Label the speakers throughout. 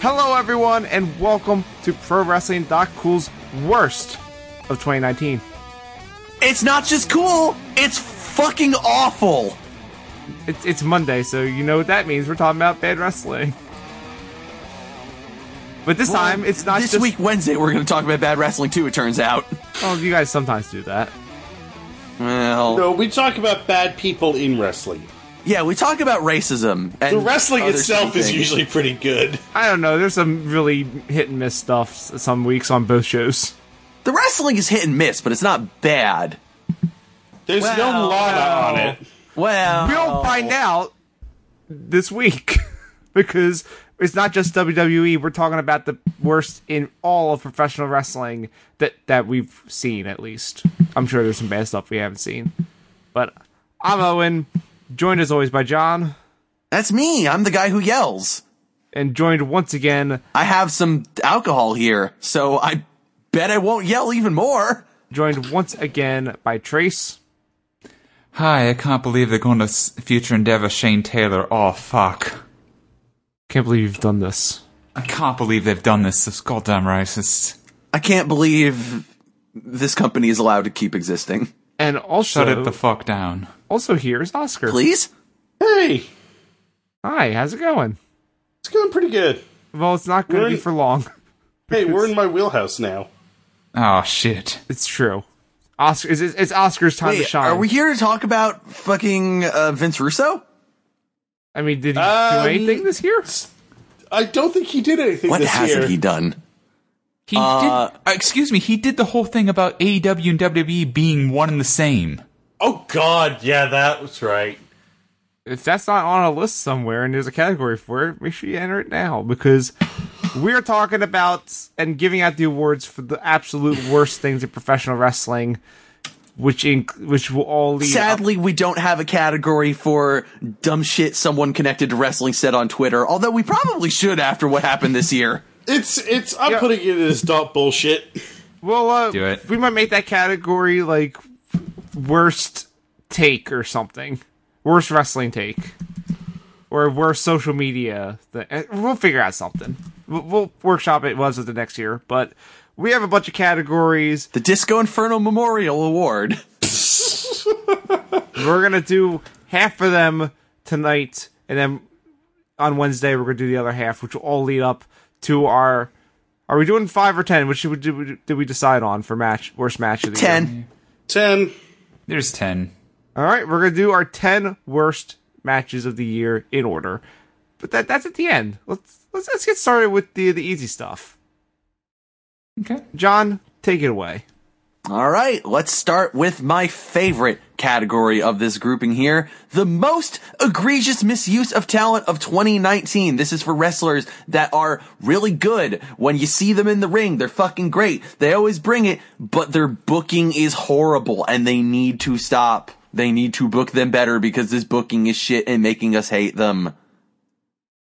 Speaker 1: Hello, everyone, and welcome to Pro Wrestling Doc Cool's worst of 2019.
Speaker 2: It's not just cool, it's fucking awful.
Speaker 1: It's, it's Monday, so you know what that means. We're talking about bad wrestling. But this time, it's not
Speaker 2: this
Speaker 1: just.
Speaker 2: week Wednesday we're going to talk about bad wrestling too. It turns out.
Speaker 1: Well, you guys sometimes do that.
Speaker 2: Well,
Speaker 3: No, we talk about bad people in wrestling.
Speaker 2: yeah, we talk about racism. And
Speaker 3: The wrestling
Speaker 2: other
Speaker 3: itself
Speaker 2: shitty
Speaker 3: is
Speaker 2: things.
Speaker 3: usually pretty good.
Speaker 1: I don't know. There's some really hit and miss stuff s- some weeks on both shows.
Speaker 2: the wrestling is hit and miss, but it's not bad.
Speaker 3: There's
Speaker 2: Wow.
Speaker 3: no lava on it.
Speaker 2: Well,
Speaker 1: We'll find out this week because it's not just WWE. We're talking about the worst in all of professional wrestling that that we've seen, at least. I'm sure there's some bad stuff we haven't seen, but I'm Owen, joined as always by John,
Speaker 2: that's me. I'm the guy who yells.
Speaker 1: and joined once again,
Speaker 2: I have some alcohol here, so I bet I won't yell even more.
Speaker 1: joined once again by Trace.
Speaker 4: Hi, I can't believe they're going to s- Future Endeavor Shane Taylor. Oh, fuck.
Speaker 1: Can't believe you've done this.
Speaker 4: I can't believe they've done this. This goddamn racist.
Speaker 2: I can't believe this company is allowed to keep existing.
Speaker 1: And also,
Speaker 4: Shut it the fuck down.
Speaker 1: also here is Oscar.
Speaker 2: Please.
Speaker 3: Hey,
Speaker 1: Hi, how's it going?
Speaker 3: it's going pretty good.
Speaker 1: Well, it's not going to
Speaker 3: We're
Speaker 1: be
Speaker 3: in-
Speaker 1: for long.
Speaker 3: Hey, we're in my wheelhouse now.
Speaker 4: Oh, shit.
Speaker 1: It's true. Oscar, it's, it's Oscar's time to
Speaker 2: Wait,
Speaker 1: shine.
Speaker 2: are we here to talk about fucking uh, Vince Russo?
Speaker 1: I mean, did he
Speaker 3: Um,
Speaker 1: do anything this year?
Speaker 3: I don't think he did anything
Speaker 2: What
Speaker 3: this
Speaker 2: hasn't
Speaker 3: year.
Speaker 2: he done?
Speaker 4: He did. Uh, excuse me, he did the whole thing about AEW and WWE being one and the same.
Speaker 5: Oh God, yeah, that was right.
Speaker 1: If that's not on a list somewhere and there's a category for it, make sure you enter it now because we're talking about and giving out the awards for the absolute worst things in professional wrestling, which inc- which will all lead. up-
Speaker 2: Sadly, we don't have a category for dumb shit someone connected to wrestling said on Twitter, although we probably should after what happened this year.
Speaker 3: It's it's. I'm
Speaker 1: Yeah.
Speaker 3: putting it as adult bullshit.
Speaker 1: well, uh,
Speaker 4: Do it.
Speaker 1: We might make that category like worst take or something, worst wrestling take, or worst social media. Th- eh, we'll figure out something. We'll, we'll workshop it was of the next year, but we have a bunch of categories.
Speaker 2: The Disco Inferno Memorial Award.
Speaker 1: We're gonna do half of them tonight, and then on Wednesday we're gonna do the other half, which will all lead up to our. Are we doing five or ten? Which should we, did, we, did we decide on for match worst match of the year?
Speaker 2: 10.
Speaker 3: Ten.
Speaker 4: There's 10.
Speaker 1: All right, we're gonna do our ten worst matches of the year in order, but that that's at the end. Let's let's let's get started with the the easy stuff.
Speaker 4: Okay.
Speaker 1: John, take it away.
Speaker 2: All right, let's start with my favorite category of this grouping here the most egregious misuse of talent of 2019. This is for wrestlers that are really good. When you see them in the ring, they're fucking great. They always bring it, but their booking is horrible and they need to stop. They need to book them better because this booking is shit and making us hate them.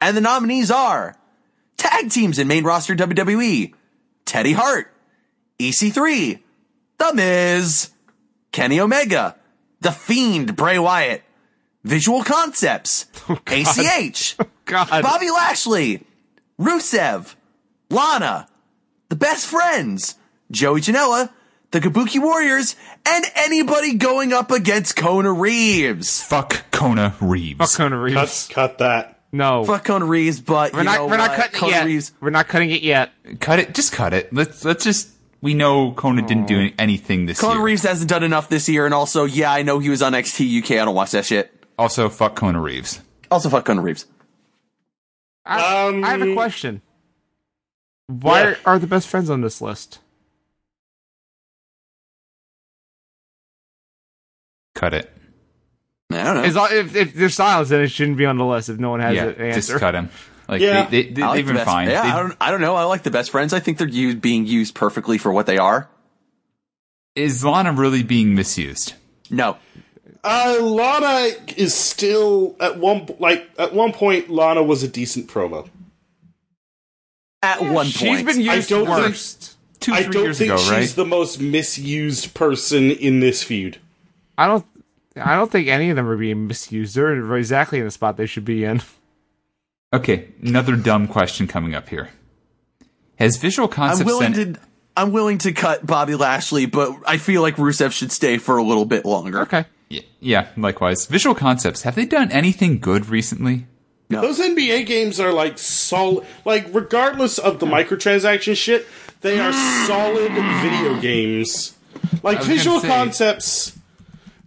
Speaker 2: And the nominees are tag teams in main roster WWE, Teddy Hart, E EC3, the Miz, Kenny Omega, The Fiend Bray Wyatt, Visual Concepts, ACH,
Speaker 1: Oh, God,
Speaker 2: Bobby Lashley, Rusev, Lana, The Best Friends, Joey Janela, The Kabuki Warriors, and anybody going up against Kona Reeves.
Speaker 4: Fuck Kona Reeves.
Speaker 1: fuck Conor Reeves.
Speaker 3: Cut cut that.
Speaker 1: no,
Speaker 2: Fuck Kona Reeves, but
Speaker 1: we're
Speaker 2: you
Speaker 1: not
Speaker 2: know
Speaker 1: we're not
Speaker 2: what?
Speaker 1: cutting
Speaker 2: Kona
Speaker 1: it yet.
Speaker 2: Reeves.
Speaker 1: We're not cutting it yet.
Speaker 4: Cut it. Just cut it. Let's let's just. We know Kona didn't do any- anything this
Speaker 2: Kona
Speaker 4: year.
Speaker 2: Reeves hasn't done enough this year, and also, yeah, I know he was on XT UK. I don't watch that shit.
Speaker 4: Also, fuck Kona Reeves.
Speaker 2: Also, fuck Kona Reeves.
Speaker 1: I,
Speaker 3: Um,
Speaker 1: I have a question. Why
Speaker 3: Yeah.
Speaker 1: are the best friends on this list?
Speaker 4: Cut it.
Speaker 2: I don't know.
Speaker 1: As long, if, if there's silence, then it shouldn't be on the list if no one has
Speaker 4: yeah,
Speaker 1: an answer.
Speaker 4: just cut him. Like
Speaker 3: Yeah.
Speaker 4: they, they, they,
Speaker 2: I like
Speaker 4: they've
Speaker 2: the
Speaker 4: been
Speaker 2: best-
Speaker 4: fine.
Speaker 2: Yeah,
Speaker 4: They-
Speaker 2: I don't, I don't know. I like the best friends. I think they're used, being used perfectly for what they are.
Speaker 4: is Lana really being misused?
Speaker 2: No,
Speaker 3: Uh, Lana is still at one like at one point. Lana was a decent promo.
Speaker 2: at one
Speaker 1: She's
Speaker 2: point,
Speaker 1: been
Speaker 3: I
Speaker 1: used
Speaker 3: don't think-
Speaker 1: worst.
Speaker 4: Two,
Speaker 3: I
Speaker 4: three
Speaker 3: don't
Speaker 4: years
Speaker 3: think
Speaker 4: ago,
Speaker 3: she's
Speaker 4: right?
Speaker 3: the most misused person in this feud.
Speaker 1: I don't. I don't think any of them are being misused. They're exactly in the spot they should be in.
Speaker 4: Okay, another dumb question coming up here. Has Visual Concepts
Speaker 2: I'm willing
Speaker 4: sent-
Speaker 2: to I'm willing to cut Bobby Lashley, but I feel like Rusev should stay for a little bit longer.
Speaker 1: Okay.
Speaker 4: Y- Yeah, likewise. Visual Concepts, have they done anything good recently?
Speaker 3: Those NBA games are like solid. Like regardless of the microtransaction shit, they are solid video games. Like
Speaker 4: was gonna
Speaker 3: Visual
Speaker 4: say-
Speaker 3: Concepts.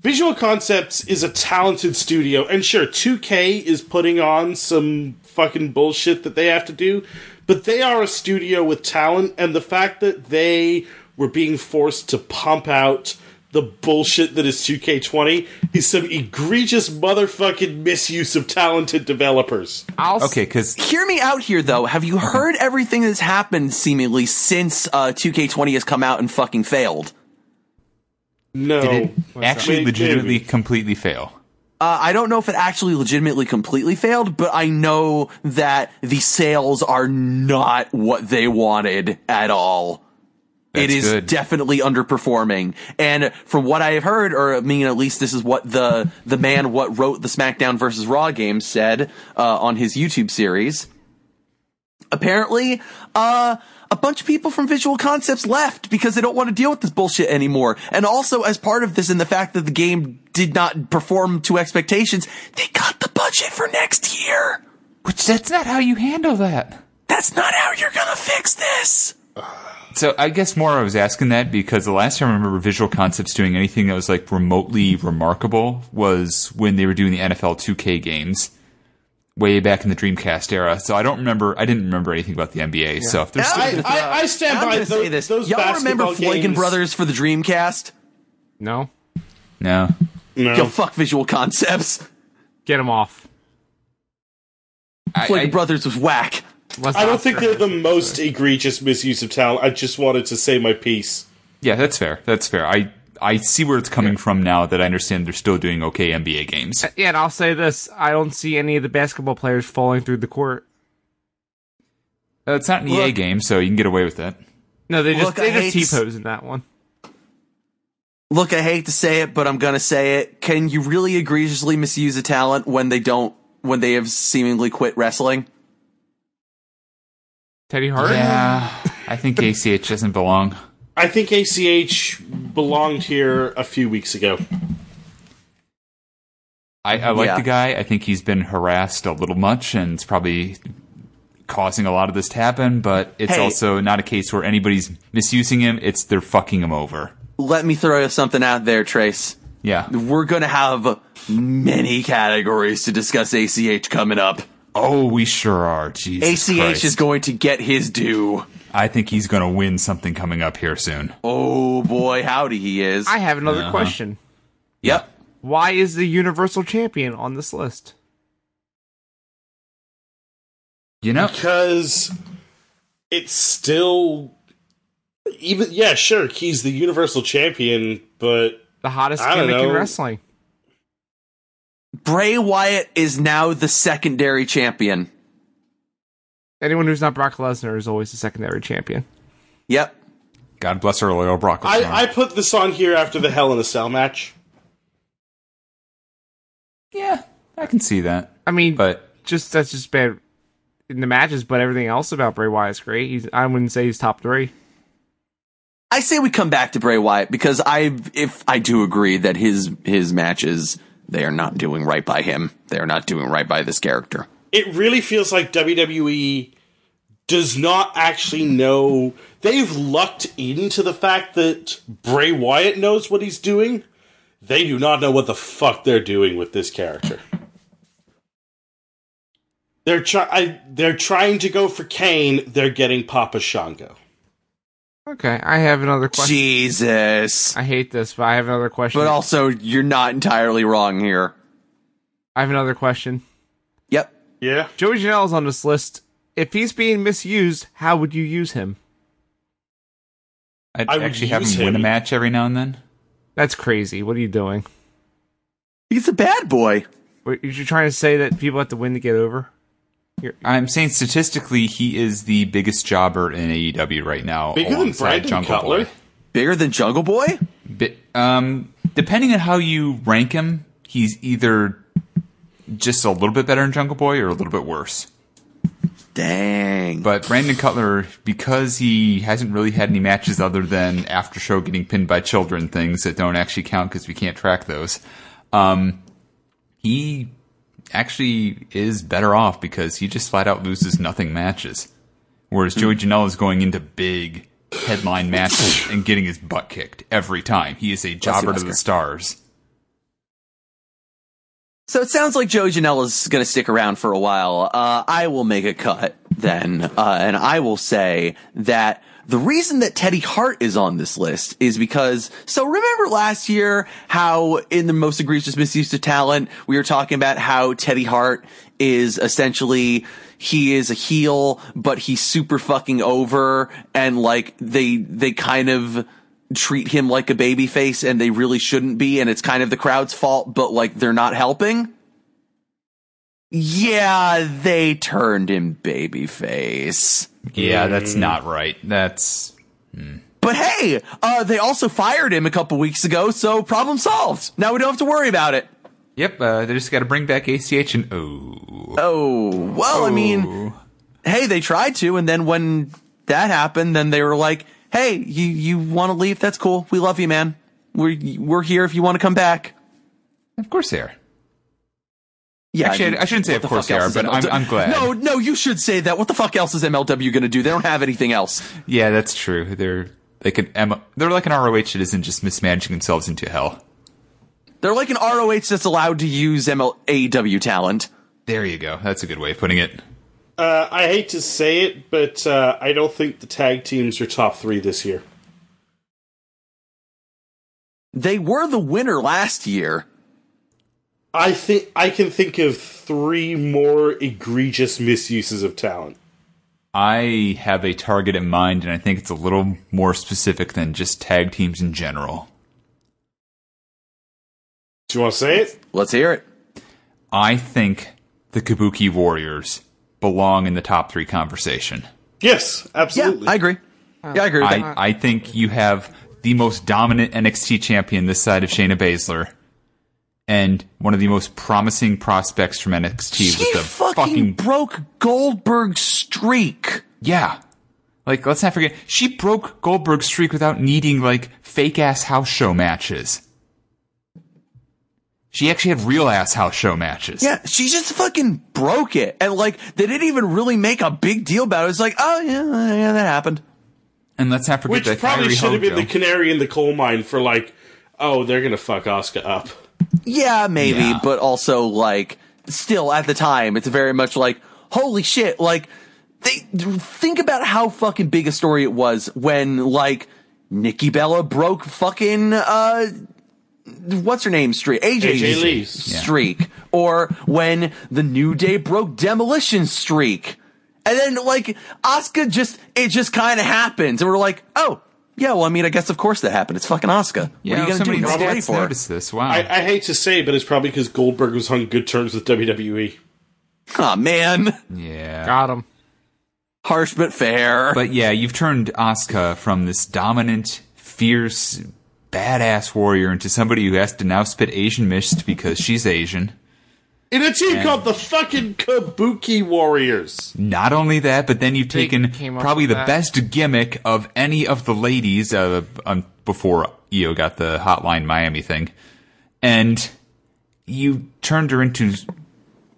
Speaker 3: Visual Concepts is a talented studio, and sure, 2K is putting on some fucking bullshit that they have to do, but they are a studio with talent, and the fact that they were being forced to pump out the bullshit that is 2K20 is some egregious motherfucking misuse of talented developers.
Speaker 1: I'll s-
Speaker 4: Okay, because
Speaker 2: Hear me out here though. Have you heard everything that's happened seemingly since uh, 2K20 has come out and fucking failed?
Speaker 3: No.
Speaker 4: it actually
Speaker 3: Maybe-
Speaker 4: legitimately
Speaker 3: maybe.
Speaker 4: completely fail.
Speaker 2: Uh, I don't know if it actually legitimately completely failed, but I know that the sales are not what they wanted at all. it
Speaker 4: That's
Speaker 2: is
Speaker 4: good.
Speaker 2: definitely underperforming. And from what I have heard, or I mean, at least this is what the the man what wrote the SmackDown versus Raw game said uh, on his YouTube series. Apparently, uh, a bunch of people from Visual Concepts left because they don't want to deal with this bullshit anymore. And also, as part of this, and the fact that the game did not perform to expectations, they cut the budget for next year.
Speaker 4: Which that's not how you handle that.
Speaker 2: That's not how you're gonna fix this.
Speaker 4: So I guess more I was asking that because the last time I remember Visual Concepts doing anything that was like remotely remarkable was when they were doing the NFL 2K games way back in the Dreamcast era. So I don't remember. I didn't remember anything about the NBA. So if there's
Speaker 3: I, I, I stand
Speaker 2: I'm
Speaker 3: by
Speaker 2: gonna
Speaker 3: tho-
Speaker 2: say this.
Speaker 3: those
Speaker 2: Y'all remember
Speaker 3: basketball
Speaker 2: Flaken
Speaker 3: games.
Speaker 2: Brothers for the Dreamcast?
Speaker 1: No.
Speaker 4: no,
Speaker 3: No.
Speaker 2: Yo, fuck visual concepts.
Speaker 1: Get him off.
Speaker 4: I,
Speaker 2: Flaken
Speaker 4: I-
Speaker 2: Brothers was whack.
Speaker 1: Let's
Speaker 3: I don't
Speaker 1: not
Speaker 3: think
Speaker 1: start.
Speaker 3: they're the most egregious misuse of talent. I just wanted to say my piece.
Speaker 4: yeah, that's fair. That's fair. I I see where it's coming from now that I understand they're still doing okay NBA games.
Speaker 1: Yeah, and I'll say this: I don't see any of the basketball players falling through the court.
Speaker 4: Uh, it's not an EA
Speaker 2: Look-
Speaker 4: game, so you can get away with that.
Speaker 1: No, they just
Speaker 2: Look, I
Speaker 1: they
Speaker 2: hate
Speaker 1: just t
Speaker 2: s-
Speaker 1: pose in that one.
Speaker 2: Look, I hate to say it, but I'm gonna say it. Can you really egregiously misuse a talent when they don't, when they have seemingly quit wrestling?
Speaker 1: Teddy Hart.
Speaker 4: Yeah, I think ACH doesn't belong.
Speaker 3: I think ACH belonged here a few weeks ago.
Speaker 4: I, I like
Speaker 2: Yeah.
Speaker 4: the guy. I think he's been harassed a little much, and it's probably causing a lot of this to happen. But it's
Speaker 2: Hey.
Speaker 4: also not a case where anybody's misusing him. It's they're fucking him over.
Speaker 2: Let me throw something out there, Trace.
Speaker 4: Yeah.
Speaker 2: We're gonna have many categories to discuss ACH coming up.
Speaker 4: Oh, we sure are.
Speaker 2: ACH
Speaker 4: Jesus
Speaker 2: is
Speaker 4: Christ.
Speaker 2: going to get his due.
Speaker 4: I think he's going to win something coming up here soon.
Speaker 2: Oh boy, howdy he is.
Speaker 1: I have another question.
Speaker 2: yep.
Speaker 1: Why is the Universal Champion on this list?
Speaker 4: You know,
Speaker 3: Because it's still. Even. Yeah, sure, he's the Universal Champion, but.
Speaker 1: The hottest
Speaker 3: I don't
Speaker 1: gimmick in
Speaker 3: know.
Speaker 1: wrestling.
Speaker 2: Bray Wyatt is now the secondary champion.
Speaker 1: Anyone who's not Brock Lesnar is always the secondary champion.
Speaker 2: Yep.
Speaker 4: God bless our loyal Brock. Lesnar.
Speaker 3: I, I put this on here after the Hell in a Cell match.
Speaker 4: yeah, I can see that.
Speaker 1: I mean,
Speaker 4: But
Speaker 1: just that's just bad in the matches, but everything else about Bray Wyatt's great. He's, I wouldn't say he's top three.
Speaker 2: I say we come back to Bray Wyatt because I, if I do agree that his his matches, they are not doing right by him. They are not doing right by this character.
Speaker 3: it really feels like WWE does not actually know. They've lucked into the fact that Bray Wyatt knows what he's doing. They do not know what the fuck they're doing with this character. They're try- I, they're trying to go for Kane. They're getting Papa Shango.
Speaker 1: Okay, I have another question.
Speaker 2: Jesus.
Speaker 1: I hate this, but I have another question.
Speaker 2: But also, you're not entirely wrong here.
Speaker 1: I have another question.
Speaker 2: Yep.
Speaker 3: Yeah,
Speaker 1: Joey Janela's on this list. If he's being misused, how would you use him?
Speaker 4: I'd
Speaker 3: I would
Speaker 4: actually have him,
Speaker 3: use
Speaker 4: win a
Speaker 3: him.
Speaker 4: match every now and then.
Speaker 1: That's crazy. What are you doing?
Speaker 2: He's a bad boy.
Speaker 1: Wait, You're trying to say that people have to win to get over?
Speaker 4: I'm saying statistically, he is the biggest jobber in AEW right now.
Speaker 3: bigger than
Speaker 4: alongside
Speaker 3: Brandon
Speaker 4: Jungle
Speaker 3: Cutler.
Speaker 4: Boy.
Speaker 2: Bigger than Jungle Boy?
Speaker 4: Bi- um, depending on how you rank him, he's either just a little bit better than Jungle Boy or a little bit worse.
Speaker 2: Dang.
Speaker 4: But Brandon Cutler, because he hasn't really had any matches other than after show getting pinned by children things that don't actually count because we can't track those, um, he actually is better off because he just flat out loses nothing matches. Whereas Joey Janela is going into big headline matches and getting his butt kicked every time. He is a jobber to
Speaker 2: Oscar.
Speaker 4: the stars.
Speaker 2: So it sounds like Joe Janela's going to stick around for a while. Uh, I will make a cut then, uh, and I will say that the reason that Teddy Hart is on this list is because. So remember last year how in the most egregious misuse of talent we were talking about how Teddy Hart is essentially he is a heel, but he's super fucking over, and like they they kind of treat him like a baby face and they really shouldn't be and it's kind of the crowd's fault but like they're not helping yeah they turned him baby face
Speaker 4: Yeah, that's not right. That's
Speaker 2: but hey uh they also fired him a couple weeks ago so problem solved now we don't have to worry about it
Speaker 4: yep. Uh, they just got to bring back ACH and oh,
Speaker 2: oh well i mean hey they tried to and then when that happened then they were like hey you you want to leave that's cool we love you man we're we're here if you want to come back
Speaker 4: of course they are.
Speaker 2: Yeah,
Speaker 4: Actually, I shouldn't say
Speaker 2: what
Speaker 4: of
Speaker 2: the fuck
Speaker 4: course they are,
Speaker 2: else is
Speaker 4: but I'm-
Speaker 2: MLW
Speaker 4: I'm glad.
Speaker 2: No, no, you should say that. What the fuck else is MLW going to do? They don't have anything else.
Speaker 4: Yeah, that's true. They're like an M- they're like an ROH that isn't just mismanaging themselves into hell.
Speaker 2: They're like an ROH that's allowed to use MLAW E talent.
Speaker 4: There you go. That's a good way of putting it.
Speaker 3: Uh, I hate to say it, but uh, I don't think the tag teams are top three this year.
Speaker 2: They were the winner last year.
Speaker 3: I think I can think of three more egregious misuses of talent.
Speaker 4: I have a target in mind, and I think it's a little more specific than just tag teams in general.
Speaker 3: Do you want to say it?
Speaker 2: Let's hear it.
Speaker 4: I think the Kabuki Warriors belong in the top three conversation.
Speaker 3: Yes,
Speaker 2: Yeah,
Speaker 3: absolutely.
Speaker 2: I agree. Yeah, I agree with that.
Speaker 4: I, I think you have the most dominant NXT champion this side of Shayna Baszler, and one of the most promising prospects from NXT
Speaker 2: She
Speaker 4: with the
Speaker 2: fucking,
Speaker 4: fucking
Speaker 2: broke Goldberg's streak.
Speaker 4: Yeah. Like, let's not forget, she broke Goldberg's streak without needing, like, fake ass house show matches. She actually had real ass house show matches.
Speaker 2: Yeah, she just fucking broke it. And like, they didn't even really make a big deal about it. It's like, oh, yeah, yeah, that happened.
Speaker 4: And let's not forget
Speaker 3: Which
Speaker 4: that
Speaker 3: probably
Speaker 4: Kyrie
Speaker 3: should have been
Speaker 4: Hojo-
Speaker 3: the canary in the coal mine for like, oh, they're gonna fuck Oscar up.
Speaker 2: Yeah, maybe,
Speaker 4: Yeah.
Speaker 2: but also like still at the time, it's very much like holy shit, like they think about how fucking big a story it was when like Nikki Bella broke fucking uh what's her name streak AJ,
Speaker 3: AJ
Speaker 2: streak,
Speaker 3: Lee's. Yeah.
Speaker 2: streak. or when the New Day broke Demolition streak. And then like Asuka just it just kind of happens and we're like, "Oh, yeah, well I mean I guess of course that happened. It's fucking Asuka.
Speaker 4: Yeah,
Speaker 2: what are you going to
Speaker 4: somebody
Speaker 2: do?
Speaker 4: in
Speaker 2: You're not ready
Speaker 4: stats
Speaker 2: for her.
Speaker 4: noticed this. Wow.
Speaker 3: I, I hate to say, it, but it's probably because Goldberg was on good terms with E. WWE.
Speaker 2: Aw, man.
Speaker 4: yeah.
Speaker 1: Got him.
Speaker 2: harsh but fair.
Speaker 4: But yeah, you've turned Asuka from this dominant, fierce, badass warrior into somebody who has to now spit Asian mist because she's Asian.
Speaker 3: In a team called the fucking Kabuki Warriors.
Speaker 4: Not only that, but then you've taken
Speaker 1: came up
Speaker 4: probably
Speaker 1: with
Speaker 4: the
Speaker 1: that.
Speaker 4: best gimmick of any of the ladies uh, um, before Io got the Hotline Miami thing, and you turned her into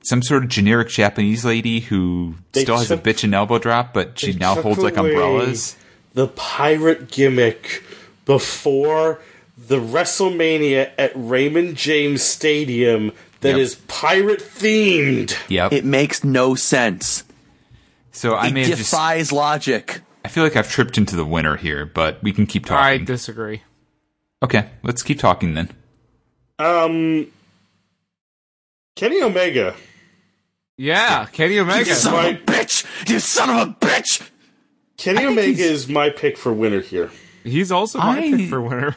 Speaker 4: some sort of generic Japanese lady who still has a
Speaker 3: took-
Speaker 4: bitch and elbow drop, but she
Speaker 3: they
Speaker 4: now
Speaker 3: took
Speaker 4: holds like
Speaker 3: away
Speaker 4: umbrellas.
Speaker 3: The pirate gimmick before the WrestleMania at Raymond James Stadium that
Speaker 4: Yep.
Speaker 3: is pirate themed.
Speaker 4: Yep.
Speaker 2: it makes no sense.
Speaker 4: so I
Speaker 2: It
Speaker 4: may have just. I
Speaker 2: defies logic.
Speaker 4: feel like I've tripped into the winner here, but we can keep
Speaker 1: I
Speaker 4: talking.
Speaker 1: disagree.
Speaker 4: okay, let's keep talking then.
Speaker 3: Um, Kenny Omega.
Speaker 1: Yeah, Kenny Omega.
Speaker 2: son
Speaker 3: my-
Speaker 2: of a bitch! You son of a bitch!
Speaker 3: Kenny
Speaker 4: think
Speaker 3: Omega
Speaker 4: he's-
Speaker 3: is my pick for winner here.
Speaker 1: He's also my
Speaker 4: I-
Speaker 1: pick for winner.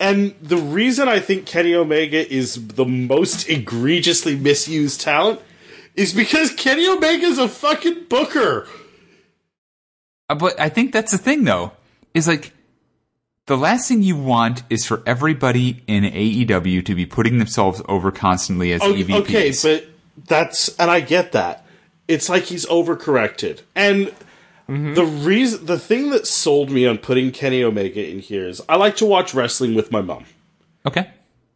Speaker 3: And the reason I think Kenny Omega is the most egregiously misused talent is because Kenny Omega is a fucking booker.
Speaker 4: Uh, But I think that's the thing, though, is like the last thing you want is for everybody in E AEW Oh,
Speaker 3: Oh,
Speaker 4: to be putting themselves over constantly as E
Speaker 3: O-
Speaker 4: EVPs.
Speaker 3: Okay, but that's and I get that. it's like he's overcorrected. And the reason, the thing that sold me on putting Kenny Omega in here is I like to watch wrestling with my mom
Speaker 4: Okay.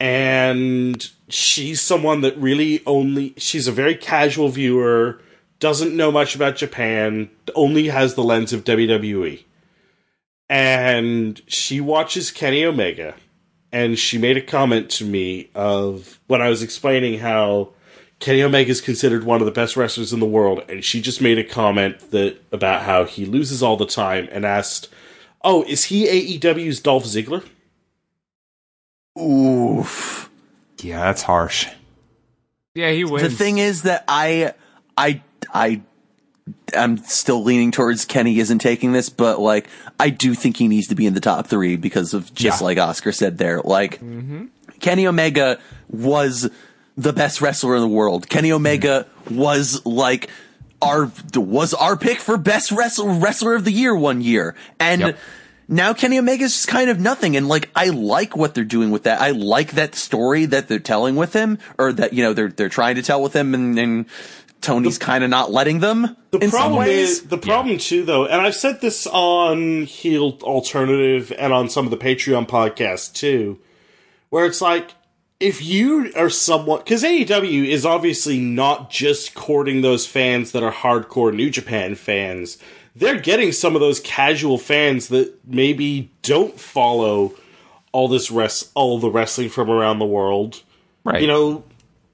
Speaker 3: and she's someone that really only she's a very casual viewer doesn't know much about japan only has the lens of wwe and she watches kenny omega and she made a comment to me of when i was explaining how kenny omega is considered one of the best wrestlers in the world and she just made a comment that about how he loses all the time and asked oh is he aew's dolph ziggler
Speaker 2: Oof.
Speaker 4: Yeah, that's harsh.
Speaker 1: Yeah, he wins.
Speaker 2: The thing is that I, I, I, I'm still leaning towards Kenny isn't taking this, but like I do think he needs to be in the top three because of just
Speaker 4: Yeah.
Speaker 2: like Oscar said there, like Kenny Omega was the best wrestler in the world.
Speaker 3: Hmm.
Speaker 2: Kenny Omega was like our was our pick for best wrestler wrestler of the year one year, and
Speaker 4: Yep.
Speaker 2: now Kenny Omega's just kind of nothing. And like, I like what they're doing with that. I like that story that they're telling with him, or that you know they're they're trying to tell with him, and, and Tony's kind of not letting them.
Speaker 3: The
Speaker 2: in some
Speaker 3: problem
Speaker 2: ways.
Speaker 3: is the problem too, though, and I've said this on Heel Alternative and on some of the Patreon podcasts too, where it's like if you are somewhat because AEW is obviously not just courting those fans that are hardcore New Japan fans, they're getting some of those casual fans that maybe don't follow all this rest all the wrestling from around the world.
Speaker 4: Right.
Speaker 3: You know,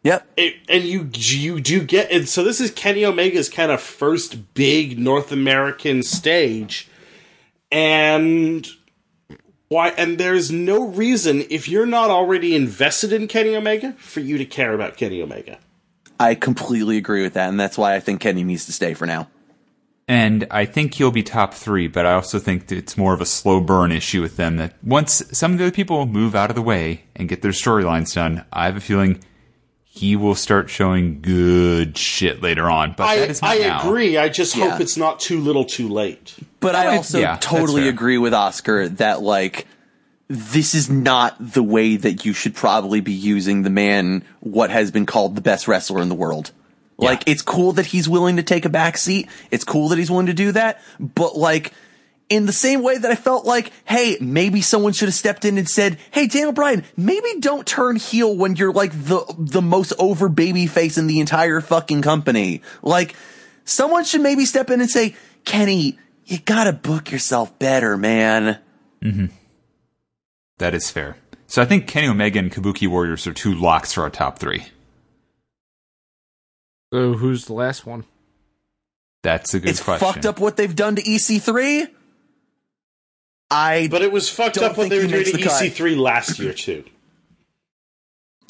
Speaker 2: Yep.
Speaker 3: it, and you you do get and so this is Kenny Omega's kind of first big North American stage, and why and there's no reason if you're not already invested in Kenny Omega for you to care about Kenny Omega.
Speaker 2: I completely agree with that, and that's why I think Kenny needs to stay for now.
Speaker 4: And I think he'll be top three, but I also think that it's more of a slow burn issue with them that once some of the other people move out of the way and get their storylines done, I have a feeling he will start showing good shit later on. But that
Speaker 3: I
Speaker 4: is not
Speaker 3: I
Speaker 4: now.
Speaker 3: agree. I just
Speaker 2: Yeah.
Speaker 3: hope it's not too little, too late.
Speaker 2: But I
Speaker 4: I-
Speaker 2: also
Speaker 4: yeah, that's
Speaker 2: totally
Speaker 4: fair.
Speaker 2: agree with Oscar that like this is not the way that you should probably be using the man what has been called the best wrestler in the world. Like it's cool that he's willing to take a back seat. It's cool that he's willing to do that, but like in the same way that I felt like, hey, maybe someone should have stepped in and said, hey, Daniel Bryan, maybe don't turn heel when you're like the the most over baby face in the entire fucking company. Like, someone should maybe step in and say, Kenny, you gotta book yourself better, man.
Speaker 4: That is fair. So I think Kenny Omega and Kabuki Warriors are two locks for our top three.
Speaker 1: So who's the last one?
Speaker 4: That's a good
Speaker 2: it's
Speaker 4: question.
Speaker 2: fucked up what they've done to EC3. I
Speaker 3: But it was fucked
Speaker 2: Don't
Speaker 3: up what
Speaker 2: think
Speaker 3: they
Speaker 2: he
Speaker 3: were doing
Speaker 2: makes
Speaker 3: to
Speaker 2: the cut.
Speaker 3: EC3 last year too.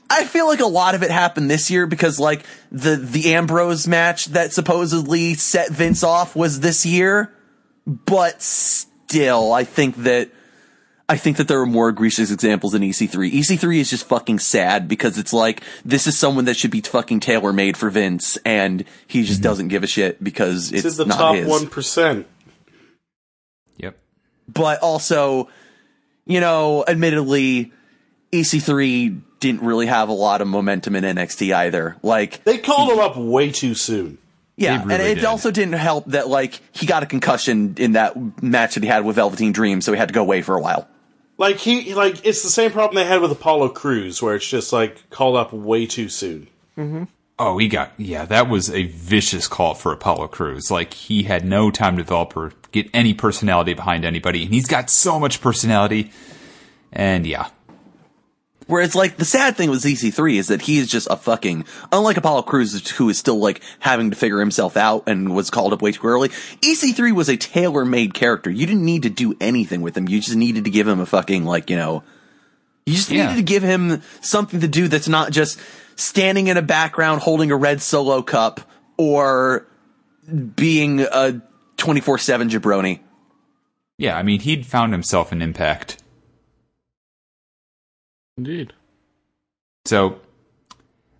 Speaker 2: I feel like a lot of it happened this year because like the the Ambrose match that supposedly set Vince off was this year, but still, I think that I think that there are more egregious examples E in EC3. EC3 is just fucking sad because it's like this is someone that should be fucking tailor made for Vince, and he just doesn't give a shit because it's
Speaker 3: Mm-hmm. This is the
Speaker 2: not
Speaker 3: top
Speaker 2: his
Speaker 3: one percent.
Speaker 4: Yep.
Speaker 2: but also, you know, admittedly, EC3 didn't really have a lot of momentum in NXT either. Like,
Speaker 3: They called him up way too soon.
Speaker 2: yeah,
Speaker 4: They really
Speaker 2: and it
Speaker 4: did.
Speaker 2: also didn't help that like he got a concussion in that match that he had with Velveteen Dream, so he had to go away for a while.
Speaker 3: Like he like it's the same problem they had with Apollo Crews, where it's just like called up way too soon.
Speaker 4: Oh, he got yeah. That was a vicious call for Apollo Crews. Like he had no time to develop or get any personality behind anybody, and he's got so much personality. And yeah,
Speaker 2: Whereas, like, the sad thing with EC3 is that he is just a fucking, unlike Apollo Crews, who is still, like, having to figure himself out and was called up way too early, EC3 was a tailor-made character. You didn't need to do anything with him. You just needed to give him a fucking, like, you know, you just
Speaker 4: Yeah.
Speaker 2: needed to give him something to do that's not just standing in a background holding a red solo cup or being a 24-7 jabroni.
Speaker 4: yeah. I mean, he'd found himself an impact.
Speaker 1: Indeed.
Speaker 4: So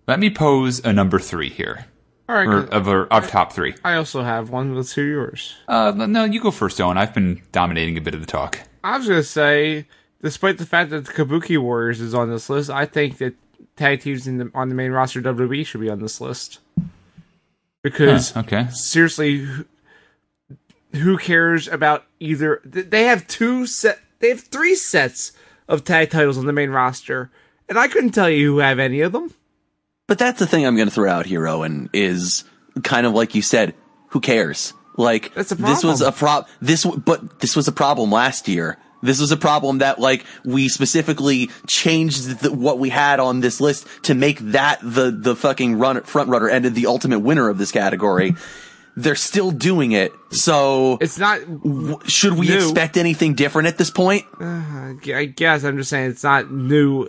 Speaker 4: let me pose a number three here,
Speaker 1: All right.
Speaker 4: or
Speaker 1: good.
Speaker 4: of, or of top three.
Speaker 1: I also have one. Let's hear yours.
Speaker 4: Uh, no, you go first, Owen. I've been dominating a bit of the talk.
Speaker 1: I was gonna say, despite the fact that the Kabuki Warriors is on this E list, I think that tag teams in the, on the main roster of WWE should be on this list because
Speaker 4: Okay.
Speaker 1: seriously, wh- who cares about either? th- They have two set. They have three sets of tag titles on the main roster, and I couldn't tell you who have any of them.
Speaker 2: But that's the thing I'm going to throw out here, Owen, is kind of like you said, who cares? Like,
Speaker 1: That's a
Speaker 2: this was
Speaker 1: problem.
Speaker 2: a prop, this, w- but this was a problem last year. This was a problem that, like, we specifically changed the, what we had on this list to make that the, the fucking run, front runner and the ultimate winner of this category. They're still doing it. So
Speaker 1: It's not.
Speaker 2: w- should we
Speaker 1: new.
Speaker 2: expect anything different at this point?
Speaker 1: I guess I'm just saying it's not new.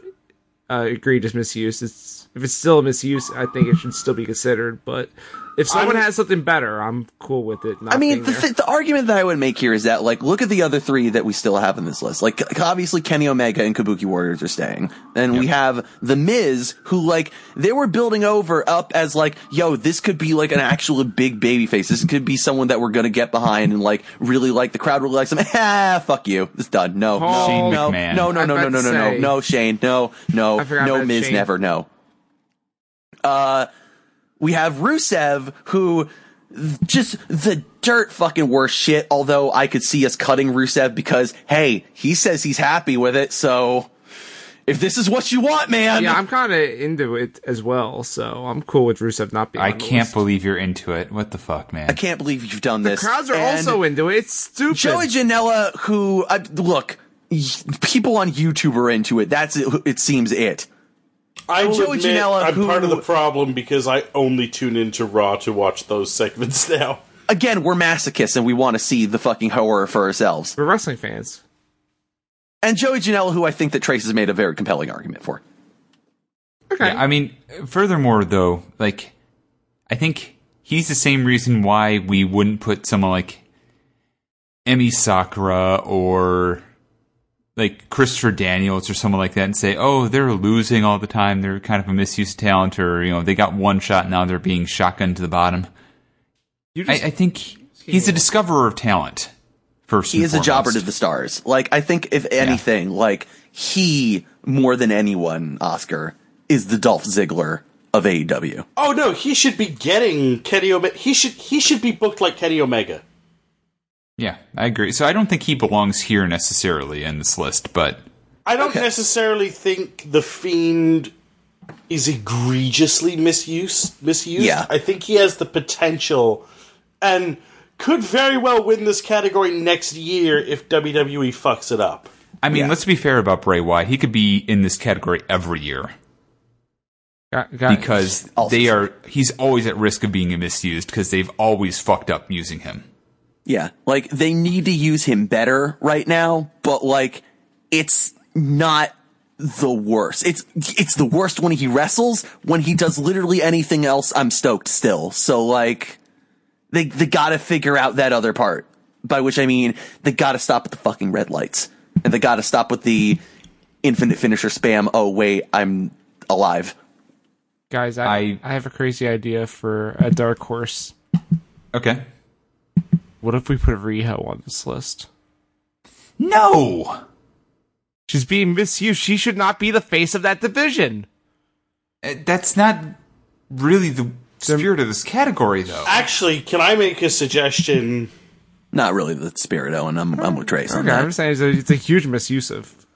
Speaker 1: Uh, egregious misuse. It's if it's still a misuse, I think it should still be considered. But if someone
Speaker 3: I'm-
Speaker 1: has something better, I'm cool with it. Not
Speaker 2: I mean,
Speaker 1: being
Speaker 2: the,
Speaker 1: there.
Speaker 2: th- the argument that I would make here is that, like, look at the other three that we still have in this list. Like, c- obviously, Kenny Omega and Kabuki Warriors are staying. Then we have The Miz, who, like, they were building over up as, like, yo, this could be, like, an actual big baby face. This could be someone that we're going to get behind and, like, really like the crowd really likes him. Ah, fuck you. It's done. No. no,
Speaker 4: Shane
Speaker 2: no,
Speaker 4: McMahon.
Speaker 2: No, no,
Speaker 1: I
Speaker 2: no,
Speaker 1: was
Speaker 2: no,
Speaker 1: about
Speaker 2: no,
Speaker 1: to
Speaker 2: no, no,
Speaker 1: say-
Speaker 2: no, Shane. No, no,
Speaker 1: I forgot
Speaker 2: no,
Speaker 1: about
Speaker 2: Miz,
Speaker 1: Shane.
Speaker 2: never, no. Uh, we have Rusev, who th- just the dirt fucking worst shit. Although I could see us cutting Rusev because, hey, he says he's happy with it. So if this is what you want, man,
Speaker 1: yeah, I'm kind of into it as well, so I'm cool with Rusev not being.
Speaker 4: I
Speaker 1: on the
Speaker 4: can't
Speaker 1: list.
Speaker 4: believe you're into it. What the fuck, man?
Speaker 2: I can't believe you've done this.
Speaker 1: Crowds are
Speaker 2: And
Speaker 1: also into it. It's stupid.
Speaker 2: Joey Janela, who I, look, y- people on YouTube are into it. That's it. It seems it.
Speaker 3: I will
Speaker 2: Joey
Speaker 3: admit,
Speaker 2: Janela,
Speaker 3: I'm
Speaker 2: who-
Speaker 3: part of the problem because I only tune into Raw to watch those segments now.
Speaker 2: Again, we're masochists and we want to see the fucking horror for ourselves.
Speaker 1: We're wrestling fans.
Speaker 2: And Joey Janela, who I think that Trace has made a very compelling argument for.
Speaker 1: Okay.
Speaker 4: Yeah, I mean, furthermore, though, like, I think he's the same reason why we wouldn't put someone like Emmy Sakura or like Christopher Daniels or someone like that and say, oh, they're losing all the time. They're kind of a misused talent or, you know, they got one shot. Now they're being shotgun to the bottom.
Speaker 1: you just,
Speaker 4: I, I think he's a discoverer of talent. First,
Speaker 2: he
Speaker 4: and
Speaker 2: is a jobber to
Speaker 4: foremost.
Speaker 2: the stars. Like I think if anything, like he more than anyone, Oscar is the Dolph Ziggler of E AEW.
Speaker 3: Oh no, he should be getting Kenny Omega. He should he should be booked like Kenny Omega.
Speaker 4: Yeah, I agree. So I don't think he belongs here necessarily in this list, but
Speaker 3: I don't
Speaker 2: Okay.
Speaker 3: necessarily think the fiend is egregiously misused. Misused.
Speaker 2: Yeah.
Speaker 3: I think he has the potential, and could very well win this category next year if WWE fucks it up.
Speaker 4: I mean, let's be fair about Bray Wyatt. He could be in this category every year
Speaker 1: got, got it.
Speaker 4: because
Speaker 2: Also
Speaker 4: they
Speaker 2: true.
Speaker 4: are. He's always at risk of being misused because they've always fucked up using him.
Speaker 2: Yeah, like they need to use him better right now, but like it's not the worst. It's it's the worst when he wrestles. When he does literally anything else, I'm stoked still. So like they they got to figure out that other part. By which I mean they got to stop with the fucking red lights and they got to stop with the infinite finisher spam. Oh wait, I'm alive.
Speaker 1: guys, I, I
Speaker 4: I-
Speaker 1: have a crazy idea for a dark horse.
Speaker 4: Okay.
Speaker 1: What if we put Riho on this list?
Speaker 4: No.
Speaker 1: She's being misused. She should not be the face of that division.
Speaker 4: Uh, That's not really the spirit of this category, though.
Speaker 3: Actually, can I make a suggestion?
Speaker 2: Not really the spirit, Owen. I'm I'm with Trace on
Speaker 1: Okay,
Speaker 2: that.
Speaker 1: I'm saying it's a, it's a huge misuse of.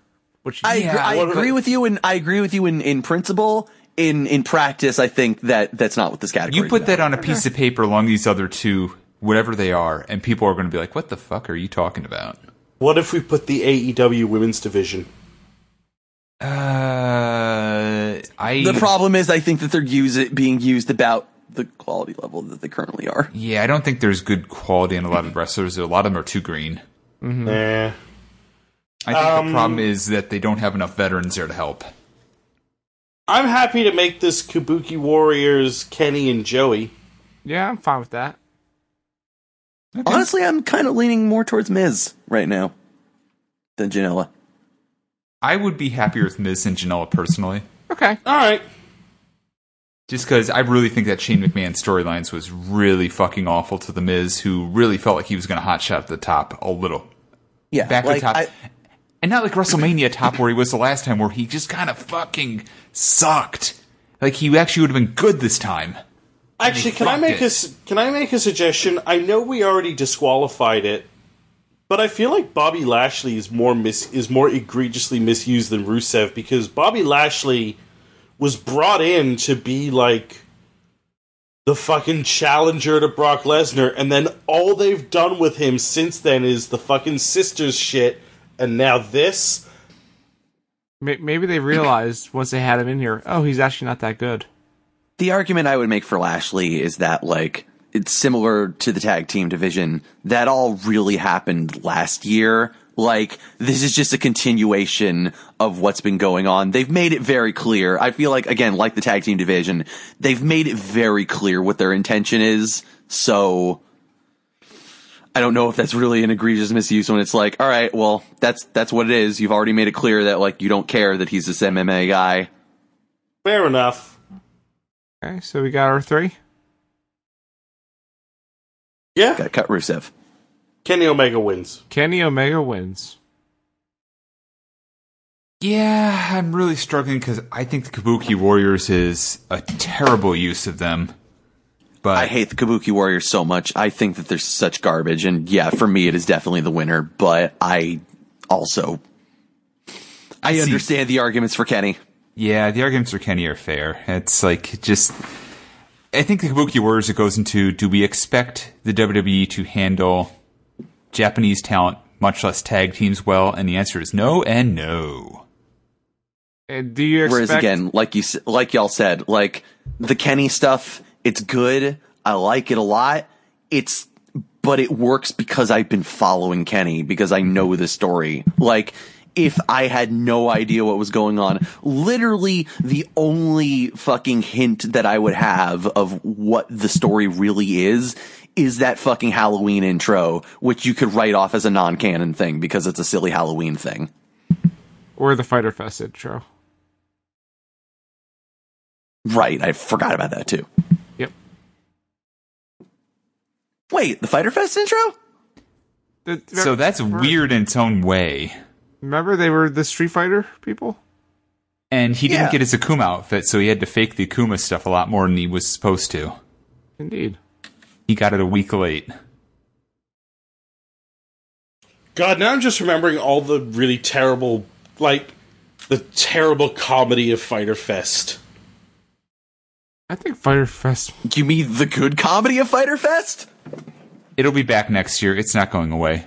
Speaker 1: Which
Speaker 2: I,
Speaker 1: yeah,
Speaker 2: agree, I
Speaker 3: what
Speaker 2: agree
Speaker 3: about-
Speaker 2: with you, and I agree with you in, in principle. In in practice, I think that that's not what this category.
Speaker 4: You put
Speaker 2: is
Speaker 4: that
Speaker 2: about.
Speaker 4: on a piece of paper along these other two, whatever they are, and people are going to be like, "What the fuck are you talking about?"
Speaker 3: What if we put the AEW women's division?
Speaker 4: Uh, I
Speaker 2: The problem is, I think that they're use it being used about the quality level that they currently are.
Speaker 4: Yeah, I don't think there's good quality in a lot of wrestlers. A lot of them are too green.
Speaker 3: Nah.
Speaker 4: I think
Speaker 3: Um,
Speaker 4: the problem is that they don't have enough veterans there to help.
Speaker 3: I'm happy to make this Kabuki Warriors Kenny and Joey.
Speaker 1: yeah, I'm fine with that.
Speaker 2: Honestly, I'm kind of leaning more towards Miz right now than Janela.
Speaker 4: I would be happier with Miz and Janela personally,
Speaker 1: Okay,
Speaker 3: All right.
Speaker 4: just because I really think that Shane McMahon storylines was really fucking awful to the Miz, who really felt like he was going to hotshot at the top a little,
Speaker 2: Yeah,
Speaker 4: back
Speaker 2: like,
Speaker 4: to the top,
Speaker 2: I-
Speaker 4: and not like WrestleMania top where he was the last time, where he just kind of fucking sucked. Like he actually would have been good this time.
Speaker 3: Actually,
Speaker 4: they
Speaker 3: can I
Speaker 4: fucked
Speaker 3: make
Speaker 4: it.
Speaker 3: a s- can I make a suggestion? I know we already disqualified it, but I feel like Bobby Lashley is more mis- is more egregiously misused than Rusev because Bobby Lashley was brought in to be like the fucking challenger to Brock Lesnar, and then all they've done with him since then is the fucking sisters shit, and now this.
Speaker 1: May- Maybe they realized once they had him in here, oh, he's actually not that good.
Speaker 2: the argument I would make for Lashley is that like it's similar to the tag team division. That all really happened last year. Like this is just a continuation of what's been going on. They've made it very clear. I feel like again, like the tag team division, they've made it very clear what their intention is. So I don't know if that's really an egregious misuse when it's like, all right, well, that's that's what it is. You've already made it clear that like you don't care that he's this MMA guy.
Speaker 3: Fair enough.
Speaker 1: Okay, so we got our three.
Speaker 3: Yeah,
Speaker 2: Got to cut Rusev.
Speaker 3: Kenny Omega wins.
Speaker 1: Kenny Omega wins.
Speaker 4: Yeah, I'm really struggling because I think the Kabuki Warriors is a terrible use of them. But
Speaker 2: I hate the Kabuki Warriors so much. I think that they're such garbage. And yeah, for me, it is definitely the winner. But I also, I understand the arguments for Kenny.
Speaker 4: Yeah, the arguments for Kenny are fair. It's like just. I think the Kabuki words it goes into do we expect the WWE to handle Japanese talent, much less tag teams, well? And the answer is no and no.
Speaker 1: And do you expect?
Speaker 2: Whereas again, like you, s- like y'all said, like the Kenny stuff, it's good. I like it a lot. It's, but it works because I've been following Kenny because I know the story. Like, if I had no idea what was going on, literally the only fucking hint that I would have of what the story really is is that fucking Halloween intro, which you could write off as a non-canon thing because it's a silly Halloween thing.
Speaker 1: or the Fighter Fest intro.
Speaker 2: Right. I forgot about that too.
Speaker 1: Yep.
Speaker 2: Wait, the Fighter Fest intro?
Speaker 1: Th-
Speaker 4: So that's weird in its own way.
Speaker 1: Remember they were the Street Fighter people.
Speaker 4: And he
Speaker 2: Yeah.
Speaker 4: didn't get his Akuma outfit, so he had to fake the Akuma stuff a lot more than he was supposed to.
Speaker 1: Indeed.
Speaker 4: He got it a week late.
Speaker 3: God, now I'm just remembering all the really terrible, like, the terrible comedy of Fighter Fest.
Speaker 1: I think Fighter Fest.
Speaker 2: You mean the good comedy of Fighter Fest?
Speaker 4: It'll be back next year. It's not going away.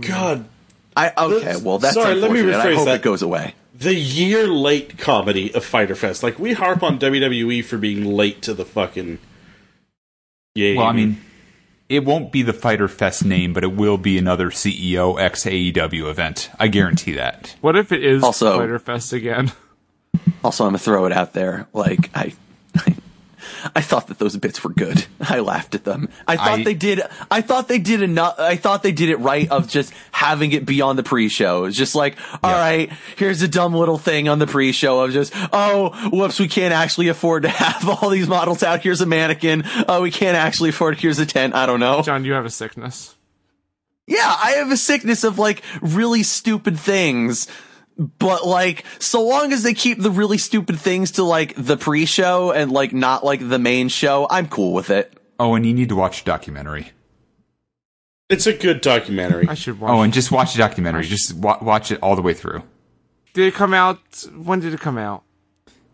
Speaker 4: Mm-hmm.
Speaker 3: God,
Speaker 2: I okay.
Speaker 3: Let's-
Speaker 2: Well, that's
Speaker 3: sorry, let me
Speaker 2: unfortunate. I
Speaker 3: rephrase
Speaker 2: hope
Speaker 3: that.
Speaker 2: it goes away.
Speaker 3: the year late comedy of Fighter Fest. Like, we harp on WWE for being late to the fucking. Yeah.
Speaker 4: Well, I mean, it won't be the Fighter Fest name, but it will be another CEO X AEW event. I guarantee that.
Speaker 1: What if it is
Speaker 2: Also-
Speaker 1: Fighter Fest again?
Speaker 2: Also, I'm gonna throw it out there. Like I, I, I thought that those bits were good. I laughed at them. I thought
Speaker 4: I-
Speaker 2: they did. I thought they did enough. I thought they did it right of just having it be on the pre-show. It's just like, all right, here's a dumb little thing on the pre-show of just, oh, whoops, we can't actually afford to have all these models out. Here's a mannequin. Oh, we can't actually afford. Here's a tent. I don't know.
Speaker 1: John, you have a sickness.
Speaker 2: Yeah, I have a sickness of like really stupid things. But like, so long as they keep the really stupid things to like the pre-show and like not like the main show, I'm cool with it.
Speaker 4: Oh, and you need to watch a documentary.
Speaker 3: it's a good documentary.
Speaker 1: I should watch.
Speaker 4: Oh, and just watch a documentary. Just wa- watch it all the way through.
Speaker 1: did it come out? When did it come out?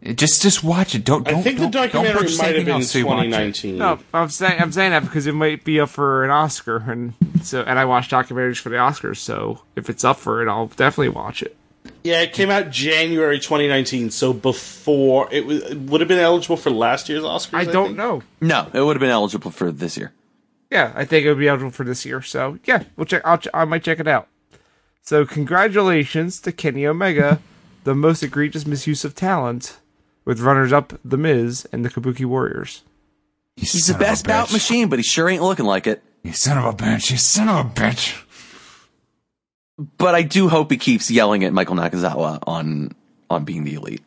Speaker 4: It- Just, just watch it. Don't,
Speaker 3: I
Speaker 4: don't.
Speaker 3: think the
Speaker 4: don't, don't
Speaker 3: documentary
Speaker 4: purchase
Speaker 3: might have
Speaker 4: anything
Speaker 3: been
Speaker 4: else till you watch it.
Speaker 3: 2019.
Speaker 1: No, I'm saying I'm saying that because it might be up for an Oscar, and so and I watch documentaries for the Oscars. So if it's up for it, I'll definitely watch it.
Speaker 3: Yeah, it came out January 2019, so before it, was, it would have been eligible for last year's Oscars.
Speaker 1: I
Speaker 3: think.
Speaker 1: don't know.
Speaker 2: No, it would have been eligible for this year.
Speaker 1: Yeah, I think it would be eligible for this year. So yeah, we'll check. I'll ch- I might check it out. So congratulations to Kenny Omega, the most egregious misuse of talent, with runners-up The Miz and the Kabuki Warriors.
Speaker 4: You
Speaker 2: He's the
Speaker 4: son of a
Speaker 2: best bout
Speaker 4: bitch.
Speaker 2: machine, but he sure ain't looking like it.
Speaker 4: You son of a bitch. You son of a bitch.
Speaker 2: But I do hope he keeps yelling at Michael Nakazawa on on being the elite,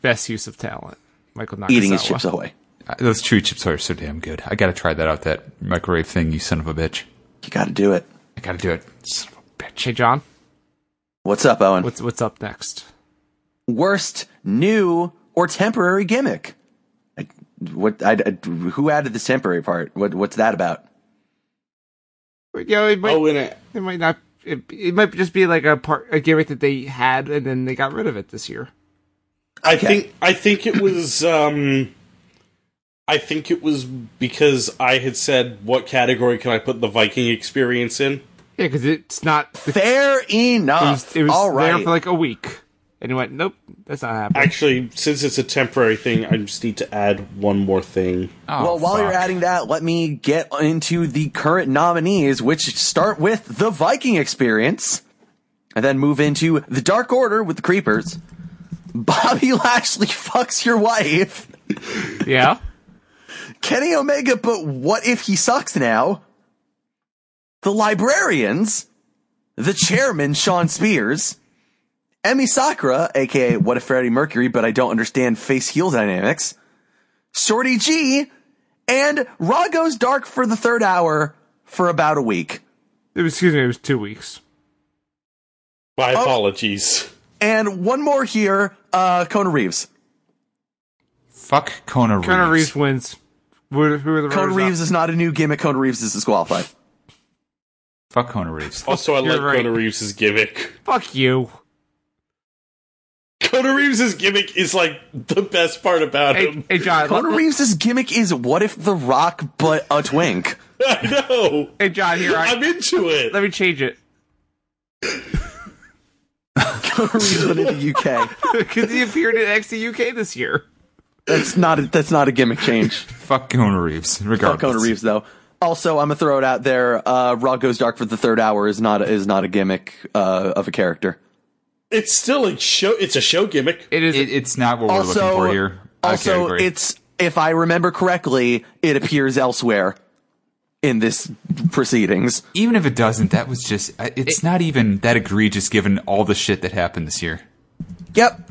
Speaker 1: Best use of talent. Michael Nakazawa.
Speaker 2: eating his chips away.
Speaker 4: Uh, Those chewy chips are so damn good. I gotta try that out. That microwave thing. You son of a bitch.
Speaker 2: You got to do it.
Speaker 4: I gotta do it. Son of a bitch.
Speaker 1: Hey John,
Speaker 2: What's up, Owen?
Speaker 1: what's what's up next?
Speaker 2: Worst new or temporary gimmick. I What? I, I- who added this temporary part? What? What's that about?
Speaker 1: You know, it might,
Speaker 3: Oh, in it.
Speaker 1: it might not. It, it might just be like a part a gimmick that they had and then they got rid of it this year.
Speaker 3: I
Speaker 2: Okay.
Speaker 3: think I think it was um I think it was because I had said what category can I put the Viking experience in?
Speaker 1: Yeah, because it's not. It
Speaker 2: Fair enough.
Speaker 1: was, it was
Speaker 2: All
Speaker 1: there
Speaker 2: right.
Speaker 1: for like a week, and it went, "Nope, that's not happening."
Speaker 3: Actually, since it's a temporary thing, I just need to add one more thing.
Speaker 4: Oh,
Speaker 2: well, while you're
Speaker 4: fuck.
Speaker 2: adding that, let me get into the current nominees, which start with the Viking Experience, and then move into the Dark Order with the Creepers. Bobby Lashley fucks your wife.
Speaker 1: yeah,
Speaker 2: Kenny Omega, but what if he sucks now? The librarians, the chairman, Sean Spears, Emmy Sakura, aka What If Freddie Mercury, but I don't understand face heel dynamics, Shorty G, and Raw goes dark for the third hour for about a week.
Speaker 1: it was, excuse me, it was two weeks.
Speaker 3: My
Speaker 1: Oh.
Speaker 3: apologies.
Speaker 2: And one more here, uh, Kona Reeves.
Speaker 4: Fuck Kona Reeves.
Speaker 1: Connor Reeves wins. Who are, who are the
Speaker 2: Kona
Speaker 1: runners-up?
Speaker 2: Reeves is not a new gimmick. Kona Reeves is disqualified.
Speaker 4: Fuck Kona Reeves.
Speaker 3: Also, I
Speaker 1: Oh, You're
Speaker 3: like
Speaker 1: right.
Speaker 3: Kona Reeves' gimmick.
Speaker 1: Fuck you.
Speaker 3: Kona Reeves' gimmick is like the best part about
Speaker 1: Hey,
Speaker 3: him.
Speaker 1: hey John.
Speaker 2: Kona
Speaker 1: let-
Speaker 2: Reeves' gimmick is what if The Rock, but a twink.
Speaker 3: I know.
Speaker 1: Hey John. Here, I,
Speaker 3: I'm into it.
Speaker 1: let me change it
Speaker 2: reason in the UK.
Speaker 1: because he appeared in NXT UK this year.
Speaker 2: That's not a, that's not a gimmick change.
Speaker 4: Fuck Kona Reeves. Regardless.
Speaker 2: Fuck Kona Reeves though. Also, I'm gonna throw it out there. Uh, Raw goes dark for the third hour is not a, is not a gimmick uh, of a character.
Speaker 3: It's still a show. It's a show gimmick.
Speaker 1: It is.
Speaker 4: It, it's not what we're
Speaker 2: Also,
Speaker 4: looking for here. I
Speaker 2: also
Speaker 4: category.
Speaker 2: it's if I remember correctly, it appears elsewhere in this proceedings.
Speaker 4: even if it doesn't, that was just. I- It's not even that egregious given all the shit that happened this year.
Speaker 2: Yep.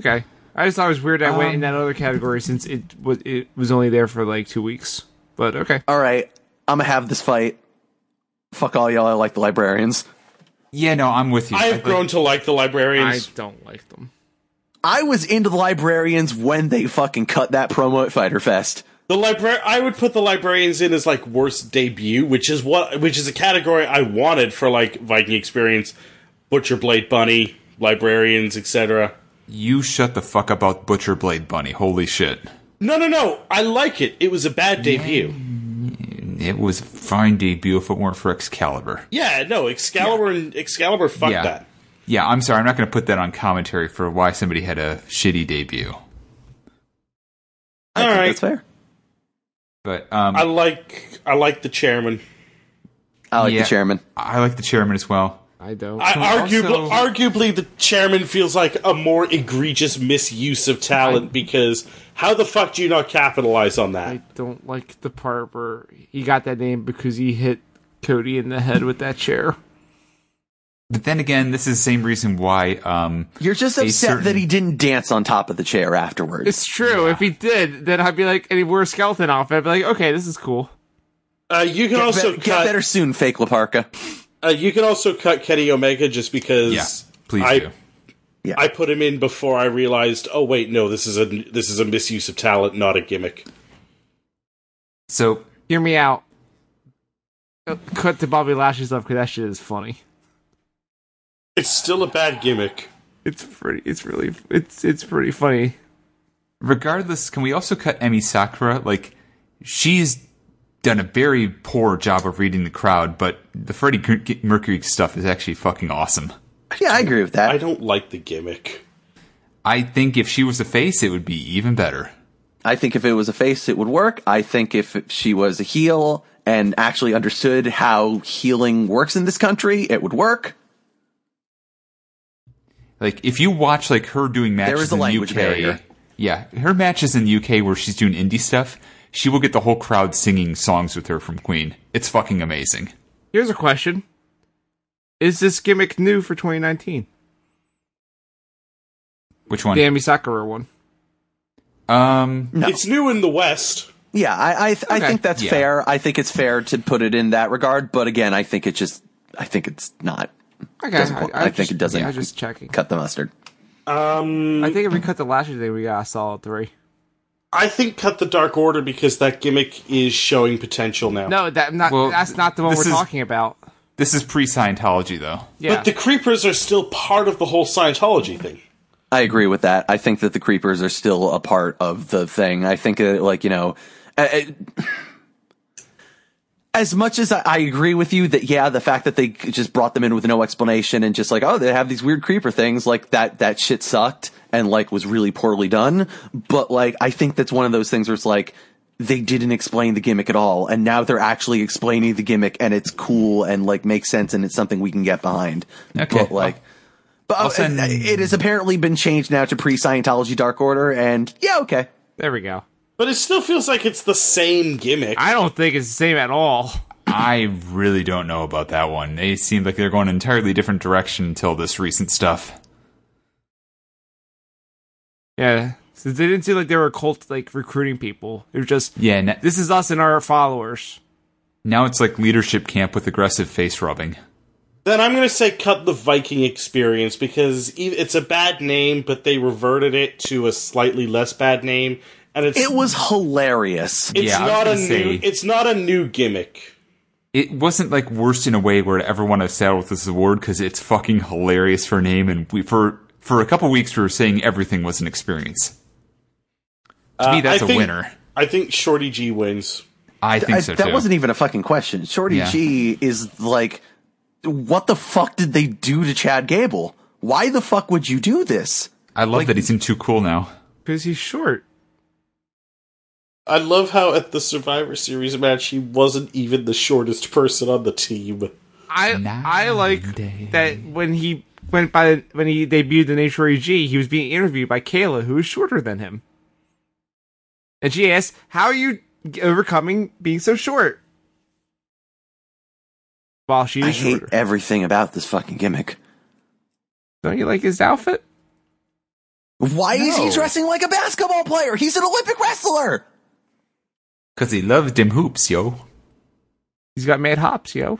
Speaker 1: okay. I just thought it was weird. I went in that other category since it was it was only there for like two weeks. But okay.
Speaker 2: All right. I'm gonna have this fight. Fuck all y'all. I like the librarians.
Speaker 4: Yeah, no, I'm with you.
Speaker 3: I have
Speaker 4: Like,
Speaker 3: grown to like the
Speaker 1: I
Speaker 3: librarians.
Speaker 1: don't like them.
Speaker 2: I was into the librarians when they fucking cut that promo at Fighter Fest.
Speaker 3: The library. I would put the librarians in as like worst debut, which is what, which is a category I wanted for like Viking experience, Butcher Blade Bunny, librarians, etc.
Speaker 4: You shut the fuck up about Butcher Blade Bunny. Holy shit.
Speaker 3: No, no, no. I like it. It was a bad debut.
Speaker 4: It was a fine debut if it weren't for Excalibur.
Speaker 3: Yeah, no. Excalibur and Excalibur. Fuck
Speaker 4: yeah.
Speaker 3: that.
Speaker 4: Yeah, I'm sorry. I'm not going to put that on commentary for why somebody had a shitty debut.
Speaker 2: I
Speaker 3: All
Speaker 2: think
Speaker 3: right.
Speaker 2: that's fair.
Speaker 4: But um,
Speaker 3: I
Speaker 4: I,
Speaker 3: like. I like the chairman.
Speaker 2: I like
Speaker 4: Yeah.
Speaker 2: the chairman.
Speaker 4: like the chairman as well.
Speaker 1: I don't.
Speaker 3: I,
Speaker 4: So
Speaker 3: arguably,
Speaker 4: also-
Speaker 3: arguably, the chairman feels like a more egregious misuse of talent because how the fuck do you not capitalize on that?
Speaker 1: I don't like the part where he got that name because he hit Cody in the head with that chair.
Speaker 4: But then again, this is the same reason why. Um,
Speaker 2: You're just upset
Speaker 4: certain-
Speaker 2: that he didn't dance on top of the chair afterwards.
Speaker 1: It's true. If he did, then I'd be like, and he wore a skeleton outfit. I'd be like, okay, this is cool.
Speaker 3: Uh, you can also
Speaker 2: Be- get
Speaker 3: cut.
Speaker 2: better soon, fake Laparca.
Speaker 3: Uh, you can also cut Kenny Omega just because.
Speaker 4: yeah, please
Speaker 3: I,
Speaker 4: do.
Speaker 3: I put him in before I realized. Oh wait, no, this is a this is a misuse of talent, not a gimmick.
Speaker 4: So
Speaker 1: Hear me out. Uh, Cut to Bobby Lashley stuff because that shit is funny.
Speaker 3: It's still a bad gimmick.
Speaker 1: It's pretty. It's really. It's it's pretty funny.
Speaker 4: regardless, can we also cut Emmy Sakura? Like, she's done a very poor job of reading the crowd, but the Freddie Merc- Mercury stuff is actually fucking awesome.
Speaker 2: Yeah, I agree with that.
Speaker 3: I
Speaker 2: I,
Speaker 3: don't like the gimmick.
Speaker 4: I think if she was a face, it would be even better.
Speaker 2: think if it was a face, it would work. I think if she was a heel and actually understood how healing works in this country, it would work.
Speaker 4: Like, if you watch like her doing matches
Speaker 2: is a
Speaker 4: in the
Speaker 2: language
Speaker 4: UK,
Speaker 2: barrier.
Speaker 4: yeah, her matches in the UK where she's doing indie stuff, she will get the whole crowd singing songs with her from Queen. It's fucking amazing.
Speaker 1: Here's a question: Is this gimmick new for 2019?
Speaker 4: Which one?
Speaker 1: The Amy Sakura one.
Speaker 4: Um,
Speaker 2: No.
Speaker 3: It's new in the West.
Speaker 2: Yeah, I I, th- I
Speaker 1: Okay.
Speaker 2: think that's
Speaker 4: Yeah.
Speaker 2: fair. I think it's fair to put it in that regard. But again, I think it just I think it's not
Speaker 1: Okay,
Speaker 2: Doesn't qu- I think
Speaker 1: just-
Speaker 2: it doesn't-
Speaker 1: yeah, I was just checking.
Speaker 2: cut the mustard.
Speaker 3: Um,
Speaker 1: I think if we cut the Lashley thing, we got a solid three.
Speaker 3: I think cut the Dark Order because that gimmick is showing potential now.
Speaker 1: No, that not.
Speaker 4: Well,
Speaker 1: that's not the one we're
Speaker 4: this is-
Speaker 1: talking about.
Speaker 4: This is pre Scientology, though.
Speaker 1: Yeah.
Speaker 3: But the Creepers are still part of the whole Scientology thing.
Speaker 2: I agree with that. I think that the creepers are still a part of the thing. I think that, like, you know, I- I- as much as I, I agree with you that, yeah, the fact that they just brought them in with no explanation and just like, oh, they have these weird creeper things, like that, that shit sucked and like was really poorly done. But like, I think that's one of those things where it's like, they didn't explain the gimmick at all. And now they're actually explaining the gimmick and it's cool and like makes sense and it's something we can get behind.
Speaker 4: Okay.
Speaker 2: But like, but uh,
Speaker 4: send-
Speaker 2: it has apparently been changed now to pre Scientology Dark Order, and yeah, okay.
Speaker 1: there we go.
Speaker 3: But it still feels like it's the same gimmick.
Speaker 1: I don't think it's the same at all.
Speaker 4: I really don't know about that one. They seemed like they're going an entirely different direction until this recent stuff.
Speaker 1: Yeah. So they didn't seem like they were a cult like recruiting people. They were just
Speaker 4: Yeah, n-
Speaker 1: this is us and our followers.
Speaker 4: now it's like leadership camp with aggressive face rubbing.
Speaker 3: Then I'm going to say cut the Viking experience because e- it's a bad name, but they reverted it to a slightly less bad name, and it's
Speaker 2: It was hilarious.
Speaker 3: it's
Speaker 4: Yeah, I was
Speaker 3: not a
Speaker 4: gonna say-
Speaker 3: new it's not a new gimmick.
Speaker 4: It wasn't like worst in a way where I'd ever want to saddle with this award because it's fucking hilarious for a name, and we for for a couple weeks we were saying everything was an experience. To me,
Speaker 3: Uh,
Speaker 4: that's
Speaker 3: I
Speaker 4: a
Speaker 3: think-
Speaker 4: winner.
Speaker 3: I think Shorty G wins.
Speaker 4: I think
Speaker 2: I-
Speaker 4: so
Speaker 2: that
Speaker 4: too.
Speaker 2: wasn't even a fucking question. Shorty
Speaker 4: Yeah.
Speaker 2: G is like, what the fuck did they do to Chad Gable? Why the fuck would you do this?
Speaker 4: I love that he's in too cool now.
Speaker 1: Because he's short.
Speaker 3: I love how at the Survivor Series match he wasn't even the shortest person on the team.
Speaker 1: I
Speaker 4: Nine
Speaker 1: I like
Speaker 4: days.
Speaker 1: that when he went by when he debuted the name Shorty G, he was being interviewed by Kayla, who is shorter than him. And she asked, "How are you g- overcoming being so short?" While she
Speaker 2: I
Speaker 1: is
Speaker 2: hate
Speaker 1: shorter,
Speaker 2: everything about this fucking gimmick.
Speaker 1: don't you like his outfit?
Speaker 2: Why is he
Speaker 4: No.
Speaker 2: dressing like a basketball player? He's an Olympic wrestler.
Speaker 4: Cause he loves them hoops, yo.
Speaker 1: He's got mad hops, yo.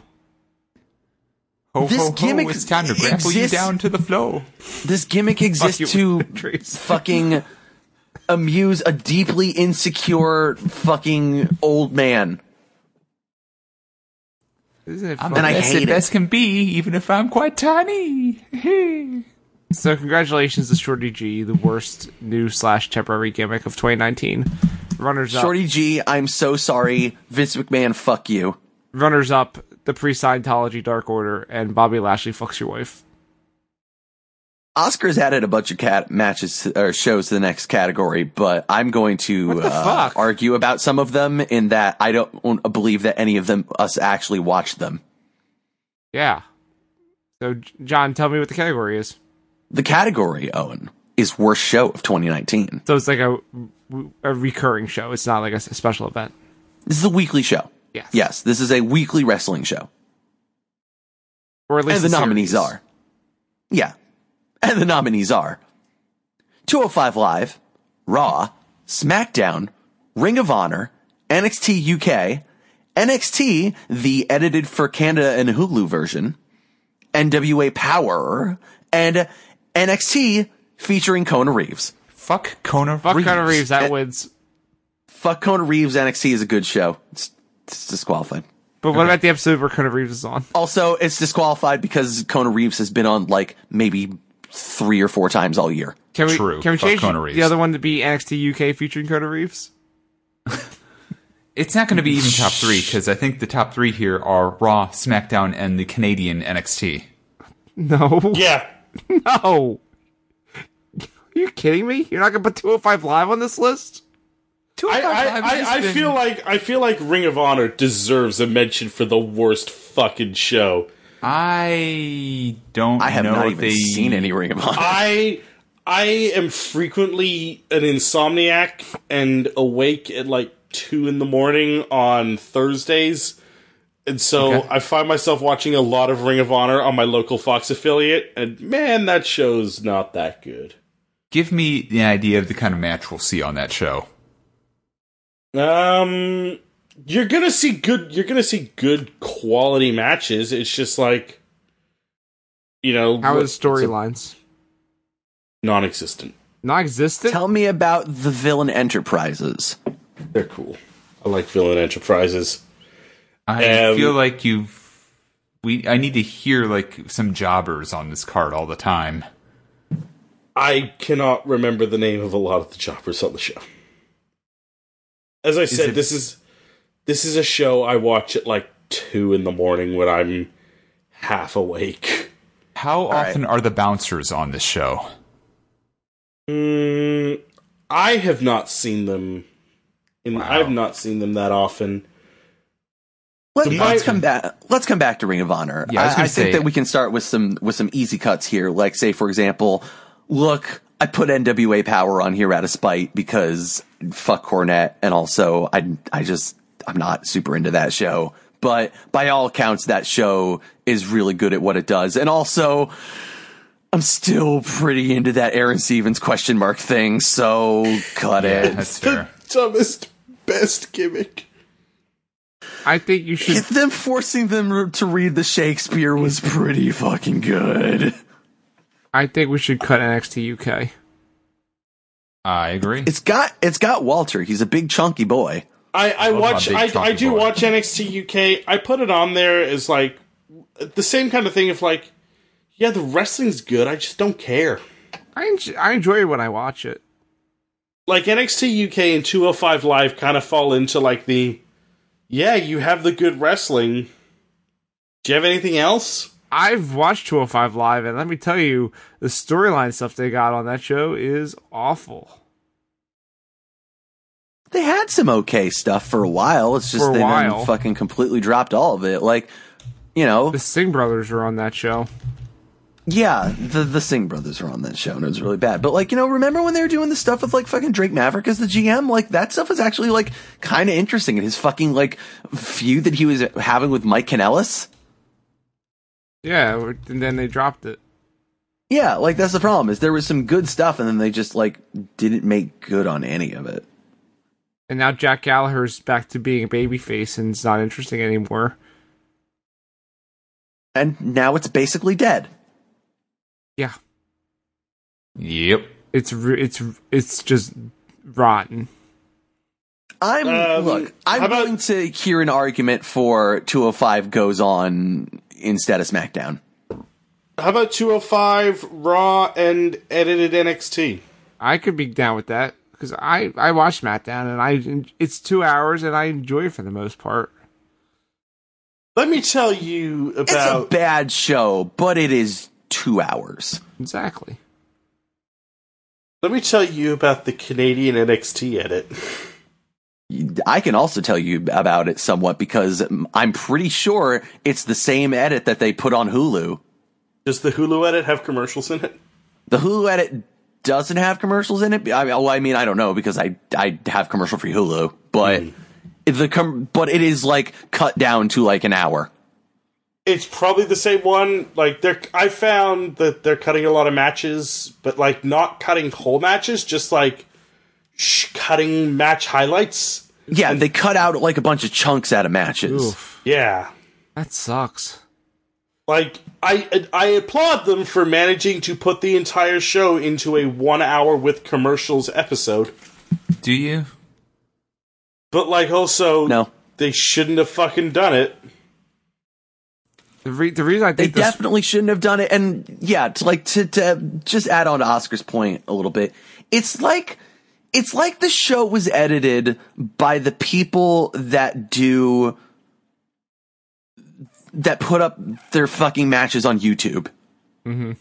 Speaker 4: Ho,
Speaker 2: This
Speaker 4: ho, ho,
Speaker 2: gimmick
Speaker 4: it's time to grapple you
Speaker 2: exists-
Speaker 4: down to the flow.
Speaker 2: This gimmick
Speaker 1: you.
Speaker 2: exists to
Speaker 1: Trees.
Speaker 2: fucking amuse a deeply insecure fucking old man.
Speaker 1: Isn't it?
Speaker 4: I'm
Speaker 1: fun?
Speaker 2: And I
Speaker 4: the best
Speaker 2: hate
Speaker 4: the
Speaker 2: it.
Speaker 4: best can be, even if I'm quite tiny.
Speaker 1: So congratulations to Shorty G, the worst new slash temporary gimmick of 2019. Runners up,
Speaker 2: Shorty G, I'm so sorry. Vince McMahon, fuck you.
Speaker 1: runners up, the pre Scientology Dark Order, and Bobby Lashley fucks your wife.
Speaker 2: Oscar's added a bunch of cat matches to- or shows to the next category, but I'm going to
Speaker 1: What the
Speaker 2: uh,
Speaker 1: fuck?
Speaker 2: argue about some of them in that I don't won't believe that any of them us actually watched them.
Speaker 1: Yeah. So J- John, tell me what the category is.
Speaker 2: The category, Owen, is worst show of 2019.
Speaker 1: So it's like a, a recurring show. It's not like a s- special event.
Speaker 2: This is a weekly show.
Speaker 1: Yes.
Speaker 2: Yes, this is a weekly wrestling show.
Speaker 1: Or at least
Speaker 2: And the
Speaker 1: a
Speaker 2: nominees
Speaker 1: series.
Speaker 2: are. Yeah. And the nominees are 205 Live, Raw, SmackDown, Ring of Honor, NXT UK, NXT, the edited for Canada and Hulu version, NWA Power, and NXT featuring Kona Reeves.
Speaker 4: Fuck Kona
Speaker 1: Fuck
Speaker 4: Reeves.
Speaker 1: Connor Reeves. That
Speaker 2: Eh.
Speaker 1: wins.
Speaker 2: Fuck Kona Reeves, NXT is a good show. It's, it's disqualified.
Speaker 1: But what about the episode where Connor Reeves is on?
Speaker 2: Also, it's disqualified because Kona Reeves has been on like maybe three or four times all year.
Speaker 1: Can we
Speaker 4: True.
Speaker 1: can we
Speaker 4: Fuck
Speaker 1: change
Speaker 4: Connor Reeves.
Speaker 1: the other one to be NXT UK featuring Connor Reeves?
Speaker 4: It's not going to be even top three because I think the top three here are Raw, SmackDown, and the Canadian NXT.
Speaker 1: No.
Speaker 3: Yeah.
Speaker 1: No. Are you kidding me? You're not gonna put 205 Live on this list?
Speaker 3: I, I, I, I feel like I feel like Ring of Honor deserves a mention for the worst fucking show.
Speaker 4: I don't.
Speaker 2: I have
Speaker 4: know
Speaker 2: not
Speaker 4: if
Speaker 2: even
Speaker 4: they,
Speaker 2: seen any Ring of Honor.
Speaker 3: I I am frequently an insomniac and awake at like two in the morning on Thursdays. And so
Speaker 4: Okay.
Speaker 3: I find myself watching a lot of Ring of Honor on my local Fox affiliate, and man, that show's not that good.
Speaker 4: Give me the idea of the kind of match we'll see on that show.
Speaker 3: Um, you're gonna see good. You're gonna see good quality matches. It's just like, you know,
Speaker 1: How
Speaker 3: what-
Speaker 1: is storylines?
Speaker 3: non-existent.
Speaker 1: non-existent.
Speaker 2: Tell me about the villain enterprises.
Speaker 3: They're cool. I like villain enterprises.
Speaker 4: I
Speaker 3: Um,
Speaker 4: feel like you've. We, I need to hear like some jobbers on this card all the time.
Speaker 3: I cannot remember the name of a lot of the choppers on the show. As I said,
Speaker 4: it-
Speaker 3: this is this is a show I watch at like two in the morning when I'm half awake.
Speaker 4: How
Speaker 2: right.
Speaker 4: often are the bouncers on this show?
Speaker 3: Mm, I have not seen them, and
Speaker 4: Wow.
Speaker 3: I've not seen them that often.
Speaker 2: Let,
Speaker 3: The
Speaker 2: us
Speaker 3: mi-
Speaker 2: come back. Let's come back to Ring of Honor.
Speaker 4: Yeah, I was
Speaker 2: I,
Speaker 4: gonna
Speaker 2: I
Speaker 4: say-
Speaker 2: think that we can start with some with some easy cuts here. Like, say for example, look, I put NWA Power on here out of spite because fuck Cornette, and also I I just I'm not super into that show. But by all accounts, that show is really good at what it does, and also. I'm still pretty into that Aaron Stevens question mark thing, so cut it.
Speaker 4: That's fair.
Speaker 3: Dumbest, best gimmick.
Speaker 1: I think you should.
Speaker 2: them forcing them to read the Shakespeare was pretty fucking good.
Speaker 1: I think we should cut NXT UK.
Speaker 4: I agree.
Speaker 2: It's got it's got Walter. He's a big chunky boy.
Speaker 3: I, I
Speaker 4: my
Speaker 3: watch
Speaker 4: big
Speaker 3: I,
Speaker 4: chunky
Speaker 3: I do
Speaker 4: boy.
Speaker 3: watch NXT UK. I put it on there as like the same kind of thing of like, yeah, the wrestling's good. I just don't care.
Speaker 1: I enjoy, I enjoy it when I watch it.
Speaker 3: like NXT UK and 205 Live kind of fall into like the yeah, you have the good wrestling. Do you have anything else?
Speaker 1: I've watched 205 Live, and let me tell you, the storyline stuff they got on that show is awful.
Speaker 2: They had some okay stuff for a while. It's just
Speaker 1: For a
Speaker 2: they then
Speaker 1: while.
Speaker 2: fucking completely dropped all of it. Like, you know,
Speaker 1: The Singh brothers were on that show.
Speaker 2: yeah, the the Singh brothers were on that show and it was really bad. But like, you know, remember when they were doing the stuff with like fucking Drake Maverick as the GM? Like that stuff was actually like kind of interesting. And his fucking like feud that he was having with Mike Kanellis.
Speaker 1: Yeah, and then they dropped it.
Speaker 2: Yeah, like that's the problem is there was some good stuff and then they just like didn't make good on any of it.
Speaker 1: And now Jack Gallagher's back to being a babyface, and it's not interesting anymore.
Speaker 2: And now it's basically dead.
Speaker 1: Yeah,
Speaker 4: Yep.
Speaker 1: it's re- it's it's just rotten.
Speaker 2: I'm
Speaker 3: Um,
Speaker 2: look,
Speaker 3: how
Speaker 2: I'm
Speaker 3: about-
Speaker 2: willing to hear an argument for 205 goes on instead of SmackDown.
Speaker 3: How about 205 Raw and edited NXT?
Speaker 1: I could be down with that because I I watched SmackDown, and I it's two hours, and I enjoy it for the most part.
Speaker 3: Let me tell you
Speaker 2: It's a
Speaker 3: about
Speaker 2: bad show, but it is two hours.
Speaker 1: Exactly.
Speaker 3: let me tell you about the Canadian NXT edit.
Speaker 2: I can also tell you about it somewhat because I'm pretty sure it's the same edit that they put on Hulu.
Speaker 3: Does the Hulu edit have commercials in it?
Speaker 2: The Hulu edit doesn't have commercials in it. I mean, well, I mean, I don't know because I I have commercial free Hulu, but the com- but it is like cut down to like an hour.
Speaker 3: It's probably the same one. Like they're I found that they're cutting a lot of matches, but like not cutting whole matches, just like sh- cutting match highlights.
Speaker 2: Yeah, they cut out like a bunch of chunks out of matches.
Speaker 1: Oof,
Speaker 3: Yeah.
Speaker 1: that sucks.
Speaker 3: Like I I applaud them for managing to put the entire show into a 1 hour with commercials episode.
Speaker 4: Do you?
Speaker 3: But like also
Speaker 2: No,
Speaker 3: they shouldn't have fucking done it.
Speaker 1: The, re- the reason I
Speaker 2: they
Speaker 1: think this
Speaker 2: definitely shouldn't have done it. And yeah, to like to to just add on to Oscar's point a little bit, it's like it's like the show was edited by the people that do that put up their fucking matches on YouTube.
Speaker 1: Mm-hmm.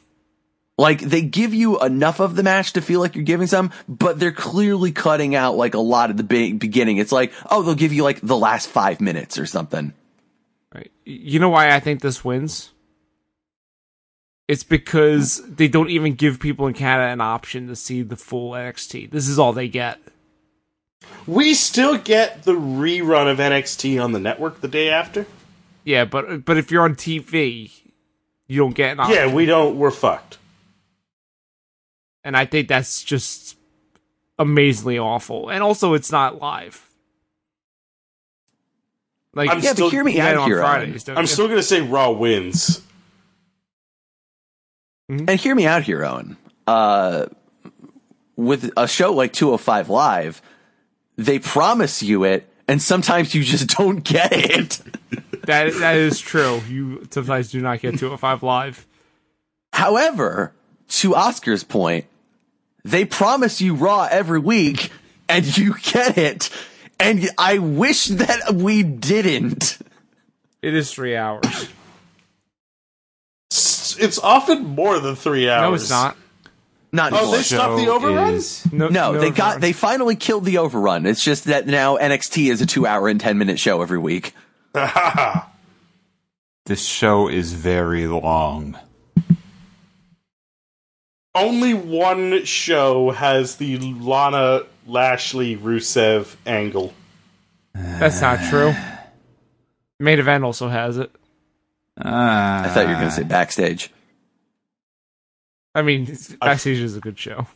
Speaker 2: Like they give you enough of the match to feel like you're giving some, but they're clearly cutting out like a lot of the be- beginning. It's like, oh, they'll give you like the last five minutes or something.
Speaker 1: Right. You know why I think this wins? It's because they don't even give people in Canada an option to see the full NXT. This is all they get.
Speaker 3: We still get the rerun of NXT on the network the day after.
Speaker 1: Yeah, but but if you're on TV, you don't get an option.
Speaker 3: Yeah, we don't we're fucked.
Speaker 1: And I think that's just amazingly awful. And also, it's not live. Like
Speaker 3: I'm
Speaker 1: you
Speaker 2: Yeah,
Speaker 3: Still-
Speaker 2: but hear me
Speaker 1: get it
Speaker 2: out
Speaker 1: on
Speaker 2: here. Owen.
Speaker 1: Fridays. don't
Speaker 3: I'm
Speaker 1: you?
Speaker 3: still going to say Raw wins.
Speaker 2: And hear me out here, Owen. Uh, with a show like 205 Live, they promise you it, and sometimes you just don't get it.
Speaker 1: That that is true. You sometimes do not get 205 live.
Speaker 2: However, to Oscar's point, they promise you Raw every week, and you get it. And I wish that we didn't.
Speaker 1: It is three hours.
Speaker 3: It's, it's often more than three hours.
Speaker 1: No, it's not.
Speaker 2: Not
Speaker 3: Oh,
Speaker 2: anymore.
Speaker 3: they stopped the overrun?
Speaker 4: is-
Speaker 2: no, they got
Speaker 1: Vern.
Speaker 2: they finally killed the overrun. It's just that now NXT is a two hour and ten minute show every week.
Speaker 4: this show is very long.
Speaker 3: Only one show has the Lana Lashley Rusev angle.
Speaker 1: That's not true. Main event also has it.
Speaker 4: Ah.
Speaker 2: I thought you were going to say backstage.
Speaker 1: I mean, Backstage is a good show,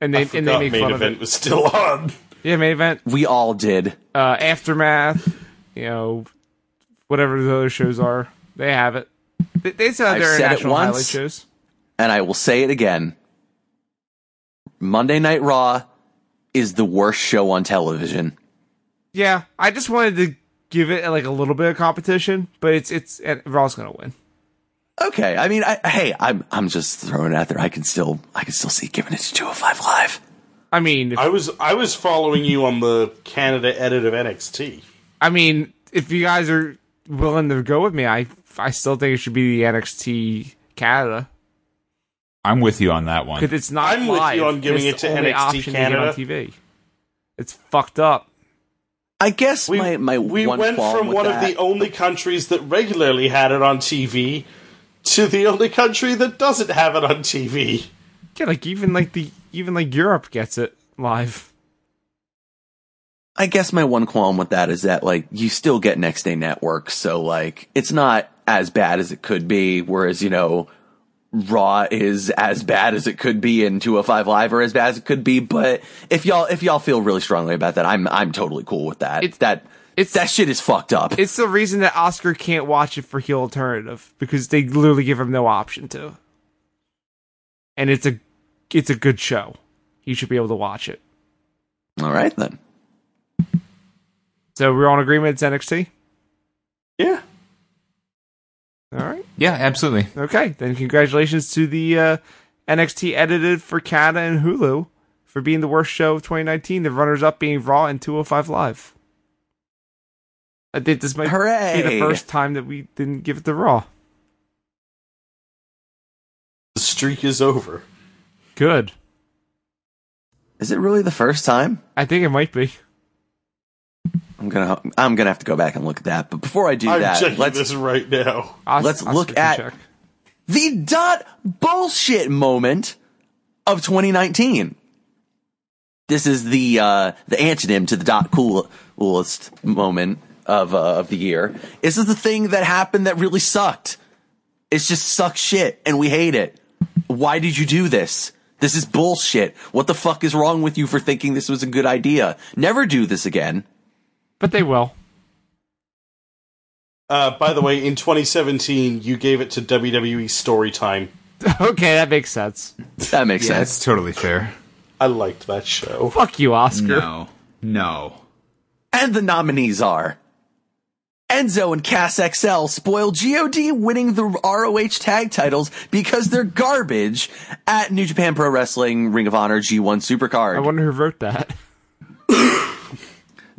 Speaker 1: and
Speaker 3: I
Speaker 1: they and they
Speaker 3: forgot
Speaker 1: make
Speaker 3: main
Speaker 1: fun of
Speaker 3: event
Speaker 1: it.
Speaker 3: was still on.
Speaker 1: Yeah, main event,
Speaker 2: We all did.
Speaker 1: uh, aftermath. You know, whatever the other shows are, they have it. They, they said
Speaker 2: I've
Speaker 1: their
Speaker 2: said it
Speaker 1: national highlight
Speaker 2: once.
Speaker 1: shows.
Speaker 2: and I will say it again. Monday Night Raw is the worst show on television.
Speaker 1: Yeah, I just wanted to give it like a little bit of competition, but it's it's and Raw's gonna win.
Speaker 2: Okay, I mean, I, hey, I'm I'm just throwing it out there. I can still I can still see giving it to 205 Live.
Speaker 1: I mean, if,
Speaker 3: I was I was following you on the Canada edit of NXT.
Speaker 1: I mean, if you guys are willing to go with me, I I still think it should be the NXT Canada
Speaker 4: I'm with you on that one.
Speaker 1: because it's not.
Speaker 3: I'm with you
Speaker 1: live,
Speaker 3: on
Speaker 1: and
Speaker 3: giving
Speaker 1: it's
Speaker 3: it
Speaker 1: the
Speaker 3: to
Speaker 1: only
Speaker 3: NXT
Speaker 1: option to get
Speaker 3: Canada.
Speaker 1: on TV. It's fucked up.
Speaker 2: I guess
Speaker 3: We,
Speaker 2: my my
Speaker 3: we
Speaker 2: one
Speaker 3: went
Speaker 2: qualm
Speaker 3: from
Speaker 2: with
Speaker 3: one
Speaker 2: that,
Speaker 3: of the only countries that regularly had it on TV to the only country that doesn't have it on TV.
Speaker 1: Yeah, like even like the even like Europe gets it live.
Speaker 2: I guess my one qualm with that is that like you still get next day network, so like it's not as bad as it could be. Whereas you know, Raw is as bad as it could be, and 205 Live are as bad as it could be. But if y'all if y'all feel really strongly about that, I'm I'm totally cool with that.
Speaker 1: It's-
Speaker 2: that
Speaker 1: it's-
Speaker 2: that shit is fucked up.
Speaker 1: It's the reason that Oscar can't watch it for heel alternative because they literally give him no option to. And it's a it's a good show. He should be able to watch it.
Speaker 2: All right then.
Speaker 1: So we're on agreement. It's NXT.
Speaker 3: Yeah.
Speaker 1: All right.
Speaker 4: yeah, absolutely.
Speaker 1: Okay. Then congratulations to the uh, NXT edited for Canada and Hulu for being the worst show of 2019. The runners up being Raw and 205 Live. I think this might be
Speaker 2: Hooray.
Speaker 1: the first time that we didn't give it to Raw.
Speaker 3: The streak is over.
Speaker 1: Good.
Speaker 2: Is it really the first time?
Speaker 1: I think it might be.
Speaker 2: I'm gonna I'm gonna have to go back and look at that. But before I do
Speaker 3: I'm
Speaker 2: that,
Speaker 3: checking
Speaker 2: let's
Speaker 3: this right now.
Speaker 1: Os-
Speaker 2: Let's
Speaker 1: Oscar
Speaker 2: look
Speaker 1: can
Speaker 2: at-
Speaker 1: check.
Speaker 2: the dot bullshit moment of 2019. This is the uh, the antonym to the dot cool- coolest moment of uh, of the year. This is the thing that happened that really sucked. It's just suck shit, and we hate it. Why did you do this? This is bullshit. What the fuck is wrong with you for thinking this was a good idea? Never do this again.
Speaker 1: but they will.
Speaker 3: Uh, by the way, in 2017, you gave it to WWE Storytime.
Speaker 1: okay, that makes sense.
Speaker 2: That makes
Speaker 4: Yeah,
Speaker 2: sense.
Speaker 4: that's totally fair.
Speaker 3: I liked that show.
Speaker 1: Fuck you, Oscar.
Speaker 4: no.
Speaker 2: And the nominees are Enzo and Cass XL spoil GOD winning the ROH tag titles because they're garbage at New Japan Pro Wrestling Ring of Honor
Speaker 1: I
Speaker 2: G1 Supercard.
Speaker 1: wonder who wrote that.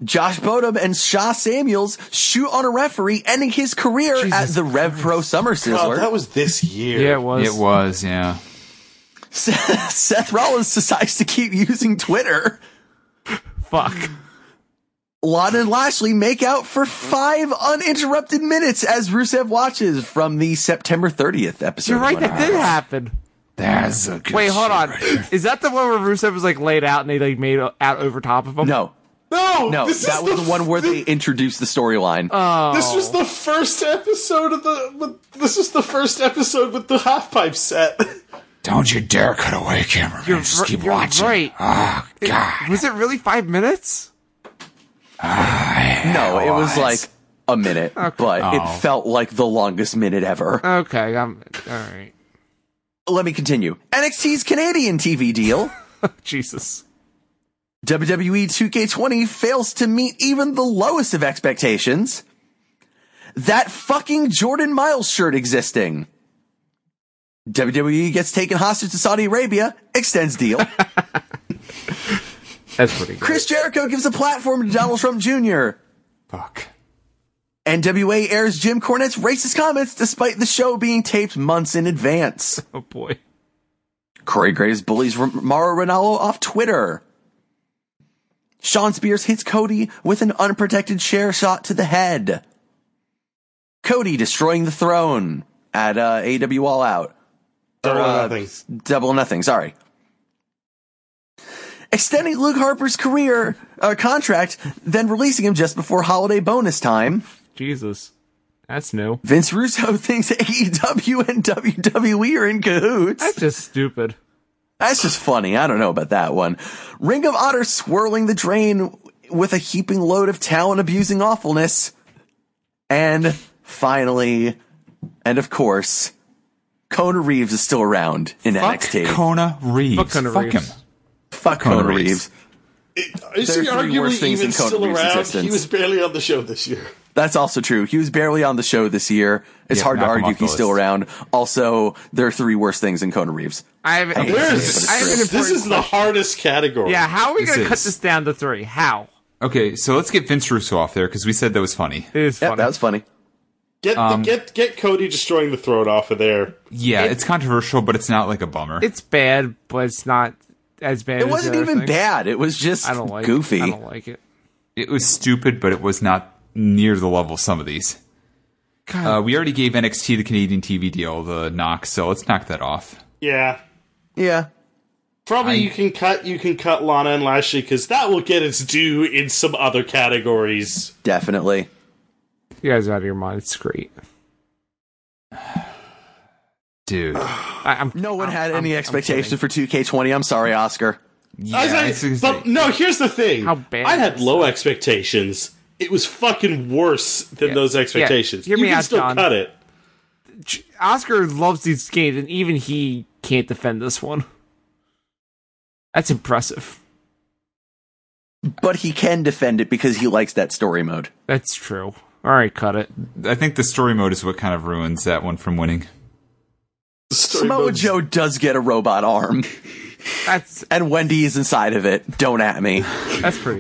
Speaker 2: Josh Bodum and Shaw Samuels shoot on a referee, ending his career at the Rev Pro Summer
Speaker 3: Oh,
Speaker 2: Sizzler.
Speaker 3: that was this year.
Speaker 1: Yeah, it was.
Speaker 4: It was, yeah.
Speaker 2: Seth Seth Rollins decides to keep using Twitter.
Speaker 1: Fuck.
Speaker 2: Lana and Lashley make out for five uninterrupted minutes as Rusev watches from the September 30th episode.
Speaker 1: You're
Speaker 2: of
Speaker 1: right. That
Speaker 2: Monday
Speaker 1: did
Speaker 2: Night Raw.
Speaker 1: happen.
Speaker 4: That's a good
Speaker 1: Wait, hold on.
Speaker 4: show.
Speaker 1: Is that the one where Rusev was like laid out and they like made out over top of him?
Speaker 2: No,
Speaker 3: No,
Speaker 2: No,
Speaker 3: this
Speaker 2: that
Speaker 3: is
Speaker 2: was the, one where
Speaker 3: f-
Speaker 2: they introduced the storyline.
Speaker 3: This was the first episode of the. with- This is the first episode with the half pipe set.
Speaker 4: Don't you dare cut away, cameraman.
Speaker 1: You're
Speaker 4: Just
Speaker 1: ri-
Speaker 4: keep
Speaker 1: you're
Speaker 4: watching.
Speaker 1: right.
Speaker 4: Oh,
Speaker 1: It-
Speaker 4: God.
Speaker 1: Was it really five minutes?
Speaker 2: no, it was like a minute, but
Speaker 4: Oh.
Speaker 2: it felt like the longest minute ever.
Speaker 1: Okay, I'm all right.
Speaker 2: Let me continue. NXT's Canadian TV deal E
Speaker 1: Jesus.
Speaker 2: WWE 2K20 fails to meet even the lowest of expectations. That fucking Jordan Miles shirt existing. WWE gets taken hostage to Saudi Arabia, extends deal.
Speaker 1: That's pretty good.
Speaker 2: Chris Jericho gives a platform to Donald Trump Jr.
Speaker 4: Fuck.
Speaker 2: NWA airs Jim Cornette's racist comments despite the show being taped months in advance.
Speaker 1: Oh boy.
Speaker 2: Corey Graves bullies R- Mauro Ranallo off Twitter. Sean Spears hits Cody with an unprotected chair shot to the head. Cody destroying the throne at uh, AW All Out.
Speaker 3: Double or
Speaker 2: Uh,
Speaker 3: nothing.
Speaker 2: Double or nothing, sorry. Extending Luke Harper's career uh, contract, then releasing him just before holiday bonus time.
Speaker 1: Jesus. That's new.
Speaker 2: Vince Russo thinks AEW and WWE are in cahoots.
Speaker 1: That's just stupid.
Speaker 2: That's just funny. I don't know about that one. Ring of Honor swirling the drain with a heaping load of talent abusing awfulness. And finally, and of course, Kona Reeves is still around in
Speaker 4: Fuck
Speaker 2: NXT.
Speaker 4: Kona Reeves.
Speaker 1: Fuck Conor
Speaker 4: him.
Speaker 1: Reeves.
Speaker 2: Fuck Kona,
Speaker 4: Kona
Speaker 2: Reeves.
Speaker 4: Reeves.
Speaker 3: Is
Speaker 2: there
Speaker 3: he
Speaker 2: are three worse
Speaker 3: arguably
Speaker 2: things
Speaker 3: even
Speaker 2: in Code
Speaker 3: still
Speaker 2: Reeves'
Speaker 3: around?
Speaker 2: existence.
Speaker 3: He was barely on the show this year.
Speaker 2: That's also true. He was barely on the show this year. It's
Speaker 4: Yeah,
Speaker 2: hard to
Speaker 4: knock him
Speaker 2: argue
Speaker 4: off
Speaker 2: if
Speaker 4: the
Speaker 2: he's still
Speaker 4: list.
Speaker 2: around. Also, there are three worst things in Kona Reeves.
Speaker 1: I have,
Speaker 2: hate to say it, but it's
Speaker 1: I have an
Speaker 2: true.
Speaker 1: important
Speaker 3: This is the hardest category.
Speaker 1: Yeah, how are we
Speaker 4: This
Speaker 1: going to cut
Speaker 4: is-
Speaker 1: this down to three? How?
Speaker 4: Okay, so let's get Vince Russo off there because we said that was funny.
Speaker 1: It is
Speaker 2: Yeah,
Speaker 1: funny.
Speaker 2: that was funny.
Speaker 3: Get the, get get Cody destroying the throne off of there.
Speaker 4: Yeah, it's controversial, but it's not like a bummer.
Speaker 1: it's bad, but it's not as bad
Speaker 2: It
Speaker 1: as
Speaker 2: wasn't
Speaker 1: the other
Speaker 2: even
Speaker 1: thing.
Speaker 2: bad. It was just
Speaker 1: I don't like
Speaker 2: goofy.
Speaker 1: It. I don't like it.
Speaker 4: It was stupid, but it was not near the level of some of these.
Speaker 1: God,
Speaker 4: Uh, we already gave NXT the Canadian TV deal the knock, so let's knock that off.
Speaker 3: Yeah,
Speaker 2: yeah.
Speaker 3: probably you can cut you can cut Lana and Lashley because that will get its due in some other categories.
Speaker 2: Definitely.
Speaker 1: you guys are out of your mind. It's great.
Speaker 4: Dude.
Speaker 1: I, I'm
Speaker 2: No one
Speaker 1: I'm-
Speaker 2: had
Speaker 1: I'm-
Speaker 2: any
Speaker 1: I'm
Speaker 2: expectations
Speaker 1: kidding.
Speaker 2: for 2K20. I'm sorry, Oscar.
Speaker 4: Yeah,
Speaker 3: I was like,
Speaker 4: it's just
Speaker 3: but
Speaker 4: like-
Speaker 3: no, here's the thing.
Speaker 1: How bad
Speaker 3: I had
Speaker 1: is
Speaker 3: low expectations. It was fucking worse than those expectations.
Speaker 1: Hear
Speaker 3: you
Speaker 1: me
Speaker 3: can
Speaker 1: out,
Speaker 3: still
Speaker 1: John.
Speaker 3: cut it.
Speaker 1: Ch- Oscar loves these games, and even he can't defend this one. That's impressive.
Speaker 2: But he can defend it because he likes that story mode.
Speaker 1: That's true. All right, cut it.
Speaker 4: I think the story mode is what kind of ruins that one from winning.
Speaker 3: Story
Speaker 2: Samoa
Speaker 3: mode's-
Speaker 2: Joe does get a robot arm,
Speaker 1: That's
Speaker 2: and Wendy is inside of it. Don't at me.
Speaker 1: that's pretty.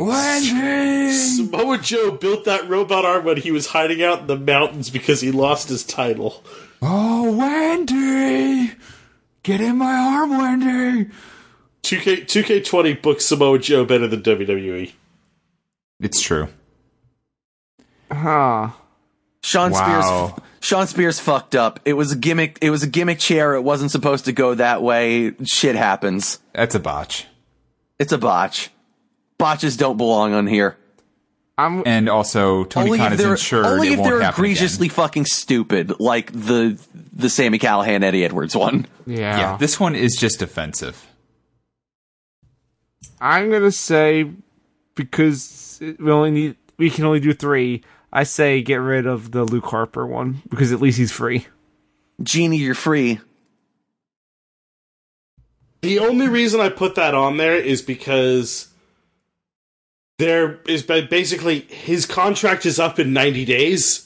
Speaker 3: Samoa Joe built that robot arm when he was hiding out in the mountains because he lost his title.
Speaker 4: Oh, Wendy! Get in my arm, Wendy!
Speaker 3: 2K 2K20 books Samoa Joe better than E. WWE.
Speaker 4: It's true.
Speaker 1: Huh.
Speaker 2: Sean
Speaker 4: Wow.
Speaker 2: Spears. Sean Spears fucked up. It was a gimmick. It was a gimmick chair. It wasn't supposed to go that way. Shit happens.
Speaker 4: That's a botch.
Speaker 2: It's a botch. Botches don't belong on here.
Speaker 1: I'm
Speaker 4: And also, Tony
Speaker 2: Only
Speaker 4: Khan
Speaker 2: if
Speaker 4: is
Speaker 2: they're
Speaker 4: insured.
Speaker 2: only
Speaker 4: it
Speaker 2: if
Speaker 4: won't
Speaker 2: they're
Speaker 4: happen
Speaker 2: egregiously fucking stupid, like the the Sammy Callahan Eddie Edwards one.
Speaker 1: yeah.
Speaker 4: Again. Yeah, this one is just offensive.
Speaker 1: I'm gonna say because it- we only need we can only do three. I say get rid of the Luke Harper one because at least he's free.
Speaker 2: Genie, you're free.
Speaker 3: The only reason I put that on there is because there is ba- basically his contract is up in 90 days.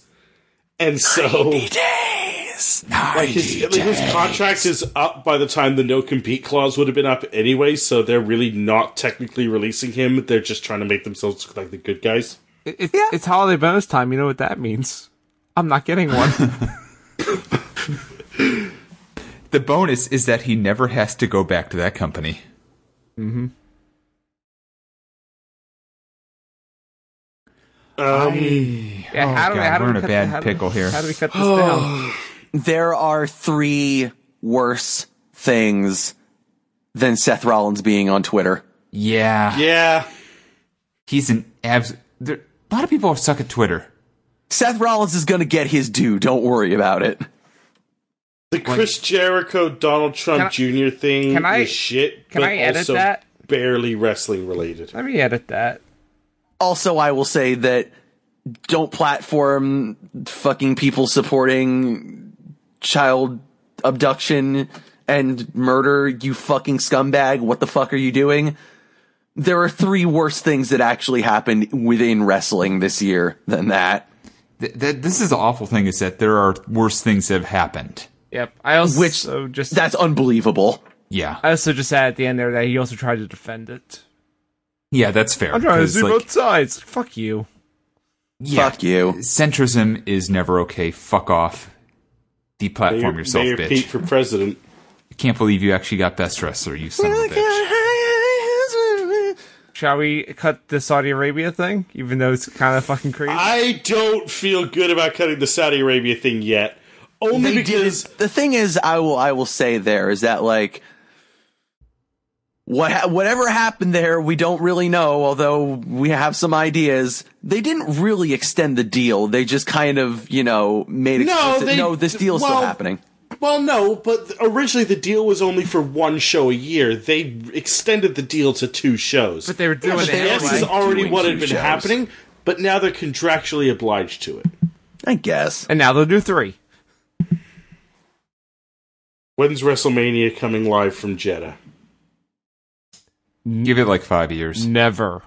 Speaker 3: And so
Speaker 2: days.
Speaker 3: like his, like, his contract is up by the time the no compete clause would have been up anyway, so they're really not technically releasing him. They're just trying to make themselves look like the good guys.
Speaker 1: It, it's- It's holiday bonus time. You know what that means? I'm not getting one.
Speaker 4: The bonus is that he never has to go back to that company.
Speaker 3: Um,
Speaker 1: Yeah, how
Speaker 4: Oh,
Speaker 1: do we,
Speaker 4: God,
Speaker 1: how do
Speaker 4: we're
Speaker 1: we
Speaker 4: in a
Speaker 1: cut-
Speaker 4: bad
Speaker 1: how do-
Speaker 4: pickle here.
Speaker 1: How do we cut this down?
Speaker 2: There are three worse things than Seth Rollins being on Twitter.
Speaker 4: Yeah.
Speaker 3: yeah.
Speaker 4: He's an abs. There, a lot of people suck at Twitter.
Speaker 2: Seth Rollins is going to get his due. Don't worry about it.
Speaker 3: The Chris Jericho Donald Trump Jr. thing
Speaker 1: can I-
Speaker 3: is shit,
Speaker 1: can
Speaker 3: but
Speaker 1: I edit
Speaker 3: also
Speaker 1: that?
Speaker 3: barely wrestling related.
Speaker 1: Let me edit that.
Speaker 2: Also, I will say that don't platform fucking people supporting child abduction and murder, you fucking scumbag, what the fuck are you doing? There are three worse things that actually happened within wrestling this year than that.
Speaker 4: Th- that this is the awful thing is that there are worse things that have happened.
Speaker 1: Yep. I also
Speaker 2: Which-
Speaker 1: just
Speaker 2: That's unbelievable.
Speaker 4: Yeah,
Speaker 1: I also just said at the end there that he also tried to defend it.
Speaker 4: yeah, that's fair.
Speaker 1: I'm trying to
Speaker 4: 'cause,
Speaker 1: see
Speaker 4: like,
Speaker 1: both sides. Fuck you.
Speaker 4: yeah,
Speaker 2: Fuck you.
Speaker 4: Centrism is never okay. Fuck off. Deplatform
Speaker 3: Mayor,
Speaker 4: yourself,
Speaker 3: Mayor
Speaker 4: bitch.
Speaker 3: Pete for president.
Speaker 4: Can't believe you actually got best wrestler. You son of a bitch.
Speaker 1: Shall we cut the Saudi Arabia thing? Even though it's kind of fucking crazy.
Speaker 3: I don't feel good about cutting the Saudi Arabia thing yet. Only
Speaker 2: They
Speaker 3: because
Speaker 2: did- the thing is, I will I will say there is that like what ha- whatever happened there, we don't really know. Although we have some ideas, they didn't really extend the deal. They just kind of you know made
Speaker 3: No,
Speaker 2: explicit. No,
Speaker 3: they-
Speaker 2: this deal is
Speaker 3: well-
Speaker 2: still happening.
Speaker 3: Well, no, but originally the deal was only for one show a year. They extended the deal to two shows.
Speaker 1: but they were doing
Speaker 2: but
Speaker 1: it
Speaker 2: they
Speaker 1: anyway.
Speaker 2: were
Speaker 3: This is
Speaker 2: like
Speaker 3: already
Speaker 2: doing
Speaker 3: what had
Speaker 2: two
Speaker 3: been
Speaker 2: shows.
Speaker 3: happening, but now they're contractually obliged to it.
Speaker 2: I guess.
Speaker 1: and now they'll do three.
Speaker 3: When's WrestleMania coming live from Jeddah?
Speaker 4: Give it like five years.
Speaker 1: Never.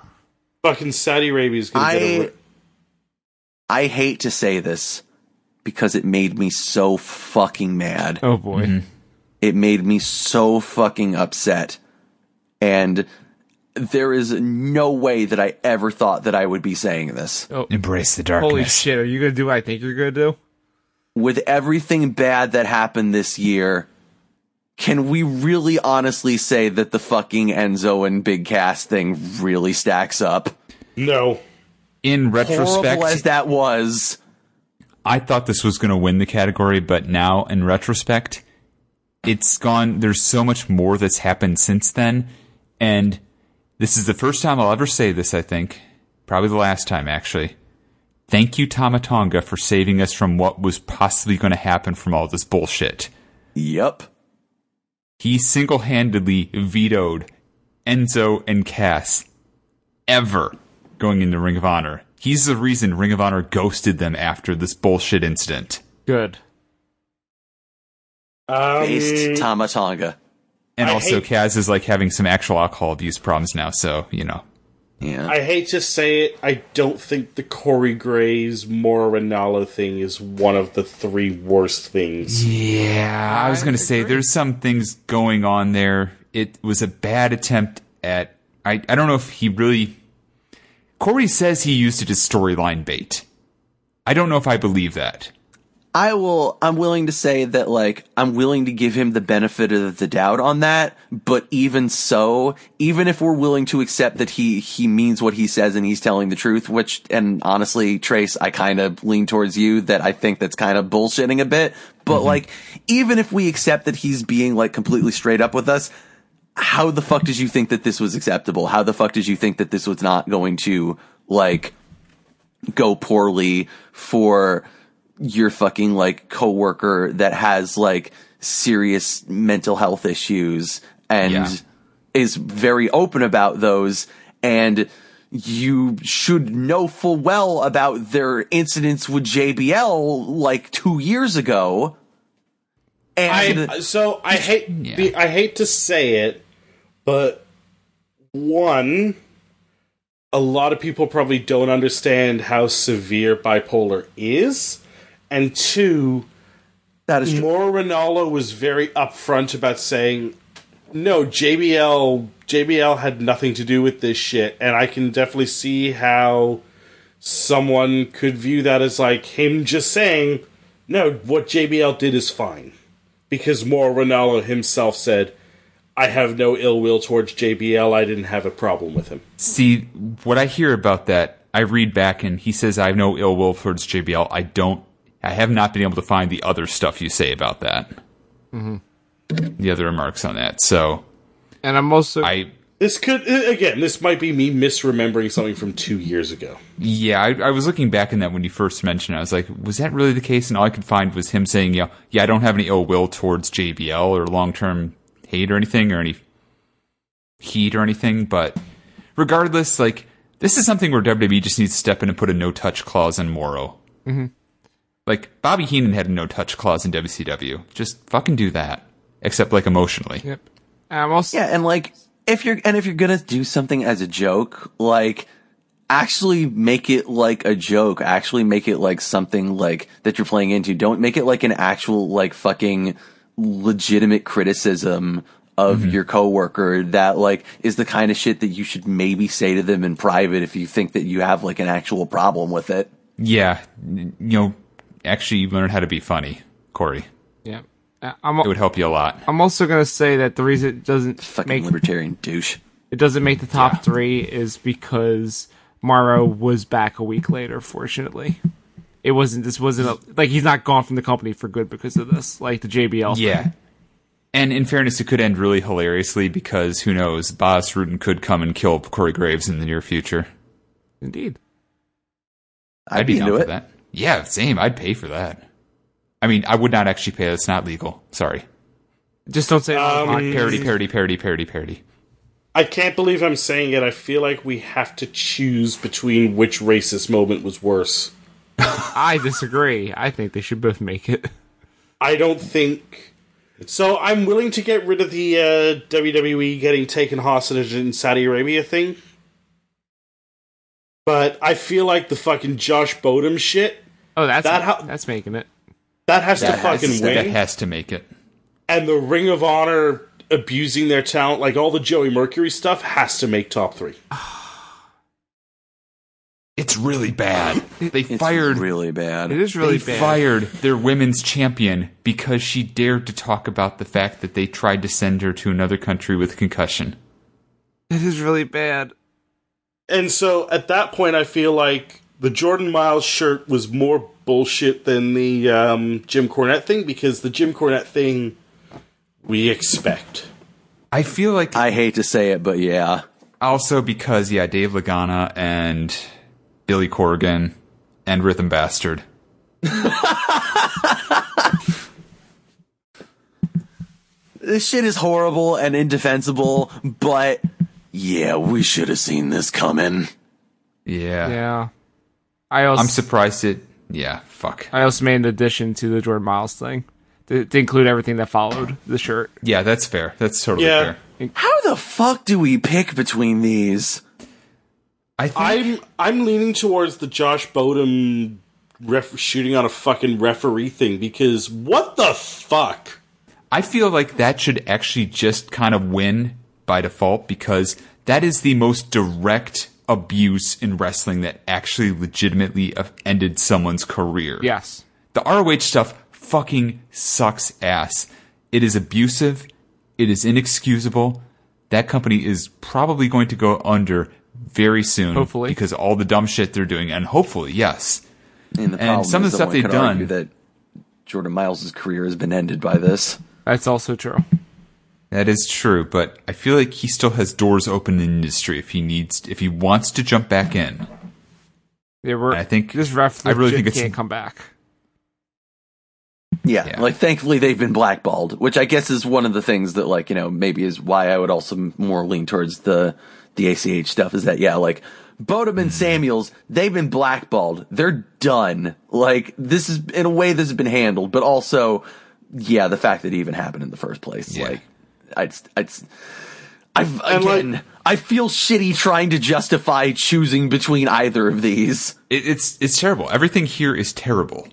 Speaker 3: Fucking Saudi Arabia's gonna get
Speaker 2: I
Speaker 3: a.
Speaker 2: I hate to say this because it made me so fucking mad.
Speaker 1: Oh boy.
Speaker 3: Mm-hmm.
Speaker 2: it made me so fucking upset. And there is no way that I ever thought that I would be saying this.
Speaker 4: Embrace the darkness.
Speaker 1: Holy shit! Are you gonna do what I think you're gonna do?
Speaker 2: With everything bad that happened this year, can we really honestly say that the fucking Enzo and Big Cass thing really stacks up?
Speaker 3: No.
Speaker 4: In retrospect,
Speaker 2: Horrible as that was,
Speaker 4: I thought this was going to win the category, but now in retrospect, it's gone. There's so much more that's happened since then. And this is the first time I'll ever say this, I think. Probably the last time, actually. Thank you, Tamatonga, for saving us from what was possibly going to happen from all this bullshit.
Speaker 2: yep.
Speaker 4: He single handedly vetoed Enzo and Cass ever going into Ring of Honor. He's the reason Ring of Honor ghosted them after this bullshit incident.
Speaker 1: Good.
Speaker 3: Um,
Speaker 2: Based Tamatonga.
Speaker 4: And
Speaker 3: I
Speaker 4: also,
Speaker 3: hate-
Speaker 4: Kaz is like having some actual alcohol abuse problems now, so you know.
Speaker 2: Yeah.
Speaker 3: I hate to say it, I don't think the Corey Graves Morinalo thing is one of the three worst things.
Speaker 4: Yeah, I was going to say there's some things going on there. It was a bad attempt at. I, I don't know if he really. Corey says he used it as storyline bait. I don't know if I believe that.
Speaker 2: I will, I'm willing to say that, like, I'm willing to give him the benefit of the doubt on that, but even so, even if we're willing to accept that he, he means what he says and he's telling the truth, which, and honestly, Trace, I kind of lean towards you that I think that's kind of bullshitting a bit, but like, even if we accept that he's being like completely straight up with us, how the fuck did you think that this was acceptable? How the fuck did you think that this was not going to, like, go poorly for your fucking like coworker that has like serious mental health issues and
Speaker 4: Yeah.
Speaker 2: is very open about those and you should know full well about their incidents with JBL like 2 years ago and
Speaker 3: I so I hate the, I hate to say it, but one, a lot of people probably don't understand how severe bipolar is, and two,
Speaker 2: that is true.
Speaker 3: more Ronaldo was very upfront about saying, "No, JBL JBL had nothing to do with this shit," and I can definitely see how someone could view that as like him just saying, "No, what JBL did is fine," because more Ronaldo himself said, "I have no ill will towards JBL. I didn't have a problem with him."
Speaker 4: See, what I hear about that, I read back and he says, I have no ill will towards JBL. I don't, I have not been able to find the other stuff you say about that. Mm-hmm. The other remarks on that. So
Speaker 1: And I'm also
Speaker 4: I,
Speaker 3: This could again, this might be me misremembering something from two years ago.
Speaker 4: yeah, I, I was looking back in that when you first mentioned it. I was like, was that really the case? And all I could find was him saying, yeah, yeah, I don't have any ill will towards JBL or long term hate or anything or any heat or anything. But regardless, like, this is something where WWE just needs to step in and put a no touch clause on Morrow. Like Bobby Heenan had a no touch clause in WCW. Just fucking do that. except like emotionally.
Speaker 1: Yep. I'm also
Speaker 2: Yeah, and like if you're and if you're gonna do something as a joke, like actually make it like a joke. Actually make it like something like that you're playing into. Don't make it like an actual like fucking legitimate criticism of
Speaker 4: Mm-hmm.
Speaker 2: your coworker that like is the kind of shit that you should maybe say to them in private if you think that you have like an actual problem with it.
Speaker 4: Yeah, n- you know, actually learn how to be funny, Corey.
Speaker 1: yeah. Uh, I'm
Speaker 4: It would help you a lot.
Speaker 1: I'm also gonna say that the reason it doesn't
Speaker 2: Fucking
Speaker 1: make
Speaker 2: libertarian douche.
Speaker 1: it doesn't make the top three is because Morrow was back a week later. Fortunately, it wasn't. This wasn't a, like he's not gone from the company for good because of this. Like the JBL.
Speaker 4: Yeah. And in fairness, it could end really hilariously because who knows, Boss Rudin could come and kill Corey Graves in the near future.
Speaker 1: indeed.
Speaker 2: I'd,
Speaker 4: be
Speaker 2: be
Speaker 4: down
Speaker 2: into
Speaker 4: for
Speaker 2: it.
Speaker 4: that. Yeah, same. I'd pay for that. I mean, I would not actually pay. That's not legal. Sorry.
Speaker 1: Just don't say.
Speaker 3: Um,
Speaker 1: oh, it's not
Speaker 4: Parody, parody, parody, parody, parody.
Speaker 3: I can't believe I'm saying it. I feel like we have to choose between which racist moment was worse.
Speaker 1: I disagree. I think they should both make it.
Speaker 3: I don't think. So I'm willing to get rid of the uh, WWE getting taken hostage in Saudi Arabia thing. But I feel like the fucking Josh Bodum shit,
Speaker 1: Oh, that's
Speaker 3: That how-
Speaker 1: that's making it.
Speaker 3: that has
Speaker 2: That
Speaker 3: to
Speaker 2: has-
Speaker 3: fucking
Speaker 4: That
Speaker 3: win.
Speaker 4: has to make it.
Speaker 3: and the Ring of Honor abusing their talent, like all the Joey Mercury stuff, has to make top three.
Speaker 4: It's really bad. They
Speaker 2: It's
Speaker 4: fired.
Speaker 2: really bad.
Speaker 1: It is really
Speaker 4: they
Speaker 1: bad.
Speaker 4: fired their women's champion because she dared to talk about the fact that they tried to send her to another country with concussion.
Speaker 1: It is really bad.
Speaker 3: And so at that point, I feel like the Jordan Miles shirt was more bullshit than the um, Jim Cornette thing because the Jim Cornette thing we expect.
Speaker 4: I feel like
Speaker 2: I hate to say it, but yeah.
Speaker 4: also because yeah, Dave Lagana and Billy Corrigan and Rhythm Bastard.
Speaker 2: this shit is horrible and indefensible, but yeah, we should have seen this coming.
Speaker 4: Yeah.
Speaker 1: Yeah. I also
Speaker 4: I'm surprised it. Yeah, fuck.
Speaker 1: I also made an addition to the Jordan Miles thing to, to include everything that followed the shirt.
Speaker 4: Yeah, that's fair. That's totally
Speaker 3: Yeah.
Speaker 4: fair.
Speaker 2: How the fuck do we pick between these?
Speaker 4: I think
Speaker 3: I'm I'm leaning towards the Josh Bodum ref- shooting on a fucking referee thing because what the fuck?
Speaker 4: I feel like that should actually just kind of win by default because that is the most direct abuse in wrestling that actually legitimately have ended someone's career.
Speaker 1: Yes.
Speaker 4: The ROH stuff fucking sucks ass. It is abusive. It is inexcusable. That company is probably going to go under very soon.
Speaker 1: Hopefully.
Speaker 4: Because all the dumb shit they're doing. And hopefully, yes.
Speaker 2: And, the problem
Speaker 4: some of
Speaker 2: is
Speaker 4: the
Speaker 2: that
Speaker 4: stuff
Speaker 2: one
Speaker 4: they've
Speaker 2: could
Speaker 4: done-
Speaker 2: argue that Jordan Miles' career has been ended by this.
Speaker 1: That's also true.
Speaker 4: That is true, but I feel like he still has doors open in the industry if he needs, if he wants to jump back in.
Speaker 1: They were,
Speaker 4: I think-
Speaker 1: this ref
Speaker 4: I really
Speaker 1: legit
Speaker 4: think it's-
Speaker 1: can't come back.
Speaker 2: Yeah,
Speaker 4: Yeah.
Speaker 2: like thankfully they've been blackballed, which I guess is one of the things that like, you know, maybe is why I would also more lean towards the the ACH stuff is that yeah, like Bodum and Samuels, they've been blackballed. They're done. Like this is in a way this has been handled, but also yeah, the fact that it even happened in the first place.
Speaker 4: Yeah.
Speaker 2: Like I'd I'd I've
Speaker 3: And, like-
Speaker 2: again I feel shitty trying to justify choosing between either of these.
Speaker 4: It, it's it's terrible. Everything here is terrible.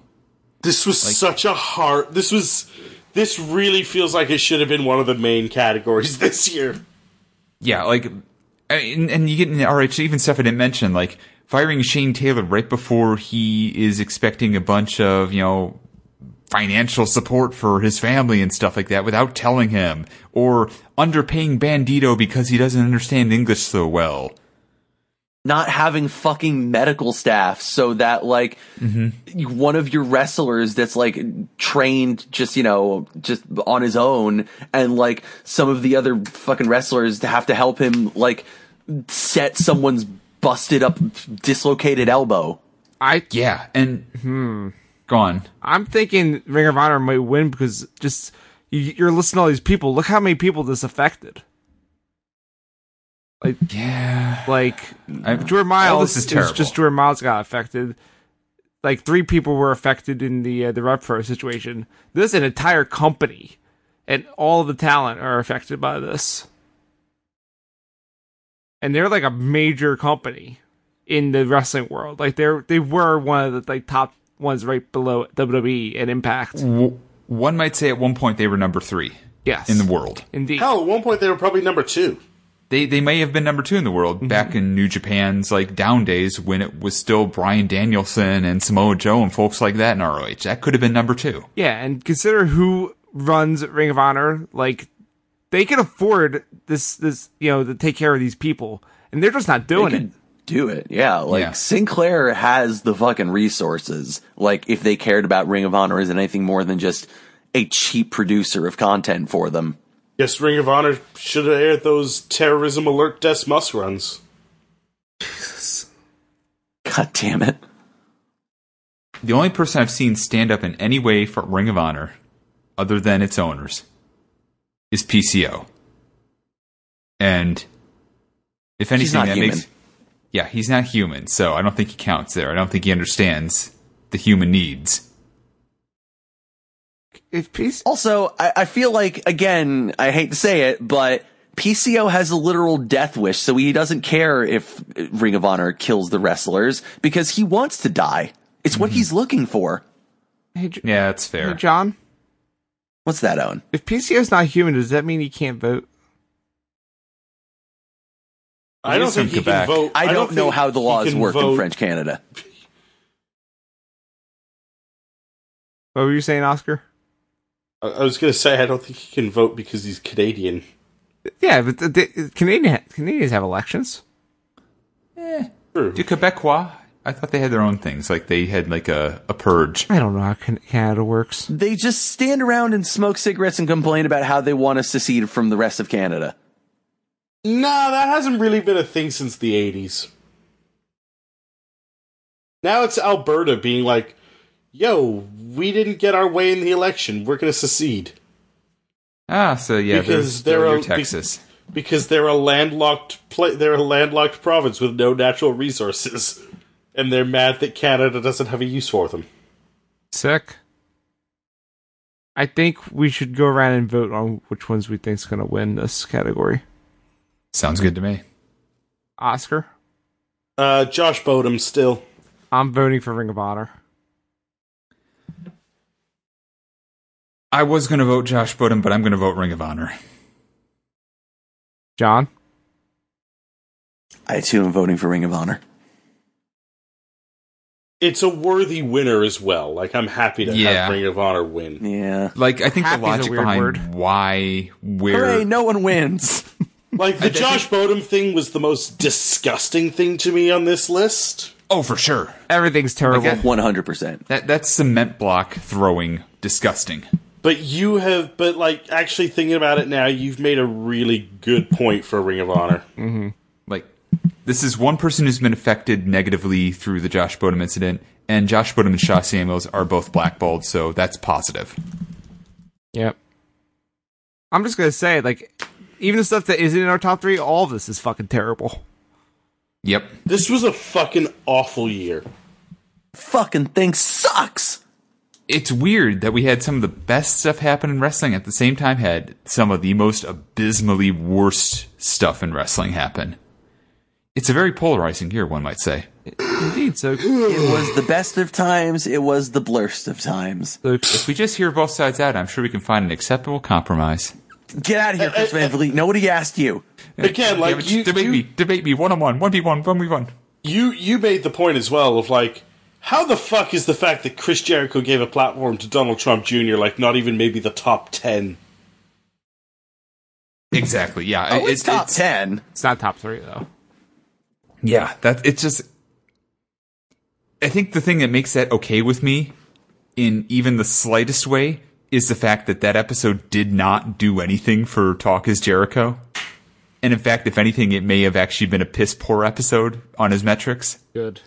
Speaker 3: This was such a hard. This was. This really feels like it should have been one of the main categories this year.
Speaker 4: Yeah, like, I- and, and you get in the RH, even stuff I didn't mention, like firing Shane Taylor right before he is expecting a bunch of, you know, financial support for his family and stuff like that without telling him, or underpaying Bandito because he doesn't understand English so well.
Speaker 2: not having fucking medical staff so that like you- one of your wrestlers that's like trained just you know just on his own and like some of the other fucking wrestlers have to help him like set someone's busted up dislocated elbow
Speaker 1: I
Speaker 4: Yeah, and, hmm, gone.
Speaker 1: I'm thinking Ring of Honor might win because just you, you're listening to all these people. Look how many people this affected. Like
Speaker 4: Yeah.
Speaker 1: like
Speaker 4: I-
Speaker 1: Jordan Miles
Speaker 4: all Oh, this is
Speaker 1: it was
Speaker 4: terrible.
Speaker 1: just Jordan Miles got affected. Like three people were affected in the uh, the Repro situation. This is an entire company, and all the talent are affected by this. And they're like a major company in the wrestling world. Like they're they were one of the like top ones right below WWE and Impact.
Speaker 4: W- one might say at one point they were number three
Speaker 1: Yes.
Speaker 4: in the world.
Speaker 1: Indeed.
Speaker 3: Hell, at one point they were probably number two.
Speaker 4: They they may have been number two in the world
Speaker 2: Mm-hmm.
Speaker 4: back in New Japan's like down days when it was still Brian Danielson and Samoa Joe and folks like that in ROH. That could have been number two.
Speaker 1: Yeah, and consider who runs Ring of Honor. Like they can afford this this you know, to take care of these people. And they're just not doing
Speaker 2: They
Speaker 1: it.
Speaker 2: could Do it. Yeah. Like
Speaker 4: Yeah.
Speaker 2: Sinclair has the fucking resources. Like if they cared about Ring of Honor as anything more than just a cheap producer of content for them.
Speaker 3: Yes, Ring of Honor should have aired those terrorism alert desk must runs.
Speaker 2: God damn it.
Speaker 4: The only person I've seen stand up in any way for Ring of Honor, other than its owners, is PCO. And if anything,
Speaker 2: not
Speaker 4: that
Speaker 2: human.
Speaker 4: makes yeah, he's not human, so I don't think he counts there. I don't think he understands the human needs.
Speaker 1: If peace
Speaker 2: Also, I, I feel like, again, I hate to say it, but PCO has a literal death wish, so he doesn't care if Ring of Honor kills the wrestlers because he wants to die. It's what
Speaker 3: Mm-hmm.
Speaker 2: he's looking for.
Speaker 1: hey, J-
Speaker 4: Yeah, that's
Speaker 1: hey,
Speaker 4: fair.
Speaker 1: John,
Speaker 2: What's that, Owen?
Speaker 1: if PCO's not human, does that mean he can't vote?
Speaker 3: I don't
Speaker 4: He's from
Speaker 3: think he
Speaker 4: Quebec.
Speaker 3: can vote.
Speaker 2: I don't, know
Speaker 3: think
Speaker 2: how the
Speaker 3: he
Speaker 2: laws
Speaker 3: can
Speaker 2: work in
Speaker 3: vote.
Speaker 2: French Canada.
Speaker 1: What were you saying, Oscar?
Speaker 3: I I was going to say I don't think he can vote because he's Canadian.
Speaker 1: Yeah, but the, the, Canadian Canadians have elections.
Speaker 4: Eh.
Speaker 3: True.
Speaker 4: Do Quebecois? I thought they had their own things. Like they had like a, a purge.
Speaker 1: I don't know how Can- Canada works.
Speaker 2: They just stand around and smoke cigarettes and complain about how they want to secede from the rest of Canada.
Speaker 3: Nah, that hasn't really been a thing since the 80s. Now it's Alberta being like, yo, we didn't get our way in the election. We're going to secede.
Speaker 4: Ah, so yeah,
Speaker 3: Because
Speaker 4: there's they're,
Speaker 3: they're a-
Speaker 4: your
Speaker 3: be-
Speaker 4: Texas.
Speaker 3: because they're a landlocked pla- they're a landlocked province with no natural resources and they're mad that Canada doesn't have a use for them.
Speaker 1: Sick. I think we should go around and vote on which ones we think's going to win this category.
Speaker 4: Sounds good to me.
Speaker 1: Oscar,
Speaker 3: Uh Josh Bodum still.
Speaker 1: I'm voting for Ring of Honor.
Speaker 4: I was going to vote Josh Budden, but I'm going to vote Ring of Honor.
Speaker 1: John,
Speaker 2: I too am voting for Ring of Honor.
Speaker 3: It's a worthy winner as well. Like I'm happy to
Speaker 4: Yeah.
Speaker 3: have Ring of Honor win.
Speaker 2: Yeah.
Speaker 4: Like I think
Speaker 1: Happy's a
Speaker 4: the logic
Speaker 1: weird
Speaker 4: behind
Speaker 1: word.
Speaker 4: why where
Speaker 2: Hooray, no one wins.
Speaker 3: Like the Josh Bodum thing was the most disgusting thing to me on this list.
Speaker 4: oh for sure
Speaker 1: everything's terrible.
Speaker 2: 100%.
Speaker 4: that that's cement block throwing disgusting.
Speaker 3: But you have but like actually thinking about it now, you've made a really good point for Ring of Honor.
Speaker 4: Like this is one person who's been affected negatively through the Josh Bodum incident, and Josh Bodum and Shaw Samuels are both blackballed, so that's positive.
Speaker 1: Yep. I'm just going to say, like, even the stuff that isn't in our top three, all of this is fucking terrible.
Speaker 4: Yep.
Speaker 3: This was a fucking awful year.
Speaker 2: Fucking thing sucks.
Speaker 4: It's weird that we had some of the best stuff happen in wrestling at the same time had some of the most abysmally worst stuff in wrestling happen. It's a very polarizing year, one might say.
Speaker 1: Indeed. So,
Speaker 2: It was the best of times. It was the blurst of times.
Speaker 1: so
Speaker 4: If we just hear both sides out, I'm sure we can find an acceptable compromise.
Speaker 2: Get out of here, Chris Van Vliet. Nobody asked you.
Speaker 3: Again,
Speaker 4: Yeah,
Speaker 3: like
Speaker 4: but
Speaker 3: you,
Speaker 4: debate
Speaker 3: you
Speaker 4: me, debate me, one on one, one v one, one v one.
Speaker 3: you you made the point as well of like how the fuck is the fact that Chris Jericho gave a platform to Donald Trump Jr. like not even maybe the top ten?
Speaker 4: Exactly. Yeah.
Speaker 2: Oh, it's, top ten.
Speaker 1: it's not top three, though.
Speaker 4: Yeah. That it's just. I think the thing that makes that okay with me, in even the slightest way, is the fact that that episode did not do anything for Talk Is Jericho, and in fact, if anything, it may have actually been a piss poor episode on his metrics.
Speaker 1: Good.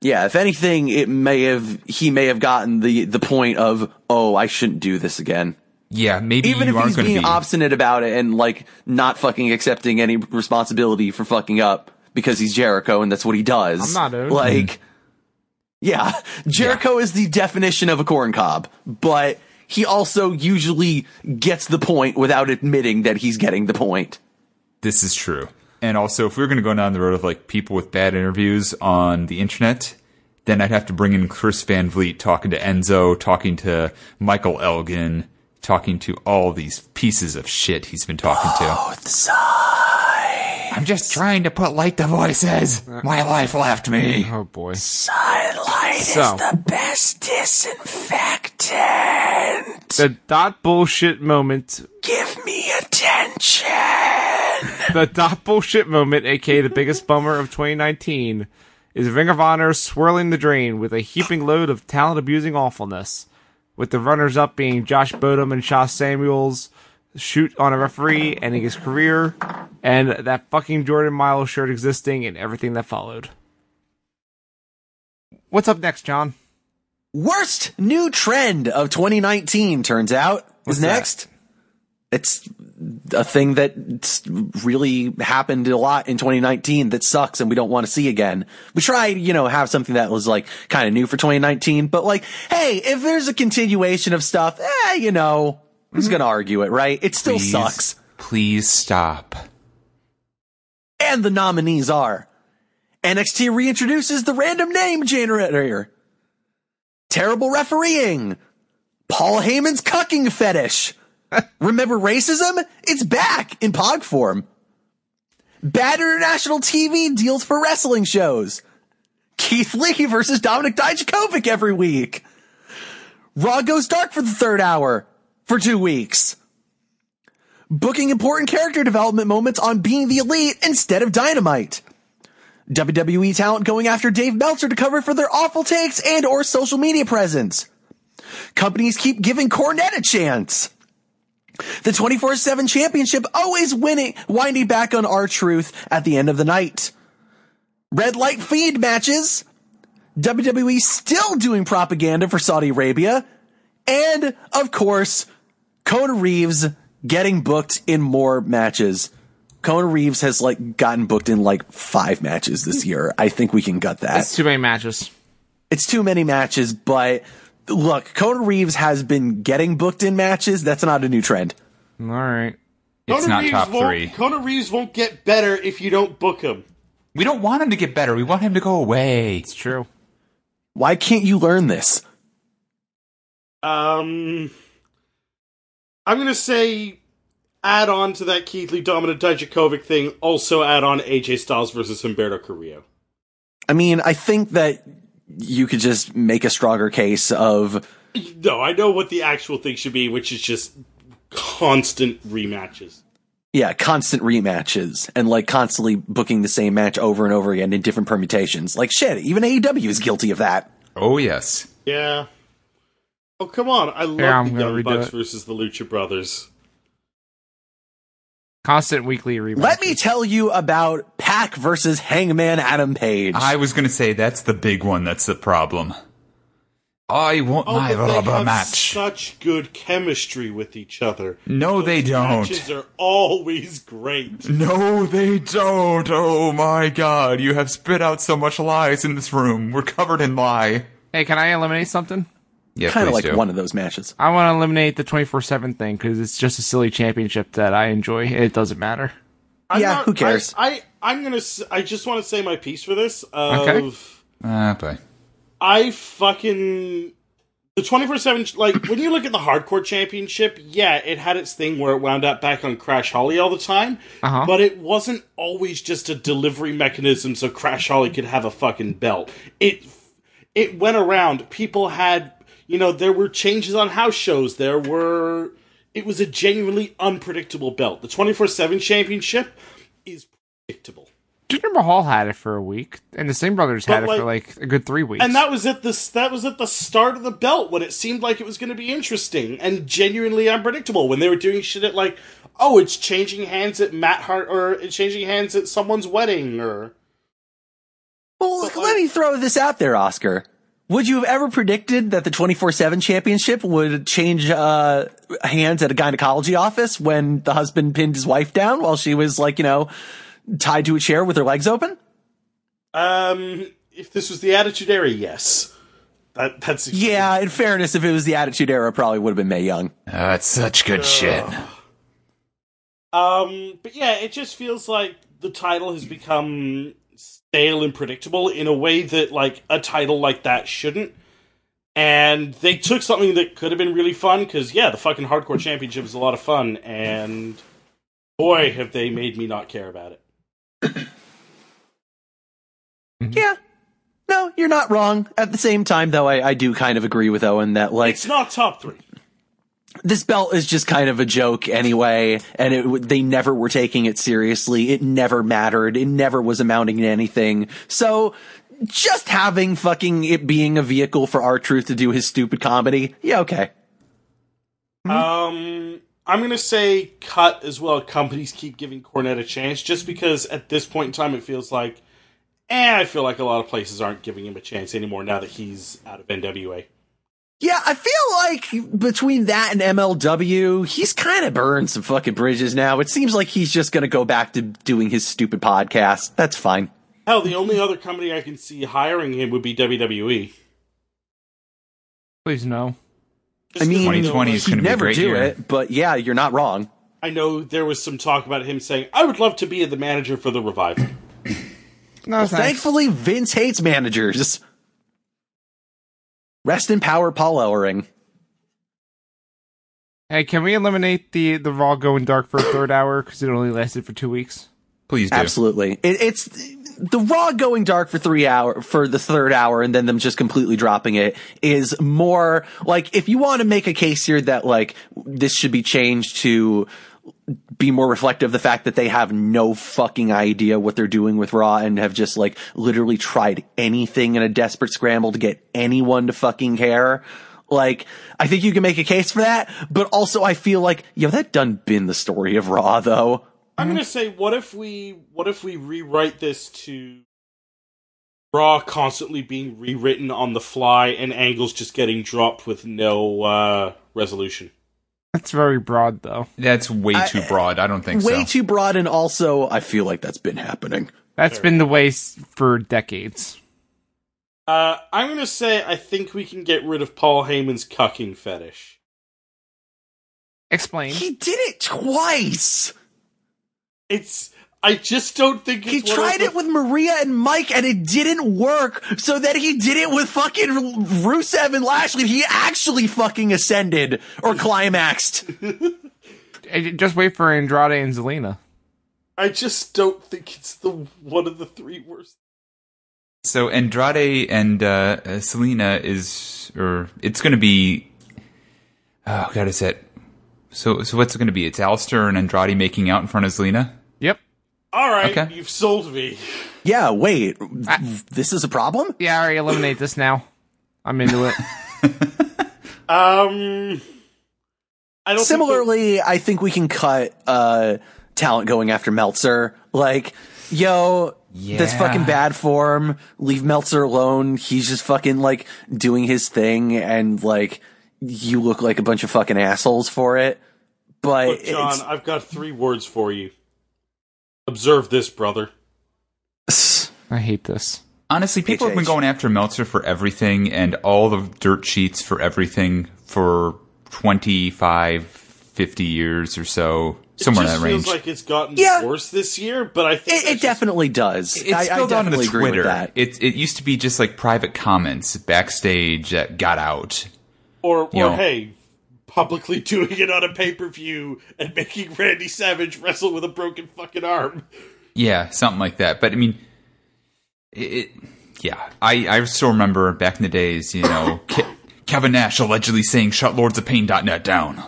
Speaker 2: Yeah, if anything, it may have he may have gotten the the point of oh, I shouldn't do this again.
Speaker 4: Yeah. Maybe
Speaker 2: Even
Speaker 4: you
Speaker 2: if
Speaker 4: aren't
Speaker 2: he's
Speaker 4: going
Speaker 2: being
Speaker 4: to be.
Speaker 2: obstinate about it and like not fucking accepting any responsibility for fucking up because he's Jericho and that's what he does.
Speaker 1: I'm not owned.
Speaker 4: Mm-hmm.
Speaker 2: like, yeah, Jericho is the definition of a corn cob, but he also usually gets the point without admitting that he's getting the point.
Speaker 4: This is true. And also, if we were going to go down the road of like people with bad interviews on the internet, then I'd have to bring in Chris Van Vliet talking to Enzo, talking to Michael Elgin, talking to all these pieces of shit he's been talking to. I'm just trying to put light to voices. My life left me.
Speaker 1: Oh boy.
Speaker 2: Sidelight
Speaker 1: So.
Speaker 2: the best disinfectant.
Speaker 1: The dot bullshit moment.
Speaker 2: Give me attention.
Speaker 1: The dot bullshit moment, aka the biggest bummer of 2019, is Ring of Honor swirling the drain with a heaping load of talent abusing awfulness. With the runners up being Josh Bodum and Shaw Samuels shoot on a referee, ending his career, and that fucking Jordan Miles shirt existing and everything that followed. What's up next, John?
Speaker 2: Worst new trend of 2019 turns out
Speaker 1: What's
Speaker 2: is
Speaker 1: that?
Speaker 2: next. It's a thing that really happened a lot in 2019 that sucks and we don't want to see again. We tried, you know, have something that was like kind of new for 2019, but like, hey, if there's a continuation of stuff, eh, you know,
Speaker 1: Mm-hmm.
Speaker 2: who's going to argue it, right? It still
Speaker 4: Please-
Speaker 2: sucks.
Speaker 4: Please stop.
Speaker 2: And the nominees are NXT reintroduces the random name generator, terrible refereeing, Paul Heyman's cucking fetish. Remember racism? It's back in pog form. Bad International TV deals for wrestling shows. Keith Lee versus Dominic Dijakovic every week. Raw goes dark for the third hour for two weeks booking important character development moments on being the elite instead of dynamite. WWE talent going after Dave Meltzer to cover for their awful takes and or social media presence. Companies keep giving Cornette a chance. The 24-7 championship always winning, winding back on R-Truth at the end of the night. Red light feed matches. WWE still doing propaganda for Saudi Arabia. And, of course, Kona Reeves getting booked in more matches. Kona Reeves has like gotten booked in like five matches this year. I think we can gut that.
Speaker 1: It's too many matches.
Speaker 2: It's too many matches, but look, Kona Reeves has been getting booked in matches. That's not a new trend.
Speaker 1: All right.
Speaker 4: It's not top
Speaker 3: won't,
Speaker 4: three.
Speaker 3: Conor Reeves won't get better if you don't book him.
Speaker 4: We don't want him to get better. We want him to go away.
Speaker 1: It's true.
Speaker 2: Why can't you learn this?
Speaker 3: Um, I'm gonna say, add on to that Keith Lee Dominic Dijakovic thing. Also, add on AJ Styles versus Humberto Carrillo.
Speaker 2: I mean, I think that you could just make a stronger case of
Speaker 3: No, I know what the actual thing should be, which is just constant rematches.
Speaker 2: yeah, constant rematches and like constantly booking the same match over and over again in different permutations. Like shit, even AEW is guilty of that.
Speaker 4: Oh, yes.
Speaker 3: Yeah. Oh come on! I love
Speaker 1: Yeah, I'm
Speaker 3: the
Speaker 1: gonna
Speaker 3: Young
Speaker 1: redo
Speaker 3: Bucks
Speaker 1: it.
Speaker 3: versus the Lucha Brothers.
Speaker 1: Constant weekly rematches.
Speaker 2: Let me tell you about Pac versus Hangman Adam Page.
Speaker 4: I was going to say that's the big one that's the problem. I want
Speaker 3: Oh,
Speaker 4: my
Speaker 3: but they
Speaker 4: rubber
Speaker 3: have
Speaker 4: match.
Speaker 3: Such good chemistry with each other.
Speaker 4: No, they don't.
Speaker 3: Matches are always great.
Speaker 4: No, they don't. Oh my god, you have spit out so much lies in this room. We're covered in lie.
Speaker 1: Hey, can I eliminate something?
Speaker 4: Yeah,
Speaker 2: kind of
Speaker 4: please
Speaker 2: like
Speaker 4: do.
Speaker 2: one of those matches.
Speaker 1: I want to eliminate the 24 7 thing because it's just a silly championship that I enjoy. It doesn't matter.
Speaker 3: I'm
Speaker 2: Yeah, who cares?
Speaker 3: I, I am gonna. s- I just want to say my piece for this. Of,
Speaker 1: Okay.
Speaker 4: Ah, bye.
Speaker 3: I fucking the twenty four seven like when you look at the hardcore championship, yeah, it had its thing where it wound up back on Crash Holly all the time,
Speaker 1: Uh-huh.
Speaker 3: but it wasn't always just a delivery mechanism so Crash Holly could have a fucking belt. It it went around. People had you know there were changes on house shows. There were it was a genuinely unpredictable belt. The twenty four seven championship is predictable.
Speaker 1: Jinder Mahal had it for a week, and the Singh Brothers had
Speaker 3: But,
Speaker 1: it for like a good three weeks.
Speaker 3: And that was at the that was at the start of the belt when it seemed like it was going to be interesting and genuinely unpredictable when they were doing shit at like oh it's changing hands at Matt Hart or it's changing hands at someone's wedding or
Speaker 2: Well,
Speaker 3: But,
Speaker 2: let
Speaker 3: like-
Speaker 2: me throw this out there, Oscar. Would you have ever predicted that the 24-7 championship would change, uh, hands at a gynecology office when the husband pinned his wife down while she was like, you know, tied to a chair with her legs open?
Speaker 3: um if this was the Attitude Era yes That that's
Speaker 2: Yeah, in fairness, if it was the Attitude Era, it probably would have been May Young.
Speaker 4: that's such good shit.
Speaker 3: Um, but yeah, it just feels like the title has become stale and predictable in a way that like a title like that shouldn't. And they took something that could have been really fun because yeah, the fucking hardcore championship is a lot of fun, and boy, have they made me not care about it. Mm-hmm.
Speaker 2: Yeah. No, you're not wrong. At the same time, though, I, I do kind of agree with Owen that, like,
Speaker 3: It's not top three.
Speaker 2: this belt is just kind of a joke anyway, and it, w- they never were taking it seriously. It never mattered. It never was amounting to anything. So just having fucking it being a vehicle for our truth to do his stupid comedy. Yeah, okay.
Speaker 3: Um, I'm gonna say cut as well. Companies keep giving Cornette a chance just because at this point in time it feels like, eh, I feel like a lot of places aren't giving him a chance anymore now that he's out of NWA.
Speaker 2: Yeah, I feel like between that and MLW, he's kind of burned some fucking bridges now. It seems like he's just going to go back to doing his stupid podcast. That's fine.
Speaker 3: Hell, the only other company I can see hiring him would be E. WWE.
Speaker 1: Please no.
Speaker 2: I mean,
Speaker 4: 2020 is
Speaker 2: He'd
Speaker 4: going to be a
Speaker 2: never
Speaker 4: great
Speaker 2: do
Speaker 4: year.
Speaker 2: it, but yeah, you're not wrong.
Speaker 3: I know there was some talk about him saying, "I would love to be the manager for the revival."
Speaker 1: No, thanks.
Speaker 2: Thankfully, Vince hates managers. Rest in power, Paul Ellering.
Speaker 1: Hey, can we eliminate the the Raw going dark for a third hour because it only lasted for two weeks?
Speaker 4: Please do.
Speaker 2: Absolutely. It, it's the Raw going dark for three hour for the third hour and then them just completely dropping it is more like if you want to make a case here that like this should be changed to be more reflective of the fact that they have no fucking idea what they're doing with Raw and have just like literally tried anything in a desperate scramble to get anyone to fucking care. Like, I think you can make a case for that, but also I feel like, yo, that done been the story of Raw though.
Speaker 3: I'm gonna say, what if we what if we rewrite this to Raw constantly being rewritten on the fly and angles just getting dropped with no uh, resolution?
Speaker 1: That's very broad, though.
Speaker 4: That's way too broad. I don't think
Speaker 2: way
Speaker 4: so.
Speaker 2: too broad and also I feel like that's been happening.
Speaker 1: That's been the way s- for decades.
Speaker 3: Uh, I'm gonna say I think we can get rid of Paul Heyman's cucking fetish.
Speaker 1: Explain.
Speaker 2: He did it twice.
Speaker 3: It's I just don't think it's
Speaker 2: He
Speaker 3: one of
Speaker 2: tried
Speaker 3: the-
Speaker 2: it with Maria and Mike and it didn't work. So then he did it with fucking Rusev and Lashley. He actually fucking ascended or climaxed.
Speaker 1: Uh, Just wait for Andrade and Zelina.
Speaker 3: I just don't think it's the one of the three worst.
Speaker 4: So Andrade and uh, uh, Selena is, or it's going to be. Oh God, is it? So so what's it going to be? It's Alistair and Andrade making out in front of Selena.
Speaker 1: Yep.
Speaker 3: All right,
Speaker 4: Okay.
Speaker 3: you've sold me.
Speaker 2: yeah, wait. this is a problem?
Speaker 1: Yeah, I already eliminate this now. I'm into it.
Speaker 3: Um, I don't. think
Speaker 2: Similarly, I think we can cut uh talent going after Meltzer. Like, yo, that's
Speaker 4: Yeah.
Speaker 2: fucking bad form. Leave Meltzer alone. He's just fucking like doing his thing and like you look like a bunch of fucking assholes for it. But
Speaker 3: that- Look, John, I've got three words for you. Observe this, brother.
Speaker 2: it's
Speaker 1: I hate this.
Speaker 4: Honestly, people have been
Speaker 2: HH.
Speaker 4: going after Meltzer for everything and all the dirt sheets for everything for 25, 50 years or so, somewhere
Speaker 3: it
Speaker 4: in
Speaker 3: just
Speaker 4: that
Speaker 3: feels
Speaker 4: range.
Speaker 3: like it's gotten
Speaker 2: Yeah.
Speaker 3: worse this year, but I think
Speaker 2: it, it definitely does.
Speaker 4: it's
Speaker 2: I, I
Speaker 4: spilled onto
Speaker 2: definitely agree
Speaker 4: Twitter.
Speaker 2: with that.
Speaker 4: It it used to be just like private comments backstage that got out.
Speaker 3: or or
Speaker 4: Yeah.
Speaker 3: hey, publicly doing it on a pay per view and making Randy Savage wrestle with a broken fucking arm.
Speaker 4: Yeah, something like that. But I mean, it. it yeah, I, I still remember back in the days, you know, Ke- Kevin Nash allegedly saying "Shut Lords of Pain.net down,"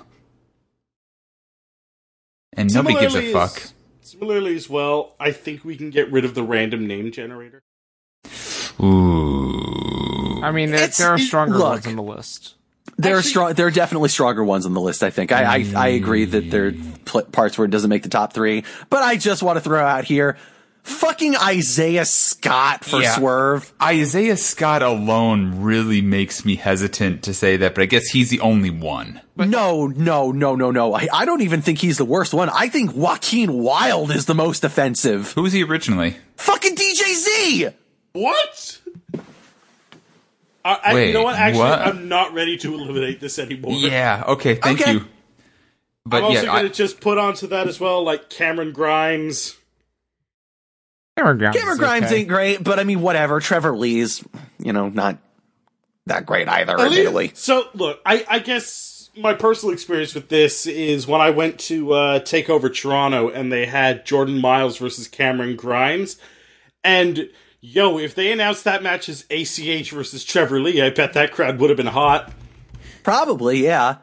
Speaker 4: and nobody gives a
Speaker 3: Similarly
Speaker 4: fuck.
Speaker 3: as- Similarly, as well, I think we can get rid of the random name generator.
Speaker 4: Ooh,
Speaker 1: I mean, there,
Speaker 2: It's-
Speaker 1: there are stronger
Speaker 2: look.
Speaker 1: ones on the list.
Speaker 2: There are
Speaker 3: Actually-
Speaker 2: strong. There are definitely stronger ones on the list. I think. I I, I agree that there are pl- parts where it doesn't make the top three. But I just want to throw out here, fucking Isaiah Scott for
Speaker 4: Yeah.
Speaker 2: Swerve.
Speaker 4: Isaiah Scott alone really makes me hesitant to say that, but I guess he's the only one.
Speaker 2: no, no, no, no, no. I, I don't even think he's the worst one. I think Joaquin Wild is the most offensive.
Speaker 4: Who was he originally?
Speaker 2: Fucking DJZ.
Speaker 3: What? I, I, you
Speaker 4: Wait,
Speaker 3: know what? Actually,
Speaker 4: what?
Speaker 3: I'm not ready to eliminate this anymore.
Speaker 4: Yeah. Okay. Thank
Speaker 2: Okay.
Speaker 4: you. But
Speaker 3: I'm also
Speaker 4: yeah, I-
Speaker 3: going to just put onto that as well, like Cameron Grimes.
Speaker 1: Cameron Grimes.
Speaker 2: Cameron
Speaker 1: is
Speaker 2: Grimes
Speaker 1: okay.
Speaker 2: ain't great, but I mean, whatever. Trevor Lee's, you know, not that great either,
Speaker 3: At least-
Speaker 2: admittedly.
Speaker 3: So look, I, I guess my personal experience with this is when I went to uh, take over Toronto and they had Jordan Miles versus Cameron Grimes, and yo, if they announced that match as ACH versus Trevor Lee, I bet that crowd would have been hot.
Speaker 2: Probably, yeah.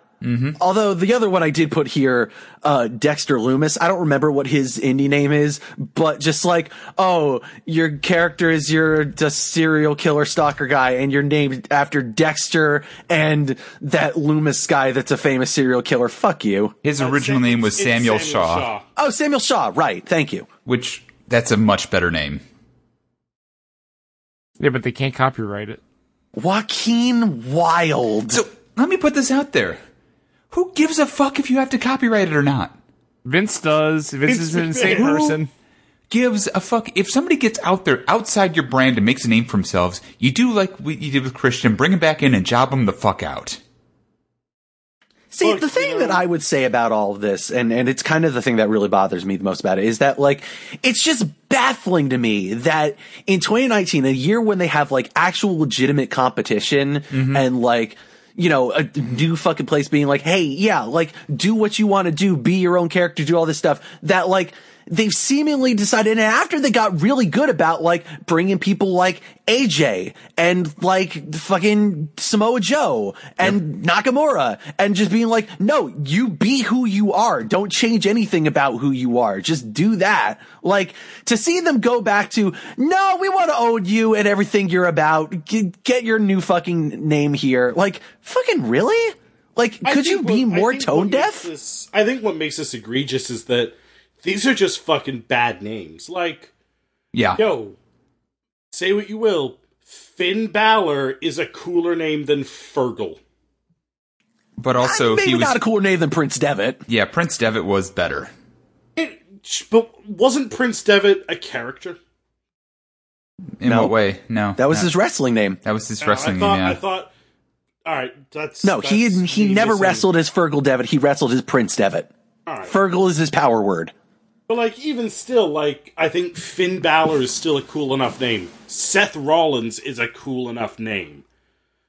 Speaker 2: Although the other one I did put here, uh, Dexter Loomis, I don't remember what his indie name is, but just like, oh, your character is your the serial killer stalker guy and you're named after Dexter and that Loomis guy that's a famous serial killer. Fuck you.
Speaker 4: his original name was
Speaker 3: It's
Speaker 4: Samuel, Shaw,
Speaker 2: Oh, Samuel Shaw, right. Thank you.
Speaker 4: which that's a much better name.
Speaker 1: Yeah, but they can't copyright it.
Speaker 2: Joaquin Wild.
Speaker 4: So let me put this out there. Who gives a fuck if you have to copyright it or not?
Speaker 1: Vince does. Vince is an insane
Speaker 4: Who
Speaker 1: person.
Speaker 4: Gives a fuck if somebody gets out there outside your brand and makes a name for themselves. You do like what you did with Christian, bring him back in and job him the fuck out.
Speaker 2: See,
Speaker 3: Look,
Speaker 2: the
Speaker 3: you
Speaker 2: thing
Speaker 3: know-
Speaker 2: that I would say about all of this, and, and it's kind of the thing that really bothers me the most about it, is that like, it's just baffling to me that in 2019, a year when they have like actual legitimate competition
Speaker 3: Mm-hmm.
Speaker 2: and like, you know, a new fucking place being like, hey, yeah, like, do what you want to do, be your own character, do all this stuff, that like, they've seemingly decided, and after they got really good about like bringing people like AJ and like fucking Samoa Joe and Nakamura and just being like, no, you be who you are. Don't change anything about who you are. Just do that. Like to see them go back to, no, we want to own you and everything you're about. G- get your new fucking name here. Like fucking really? Like
Speaker 3: I
Speaker 2: could
Speaker 3: think
Speaker 2: you be
Speaker 3: what- I
Speaker 2: more
Speaker 3: think
Speaker 2: tone
Speaker 3: what makes
Speaker 2: deaf?
Speaker 3: this- I think what makes this egregious is that these are just fucking bad names. Like,
Speaker 4: Yeah.
Speaker 3: yo, say what you will, Finn Balor is a cooler name than Fergal.
Speaker 4: But also
Speaker 2: Maybe
Speaker 4: he was
Speaker 2: not a cooler name than Prince Devitt.
Speaker 4: Yeah, Prince Devitt was better.
Speaker 3: It, but wasn't Prince Devitt a character?
Speaker 4: In
Speaker 2: No.
Speaker 4: what way? No.
Speaker 2: That was
Speaker 4: no.
Speaker 2: his wrestling name.
Speaker 4: That was his
Speaker 3: No,
Speaker 4: wrestling
Speaker 3: I thought.
Speaker 4: name. Yeah.
Speaker 3: I thought. All right, that's
Speaker 2: No, he
Speaker 3: that's-
Speaker 2: he
Speaker 3: he's
Speaker 2: never
Speaker 3: missing-
Speaker 2: wrestled as Fergal Devitt. He wrestled as Prince Devitt.
Speaker 3: All right.
Speaker 2: Fergal is his power word.
Speaker 3: But like, even still, like, I think Finn Balor is still a cool enough name. Seth Rollins is a cool enough name.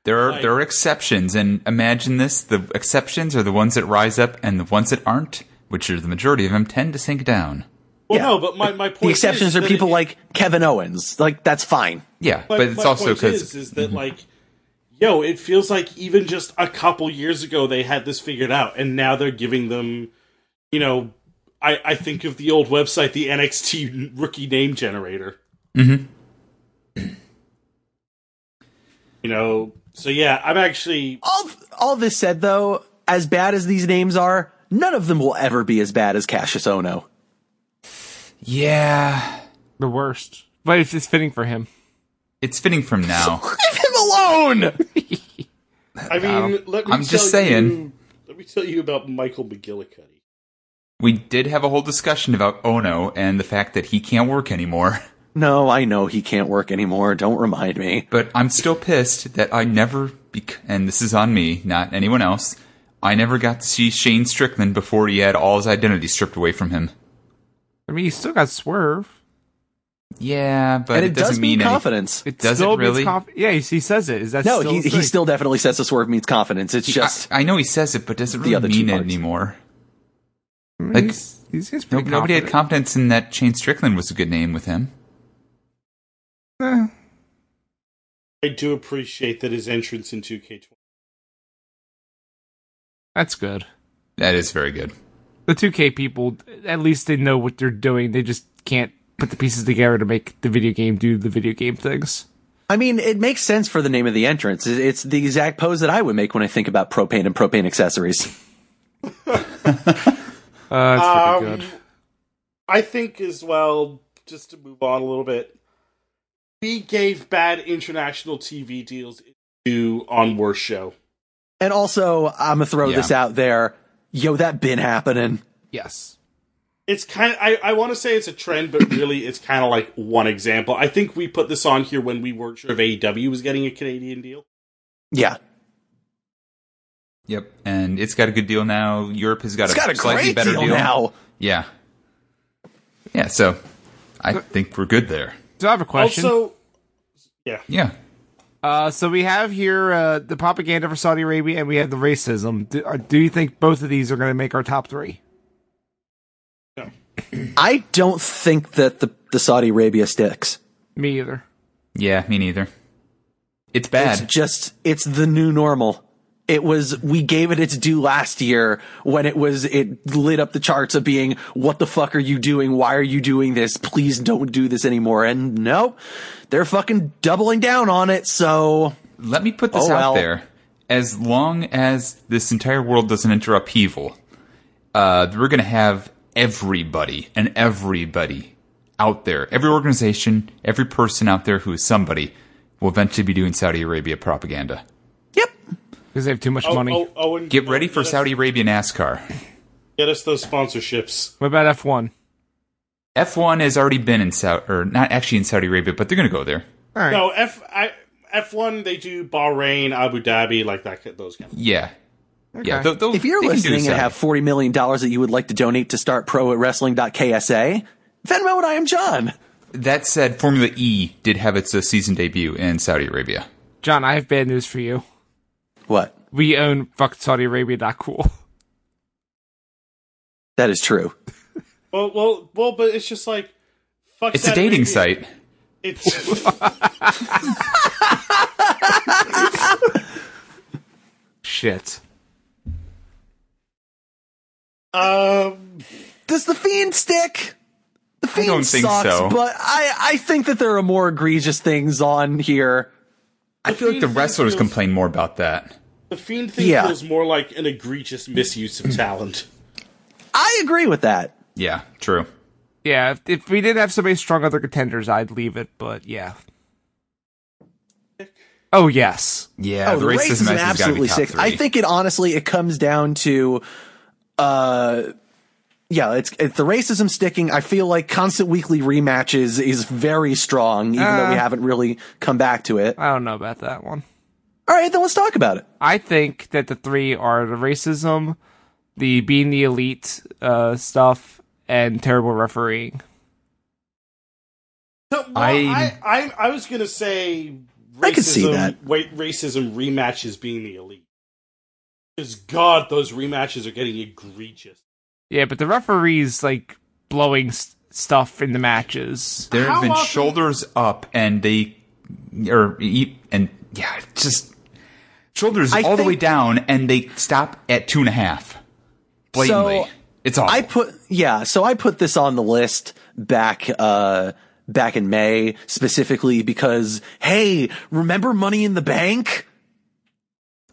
Speaker 4: There are there are exceptions, and imagine this: the exceptions are the ones that rise up, and the ones that aren't, which are the majority of them, tend to sink down.
Speaker 3: Well,
Speaker 2: Yeah.
Speaker 3: no, but my my point.
Speaker 2: The exceptions
Speaker 3: is
Speaker 2: are
Speaker 3: that
Speaker 2: people
Speaker 3: it-
Speaker 2: like Kevin Owens. Like that's fine.
Speaker 4: Yeah,
Speaker 3: my-
Speaker 4: but it's
Speaker 3: my
Speaker 4: also Mm-hmm.
Speaker 3: point is,
Speaker 4: because
Speaker 3: is that like, yo, it feels like even just a couple years ago they had this figured out, and now they're giving them, you know, I I think of the old website, the NXT rookie name generator.
Speaker 4: Mm-hmm.
Speaker 3: You know, so yeah, I'm actually
Speaker 2: All all this said though, as bad as these names are, none of them will ever be as bad as Cassius Ono.
Speaker 4: yeah,
Speaker 1: The worst. But it's, it's fitting for him.
Speaker 4: it's fitting from now.
Speaker 2: Leave him alone.
Speaker 3: I mean, let me
Speaker 4: Um, I'm just
Speaker 3: tell
Speaker 4: saying.
Speaker 3: you- let me tell you about Michael McGillicuddy.
Speaker 4: we did have a whole discussion about Ono and the fact that he can't work anymore.
Speaker 2: No, I know he can't work anymore. Don't remind me.
Speaker 4: But I'm still pissed that I never, bec- and this is on me, not anyone else. I never got to see Shane Strickland before he had all his identity stripped away from him.
Speaker 1: I mean, he still got swerve.
Speaker 4: Yeah, but
Speaker 2: And
Speaker 4: it,
Speaker 2: it
Speaker 4: doesn't
Speaker 2: does mean
Speaker 4: any-
Speaker 2: confidence.
Speaker 1: It
Speaker 4: Does it
Speaker 1: still means
Speaker 4: really?
Speaker 1: Conf- yeah, he, he says it. Is that
Speaker 2: no,
Speaker 1: still
Speaker 2: he
Speaker 1: a
Speaker 2: he
Speaker 1: thing?
Speaker 2: still definitely says the swerve means confidence. It's just
Speaker 4: I, I know he says it, but doesn't
Speaker 2: The
Speaker 4: really
Speaker 2: other two
Speaker 4: mean it
Speaker 2: parts.
Speaker 4: anymore.
Speaker 1: I mean,
Speaker 4: like-
Speaker 1: he's, he's, he's
Speaker 4: No,
Speaker 1: pretty
Speaker 4: nobody had
Speaker 1: confident.
Speaker 4: confidence in that Shane Strickland was a good name with him.
Speaker 1: Eh,
Speaker 3: I do appreciate that his entrance in 2K20.
Speaker 1: that's good.
Speaker 4: That is very good.
Speaker 1: The 2K people, at least they know what they're doing. They just can't put the pieces together to make the video game do the video game things.
Speaker 2: I mean, it makes sense for the name of the entrance. It- It's the exact pose that I would make when I think about propane and propane accessories.
Speaker 1: Uh, that's pretty good.
Speaker 3: I think as well, just to move on a little bit, we gave bad international TV deals to on worst show.
Speaker 2: And also, I'm gonna throw
Speaker 4: Yeah.
Speaker 2: this out there. Yo, that been happening.
Speaker 1: Yes.
Speaker 3: It's kind of, I, I want to say it's a trend, but really it's E kind of like one example. I think we put this on here when we weren't sure if AEW was getting a Canadian deal.
Speaker 2: Yeah.
Speaker 4: Yep, and it's got a good deal now. Europe has got
Speaker 2: It's
Speaker 4: a
Speaker 2: got a
Speaker 4: slightly
Speaker 2: great
Speaker 4: better
Speaker 2: deal now.
Speaker 4: Yeah, yeah. So I think we're good there.
Speaker 1: So I have a question.
Speaker 3: Also,
Speaker 4: Yeah.
Speaker 1: uh, so we have here uh, the propaganda for Saudi Arabia, and we have the racism. Do, uh, do you think both of these are going to make our top three?
Speaker 2: I don't think that the, the Saudi Arabia sticks.
Speaker 1: Me either.
Speaker 4: Yeah, me neither. It's bad.
Speaker 2: It's just it's the new normal. It was we gave it its due last year when it was it lit up the charts of being what the fuck are you doing? Why are you doing this? Please don't do this anymore. And nope, they're fucking doubling down on it. So
Speaker 4: Let me put this
Speaker 2: Oh, well.
Speaker 4: out there. As long as this entire world doesn't enter upheaval, uh, we're going to have everybody and everybody out there, every organization, every person out there who is somebody, will eventually be doing Saudi Arabia propaganda.
Speaker 2: yep,
Speaker 1: Because they have too much
Speaker 3: oh,
Speaker 1: money.
Speaker 3: oh, Owen,
Speaker 4: Get ready for
Speaker 3: get us-
Speaker 4: Saudi Arabia NASCAR.
Speaker 3: Get us those sponsorships.
Speaker 1: What about F one?
Speaker 4: F1 has already been in Saudi, or not actually in Saudi Arabia, but they're going to go there.
Speaker 1: All right.
Speaker 3: No, F I F one they do Bahrain, Abu Dhabi, like that. Those kind. Of.
Speaker 4: Yeah. Yeah.
Speaker 1: Okay.
Speaker 4: they'll- they'll-
Speaker 2: if you're
Speaker 4: they can do
Speaker 2: listening and
Speaker 4: Saudi.
Speaker 2: have forty million dollars that you would like to donate to start pro at wrestling.ksa, Venmo and I am John.
Speaker 4: That said, Formula E did have its uh, season debut in Saudi Arabia.
Speaker 1: John, I have bad news for you.
Speaker 2: What?
Speaker 1: We own fuck Saudi Arabia. cool.
Speaker 2: That is true.
Speaker 3: Well, well, well, but it's just like fuck.
Speaker 4: It's a
Speaker 3: Saudi
Speaker 4: dating
Speaker 3: Arabia.
Speaker 4: site.
Speaker 3: It's
Speaker 1: Shit.
Speaker 3: um.
Speaker 2: Does the fiend stick? The fiend
Speaker 4: don't think
Speaker 2: sucks,
Speaker 4: so.
Speaker 2: but I I think that there are more egregious things on here.
Speaker 4: I feel like the wrestlers complain more about that.
Speaker 3: The fiend thing
Speaker 2: Yeah.
Speaker 3: feels more like an egregious misuse of talent.
Speaker 2: I agree with that.
Speaker 4: Yeah, true.
Speaker 1: Yeah, if, if we did have so many strong other contenders, I'd leave it. But yeah. Oh yes.
Speaker 4: Yeah,
Speaker 2: oh, the racism is absolutely sick. I think it honestly it comes down to, uh, yeah, it's, it's the racism sticking. I feel like constant weekly rematches is very strong, even though we haven't really come back to it.
Speaker 1: I don't know about that one.
Speaker 2: All right, then let's talk about it.
Speaker 1: I think that the three are the racism, the being the elite uh, stuff, and terrible refereeing.
Speaker 3: No, well, I,
Speaker 4: I-
Speaker 3: I, I, was gonna say racism,
Speaker 2: I could see that.
Speaker 3: Wait, racism rematches being the elite. Because God, those rematches are getting egregious.
Speaker 1: Yeah, but the referees like blowing s stuff in the matches.
Speaker 4: there
Speaker 3: How
Speaker 4: have been
Speaker 3: often-
Speaker 4: shoulders up, and they or e- and yeah, it's just shoulders
Speaker 2: I
Speaker 4: all the way
Speaker 2: think-
Speaker 4: down, and they stop at two and a half. Blatantly,
Speaker 2: So,
Speaker 4: it's awful.
Speaker 2: I put yeah, so I put this on the list back uh back in May specifically because hey, remember Money in the Bank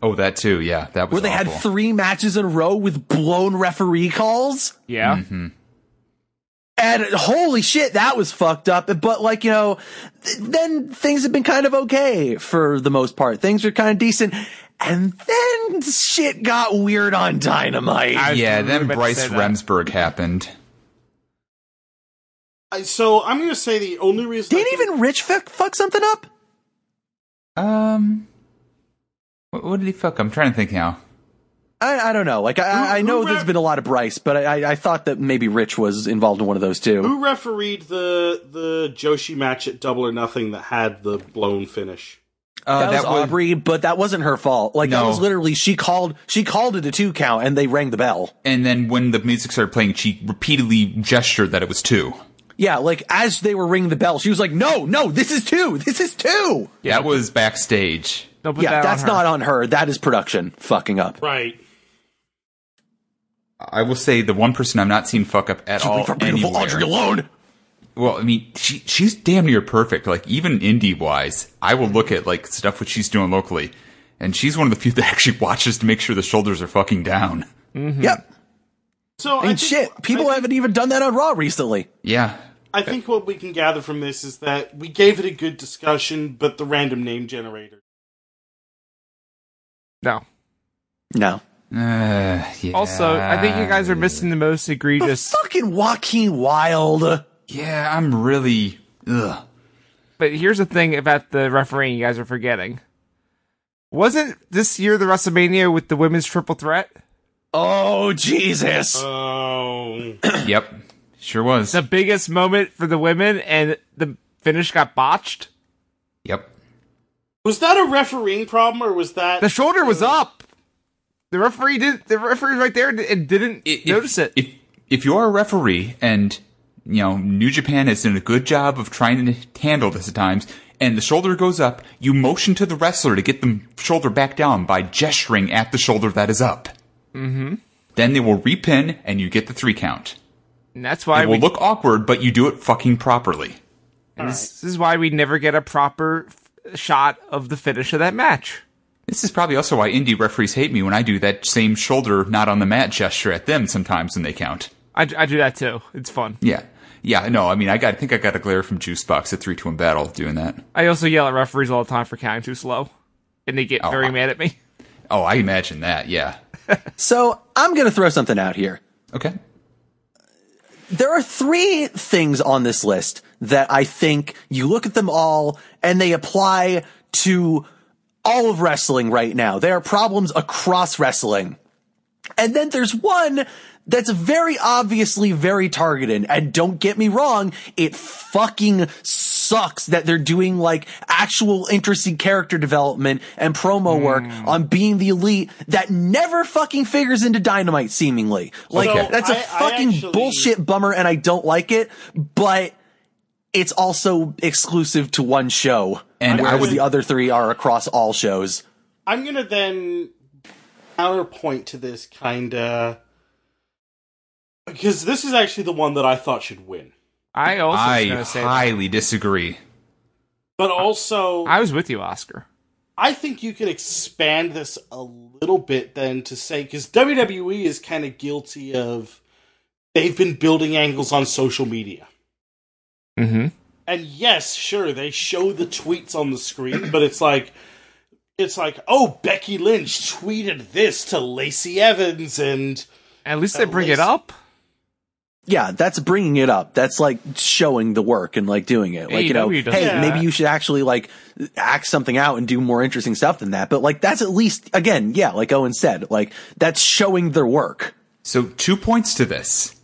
Speaker 4: oh, that too. Yeah, that was
Speaker 2: where they had
Speaker 4: awful.
Speaker 2: three matches in a row with blown referee calls?
Speaker 1: Yeah.
Speaker 4: Mm-hmm.
Speaker 2: And holy shit, that was fucked up. But like, you know, th- then things have been kind of okay for the most part. Things are kind of decent. And then shit got weird on Dynamite.
Speaker 1: I-
Speaker 4: yeah,
Speaker 1: I'm
Speaker 4: then
Speaker 1: about to
Speaker 4: Bryce
Speaker 1: say that.
Speaker 4: Remsburg happened.
Speaker 3: I, so I'm gonna say the only reason I
Speaker 2: Didn't
Speaker 3: can-
Speaker 2: even Rich fuck, fuck something up?
Speaker 4: Um, what, what did he fuck? I'm trying to think now.
Speaker 2: I, I don't know. Like I, I- I
Speaker 3: who
Speaker 2: know
Speaker 3: ref-
Speaker 2: there's been a lot of Bryce, but I, I- I thought that maybe Rich was involved in one of those too.
Speaker 3: who refereed the the Joshi match at Double or Nothing that had the blown finish.
Speaker 4: Uh,
Speaker 2: That, was, Aubrey, but that wasn't her fault. Like that
Speaker 4: No.
Speaker 2: was literally she called she called it a two count and they rang the bell.
Speaker 4: and then when the music started playing, she repeatedly gestured that it was two.
Speaker 2: Yeah, like as they were ringing the bell, she was like, "No, no, this is two. This is two.
Speaker 4: that was backstage.
Speaker 1: Don't put
Speaker 2: yeah,
Speaker 1: that
Speaker 2: that's
Speaker 1: on her.
Speaker 2: not on her. That is production fucking up.
Speaker 3: Right.
Speaker 4: I will say the one person I'm not seeing fuck up at all
Speaker 2: Leave our beautiful
Speaker 4: anywhere.
Speaker 2: Audrey alone.
Speaker 4: Well, I mean, she she's damn near perfect. Like even indie wise, I will look at like stuff what she's doing locally, and she's one of the few that actually watches to make sure the shoulders are fucking down.
Speaker 2: Yep.
Speaker 3: So I
Speaker 2: And
Speaker 3: think-
Speaker 2: shit, people
Speaker 3: I,
Speaker 2: haven't even done that on Raw recently.
Speaker 4: Yeah,
Speaker 3: I think what we can gather from this is that we gave it a good discussion, but the random name generator.
Speaker 1: No.
Speaker 2: No.
Speaker 4: Uh, yeah.
Speaker 1: Also, I think you guys are missing the most egregious.
Speaker 2: Fucking Joaquin Wild.
Speaker 4: Yeah, I'm really. Ugh.
Speaker 1: But here's the thing about the refereeing you guys are forgetting. Wasn't this year the WrestleMania with the women's triple threat?
Speaker 2: Oh Jesus!
Speaker 3: Oh,
Speaker 4: yep, sure was.
Speaker 1: The biggest moment for the women, and the finish got botched.
Speaker 4: Yep.
Speaker 3: was that a refereeing problem or was that?
Speaker 1: The shoulder was up. The referee didn't. The referee was right there and didn't
Speaker 4: If-
Speaker 1: notice it.
Speaker 4: If if you're a referee and you know New Japan has done a good job of trying to handle this at times, and the shoulder goes up, you motion to the wrestler to get the shoulder back down by gesturing at the shoulder that is up. Mm-hmm. Then they will repin, and you get the three count.
Speaker 1: and that's why
Speaker 4: It will
Speaker 1: we,
Speaker 4: look awkward, but you do it fucking properly.
Speaker 1: and this is why we never get a proper f- shot of the finish of that match.
Speaker 4: This is probably also why indie referees hate me when I do that same shoulder not on the mat gesture at them sometimes when they count.
Speaker 1: I, I do that too. It's fun.
Speaker 4: Yeah. Yeah, no, I mean, I got, I think I got a glare from Juicebox at 3 to 1 Battle doing that.
Speaker 1: I also yell at referees all the time for counting too slow, and they get very
Speaker 4: I-
Speaker 1: mad at me.
Speaker 4: Oh, I imagine that, yeah.
Speaker 2: So I'm gonna throw something out here.
Speaker 4: Okay.
Speaker 2: there are three things on this list that I think you look at them all and they apply to all of wrestling right now. There are problems across wrestling. And then there's one that's very obviously very targeted. And don't get me wrong, it fucking sucks that they're doing like actual interesting character development and promo work
Speaker 3: Hmm.
Speaker 2: on being the elite that never fucking figures into dynamite seemingly. Like
Speaker 3: So,
Speaker 2: that's a
Speaker 3: I- I
Speaker 2: fucking
Speaker 3: actually-
Speaker 2: bullshit bummer and I don't like it, but it's also exclusive to one show.
Speaker 4: And I
Speaker 2: whereas
Speaker 4: would-
Speaker 2: the other three are across all shows.
Speaker 3: I'm gonna then counterpoint to this kind of because this is actually the one that I thought should win,
Speaker 1: I also was
Speaker 4: I
Speaker 1: gonna say
Speaker 4: highly disagree.
Speaker 3: but also
Speaker 1: I was with you, Oscar.
Speaker 3: I think you could expand this a little bit then to say because WWE E is kind of guilty of they've been building angles on social media.
Speaker 1: Mm-hmm.
Speaker 3: And yes, sure, they show the tweets on the screen, but it's like it's like, oh, Becky Lynch tweeted this to Lacey Evans and
Speaker 1: At least they
Speaker 3: At
Speaker 1: bring it
Speaker 3: least-
Speaker 1: up.
Speaker 2: Yeah, that's bringing it up. That's like showing the work and like doing it. Like, you know,
Speaker 1: AEW doesn't
Speaker 2: hey,
Speaker 1: do
Speaker 2: maybe
Speaker 1: that.
Speaker 2: you should actually like act something out and do more interesting stuff than that. But like, that's at least, again, yeah, like Owen said, like that's showing their work.
Speaker 4: So, two points to this.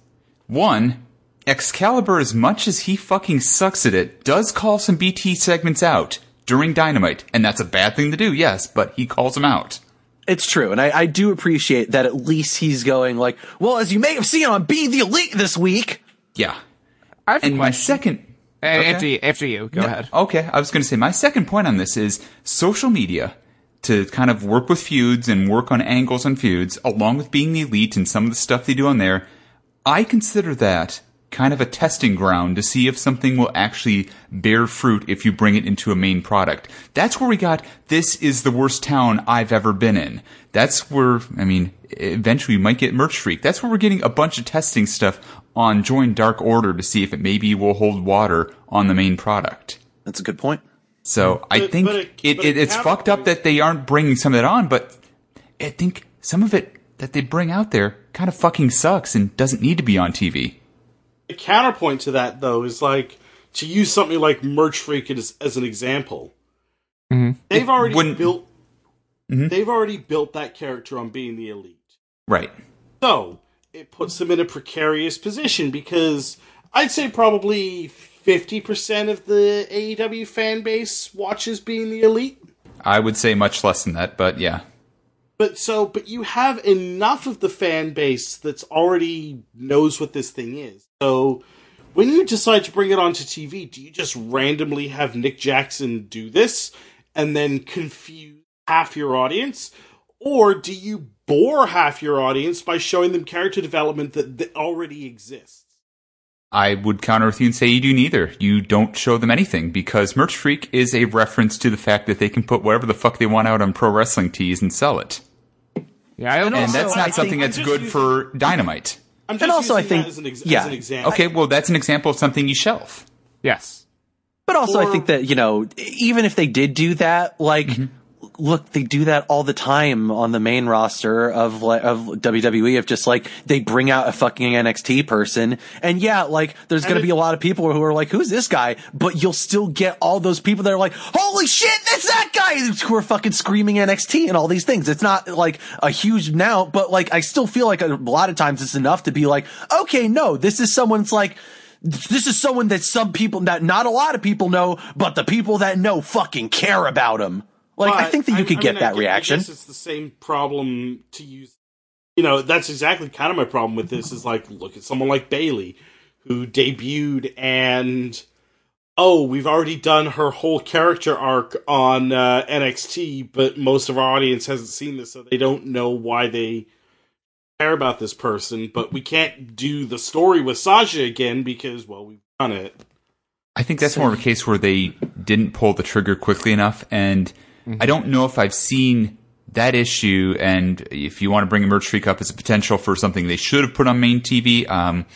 Speaker 4: One, Excalibur, as much as he fucking sucks at it, does call some BT segments out during Dynamite, and that's a bad thing to do, yes, but he calls them out.
Speaker 2: It's true. And I, I do appreciate that at least he's going like, well, as you may have seen on Be the Elite this week.
Speaker 4: Yeah.
Speaker 1: I have a
Speaker 4: And my
Speaker 1: question.
Speaker 4: second.
Speaker 1: Hey,
Speaker 4: Okay.
Speaker 1: After you, after you, go ahead.
Speaker 4: Okay, I was going to say my second point on this is social media to kind of work with feuds and work on angles on feuds, along with being the elite and some of the stuff they do on there. I consider that kind of a testing ground to see if something will actually bear fruit if you bring it into a main product. That's where we got this is the worst town I've ever been in. That's where, I mean, eventually we might get Merch Freak. That's where we're getting a bunch of testing stuff on Join Dark Order to see if it maybe will hold water on the main product.
Speaker 2: That's a good point.
Speaker 4: So I
Speaker 3: But-
Speaker 4: think
Speaker 3: but
Speaker 4: it,
Speaker 3: it-
Speaker 4: it,
Speaker 3: but it
Speaker 4: it's
Speaker 3: counts-
Speaker 4: fucked up that they aren't bringing some of that on, but I think some of it that they bring out there kind of fucking sucks and doesn't need to be on TV.
Speaker 3: the counterpoint to that though is like to use something like merch freak as, as an example they've already
Speaker 4: wouldn't-
Speaker 3: built they've already built that character on being the elite
Speaker 4: Right.
Speaker 3: so it puts them in a precarious position because i'd say probably 50% of the aew fan base watches being the elite
Speaker 4: I would say much less than that, but yeah.
Speaker 3: but so but you have enough of the fan base that's already knows what this thing is so when you decide to bring it onto tv do you just randomly have nick jackson do this and then confuse half your audience or do you bore half your audience by showing them character development that, that already exists
Speaker 4: I would counter with you and say you do neither. You don't show them anything because Merch Freak is a reference to the fact that they can put whatever the fuck they want out on pro wrestling tees and sell it.
Speaker 1: Yeah, I,
Speaker 4: And
Speaker 2: also,
Speaker 4: that's
Speaker 2: I
Speaker 4: not
Speaker 2: think-
Speaker 4: something
Speaker 2: I'm
Speaker 4: that's
Speaker 3: just
Speaker 4: good
Speaker 3: using-
Speaker 4: for Dynamite.
Speaker 3: i'm just
Speaker 2: And also, I
Speaker 3: using
Speaker 2: think-
Speaker 3: that as an, ex-
Speaker 2: yeah.
Speaker 3: as an example
Speaker 4: Okay, well, that's an example of something you shelf.
Speaker 1: yes.
Speaker 2: But also, I
Speaker 3: Or-
Speaker 2: think that you know, even if they did do that, like look, they do that all the time on the main roster of like, of WWE. Of just like they bring out a fucking NXT person, and yeah, like there's gonna
Speaker 3: it-
Speaker 2: be a lot of people who are like, "Who's this guy?" But you'll still get all those people that are like, "Holy shit, that's that guy!" Who are fucking screaming NXT and all these things. It's not like a huge now, but like I still feel like a lot of times it's enough to be like, "Okay, no, this is someone's like." this is someone that some people that not a lot of people know, but the people that know fucking care about him. Like I
Speaker 3: But
Speaker 2: think that you could
Speaker 3: I
Speaker 2: get
Speaker 3: mean, I
Speaker 2: that
Speaker 3: gu- I
Speaker 2: reaction.
Speaker 3: guess it's the same problem to use. You know, that's exactly kind of my problem with this. Is like, look at someone like Bailey, who debuted, and oh, we've already done her whole character arc on uh, NXT, but most of our audience hasn't seen this, so they don't know why they care about this person. But we can't do the story with Sasha again because, well, we've done it.
Speaker 4: I think that's more of a case where they didn't pull the trigger quickly enough, and I don't know if I've seen that issue. And if you want to bring a merch freak up as a potential for something they should have put on main TV, um,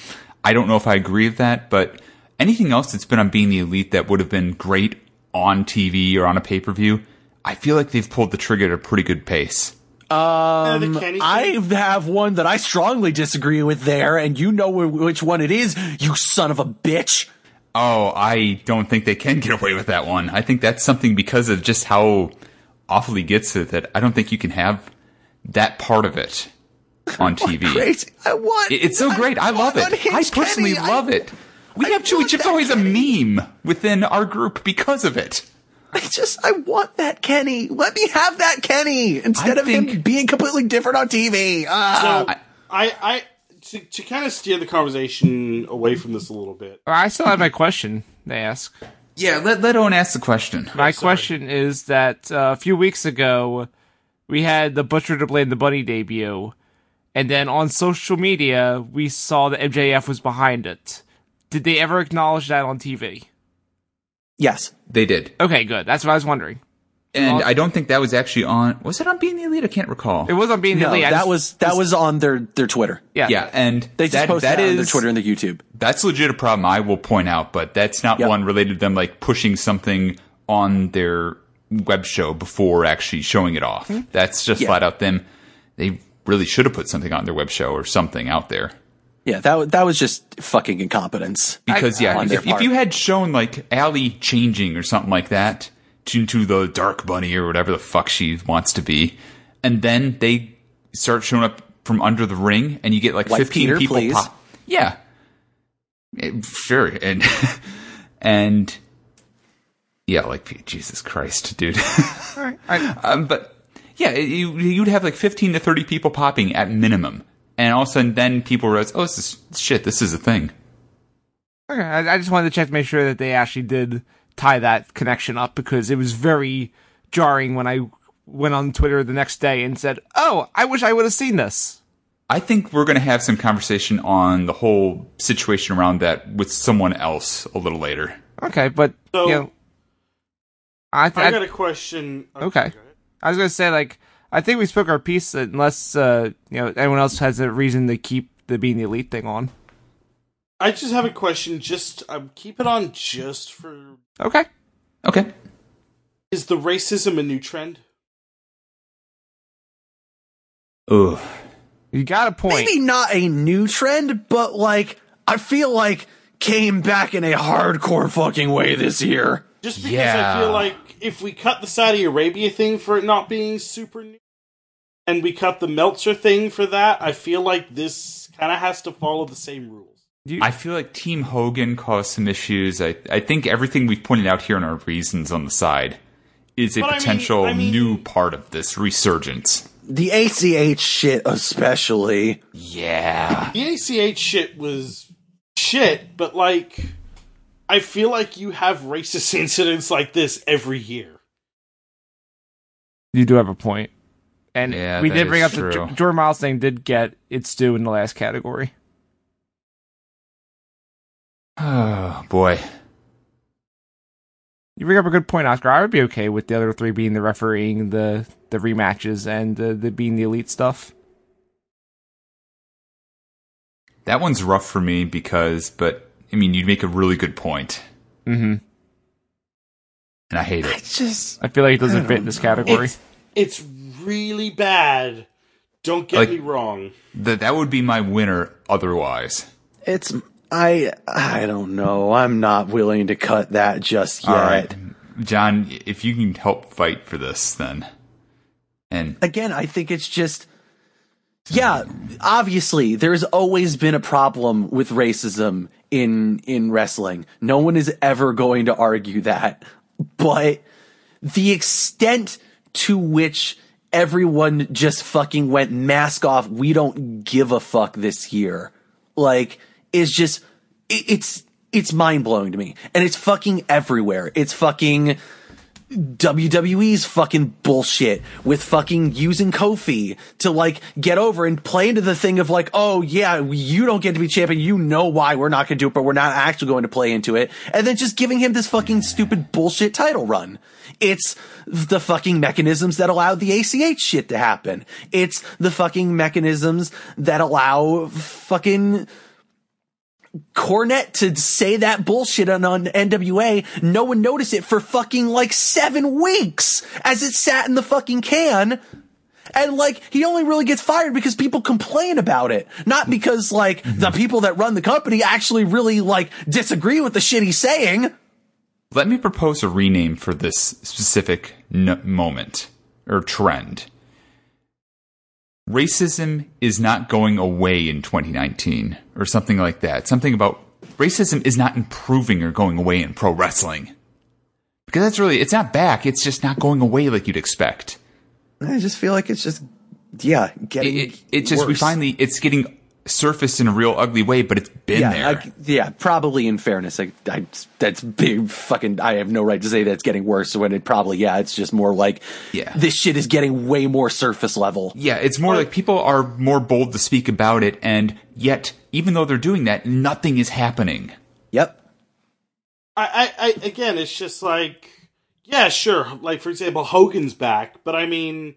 Speaker 4: I don't know if I agree with that. But anything else that's been on being the elite that would have been great on TV or on a pay per view, I feel like they've pulled the trigger at a pretty good pace.
Speaker 3: Uh, the Kenny thing-
Speaker 2: I have one that I strongly disagree with there, and you know wh- which one it is, you son of a bitch.
Speaker 4: Oh, I don't think they can get away with that one. I think that's something because of just how awfully gets it that I don't think you can have that part of it on TV.
Speaker 2: Great. I want.
Speaker 4: It- It's so great. I love it. I
Speaker 2: unhinged
Speaker 4: personally
Speaker 2: Kenny. I-
Speaker 4: love it. We have Chewy
Speaker 2: want
Speaker 4: Chips
Speaker 2: that
Speaker 4: always a meme within our group because of it.
Speaker 2: I just, I want that Kenny. Let me have that Kenny instead
Speaker 4: I
Speaker 2: of him
Speaker 4: think-
Speaker 2: being completely different on TV. Ah.
Speaker 3: So I, I to, to kind of steer the conversation away from this a little bit.
Speaker 1: I still have my question. They ask.
Speaker 4: Yeah, let, let Owen ask the question.
Speaker 1: My question is that uh, a few weeks ago, we had the Butcher to Blame the Bunny debut, and then on social media, we saw that MJF was behind it. Did they ever acknowledge that on TV?
Speaker 2: Yes.
Speaker 4: They did.
Speaker 1: Okay, good. That's what I was wondering.
Speaker 4: And I don't think that was actually on. Was it on Being the Elite? I can't recall.
Speaker 1: It was on Being the
Speaker 2: No,
Speaker 1: Elite. I
Speaker 2: that
Speaker 1: just-
Speaker 2: was that was on their their Twitter.
Speaker 1: yeah.
Speaker 4: Yeah, and
Speaker 2: They just
Speaker 4: that,
Speaker 2: posted
Speaker 4: that
Speaker 2: that on their
Speaker 4: is-
Speaker 2: Twitter and their YouTube.
Speaker 4: That's legit a problem I will point out, but that's not
Speaker 2: Yep.
Speaker 4: one related to them like pushing something on their web show before actually showing it off. That's just
Speaker 2: Yeah.
Speaker 4: flat out them. They really should have put something on their web show or something out there.
Speaker 2: Yeah, that wa- that was just fucking incompetence.
Speaker 4: Because yeah,
Speaker 2: on their
Speaker 4: if, if
Speaker 2: part.
Speaker 4: you had shown like Allie changing or something like that to, to the Dark Bunny or whatever the fuck she wants to be, and then they start showing up from under the ring, and you get like
Speaker 2: Like
Speaker 4: fifteen
Speaker 2: Peter,
Speaker 4: people
Speaker 2: please.
Speaker 4: pop. Yeah, Eh, sure, and and yeah, like Jesus Christ, dude. um, but yeah, it- you, you'd have like 15 to 30 people popping at minimum. And all of a sudden, then people realize, oh, this is shit, this is a thing.
Speaker 1: Okay, I, I just wanted to check to make sure that they actually did tie that connection up because it was very jarring when I went on Twitter the next day and said, "Oh, I wish I would have seen this."
Speaker 4: I think we're going to have some conversation on the whole situation around that with someone else a little later.
Speaker 1: Okay, but
Speaker 3: So-
Speaker 1: you know, I, th-
Speaker 3: I
Speaker 1: I-
Speaker 3: got a question. Oh,
Speaker 1: Okay.
Speaker 3: go ahead.
Speaker 1: I was gonna say like I think we spoke our piece unless uh, you know anyone else has a reason to keep the being the elite thing on.
Speaker 3: I just have a question. Just um, keep it on just for.
Speaker 1: Okay.
Speaker 4: Okay.
Speaker 3: Is the racism a new trend?
Speaker 4: Ugh.
Speaker 1: You got a point.
Speaker 2: Maybe not a new trend, but like I feel like came back in a hardcore fucking way this year.
Speaker 3: Just because I
Speaker 4: Yeah.
Speaker 3: feel like if we cut the Saudi Arabia thing for it not being super new, and we cut the Meltzer thing for that, I feel like this kind of has to follow the same rules.
Speaker 4: I feel like Team Hogan caused some issues. I, I think everything we've pointed out here in our reasons on the side is a
Speaker 3: But I mean-
Speaker 4: potential
Speaker 3: I mean-
Speaker 4: new part of this resurgence.
Speaker 2: The ACH shit especially.
Speaker 4: Yeah.
Speaker 3: the ACH shit was shit, but like, I feel like you have racist incidents like this every year.
Speaker 1: You do have a point. And
Speaker 4: Yeah,
Speaker 1: we
Speaker 4: that
Speaker 1: did bring up
Speaker 4: is
Speaker 1: the
Speaker 4: true.
Speaker 1: J- Jordan Miles thing did get its due in the last category.
Speaker 4: Oh, boy.
Speaker 1: You bring up a good point, Oscar. I would be okay with the other three being the refereeing, the the rematches, and the, the being the elite stuff.
Speaker 4: That one's rough for me because, but, I mean, you make a really good point,
Speaker 1: Mm-hmm.
Speaker 4: and I hate it.
Speaker 2: It's just
Speaker 1: I feel like it doesn't fit in this category.
Speaker 4: It's-
Speaker 3: It's really bad. Don't get
Speaker 4: Like-
Speaker 3: me wrong.
Speaker 4: That that would be my winner. Otherwise,
Speaker 2: It's I I don't know. I'm not willing to cut that just yet.
Speaker 4: all right, John, if you can help fight for this, then and
Speaker 2: Again, I think it's just yeah, obviously there's always been a problem with racism in in wrestling. No one is ever going to argue that. But the extent to which everyone just fucking went mask off, we don't give a fuck this year, like, is just, it, it's, it's mind blowing to me. And it's fucking everywhere. It's fucking WWE's fucking bullshit with fucking using Kofi to like get over and play into the thing of like, oh yeah, you don't get to be champion. You know why we're not going to do it, but we're not actually going to play into it. And then just giving him this fucking stupid bullshit title run. It's the fucking mechanisms that allow the ACH shit to happen. It's the fucking mechanisms that allow fucking Cornette to say that bullshit on, on NWA, no one noticed it for fucking like seven weeks as it sat in the fucking can. And like, he only really gets fired because people complain about it. Not because like the people that run the company actually really like disagree with the shit he's saying.
Speaker 4: let me propose a rename for this specific n- moment or trend. Racism is not going away in 2019 or something like that. Something about racism is not improving or going away in pro wrestling. Because that's really, it's not back, it's just not going away like you'd expect.
Speaker 2: I just feel like it's just, yeah,
Speaker 4: It,
Speaker 2: getting
Speaker 4: it, it just, we
Speaker 2: worse.
Speaker 4: finally, it's getting surfaced in a real ugly way, but it's been
Speaker 2: yeah,
Speaker 4: there.
Speaker 2: I- yeah, probably in fairness, I, I, that's big fucking. I have no right to say that's getting worse when it probably, yeah, it's just more like,
Speaker 4: Yeah.
Speaker 2: this shit is getting way more surface level.
Speaker 4: Yeah, it's more like people are more bold to speak about it, and yet, even though they're doing that, nothing is happening.
Speaker 2: Yep.
Speaker 3: I, I, I again, it's just like, yeah, sure. Like for example, Hogan's back, but I mean,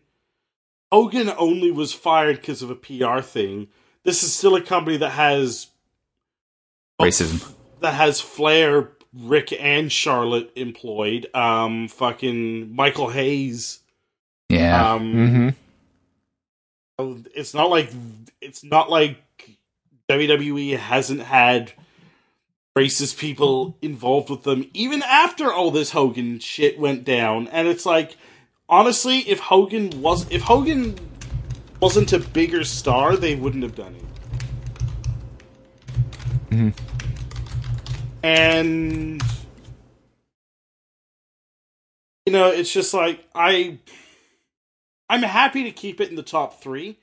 Speaker 3: Hogan only was fired because of a PR thing. This is still a company that has
Speaker 2: Oh.
Speaker 4: Racism.
Speaker 3: that has Flair, Rick, and Charlotte employed. Um, fucking Michael Hayes.
Speaker 4: Yeah.
Speaker 3: Um, it's not like it's not like WWE hasn't had racist people involved with them even after all this Hogan shit went down. And it's like, honestly, if Hogan was if Hogan wasn't a bigger star, they wouldn't have done it. And you know, it's just like I I'm happy to keep it in the top three.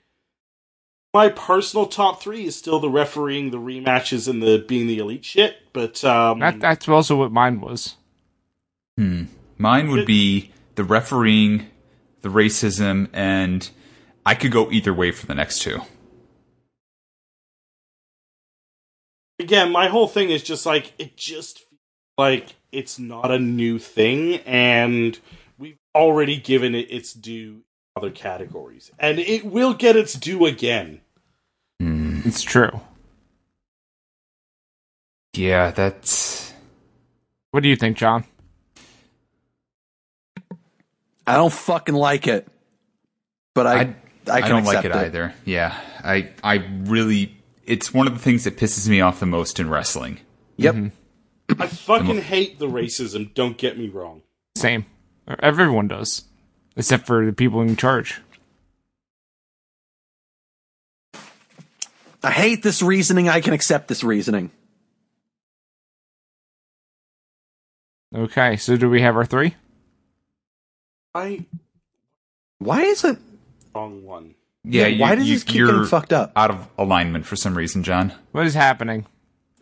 Speaker 3: My personal top three is still the refereeing, the rematches, and the being the elite shit. But um,
Speaker 1: That, that's also what mine was.
Speaker 4: Mine would be the refereeing, the racism, and I could go either way for the next two.
Speaker 3: again, my whole thing is just like it just feels like it's not a new thing, and we've already given it its due in other categories, and it will get its due again.
Speaker 1: It's true.
Speaker 4: Yeah, that's.
Speaker 1: What do you think, John?
Speaker 2: I don't fucking like it, but I, I, can
Speaker 4: don't like
Speaker 2: accept
Speaker 4: it, either. Yeah, I I really it's one of the things that pisses me off the most in wrestling.
Speaker 2: Yep.
Speaker 4: Mm-hmm.
Speaker 3: I fucking hate the racism. Don't get me wrong.
Speaker 1: Same. Everyone does, except for the people in charge.
Speaker 2: I hate this reasoning. I can accept this reasoning.
Speaker 1: Okay, so do we have our three?
Speaker 3: I
Speaker 2: Why isn't?
Speaker 3: wrong one.
Speaker 4: Yeah, you,
Speaker 2: why does
Speaker 4: you,
Speaker 2: this keep
Speaker 4: you're
Speaker 2: getting fucked up?
Speaker 4: Out of alignment for some reason, John.
Speaker 1: What is happening?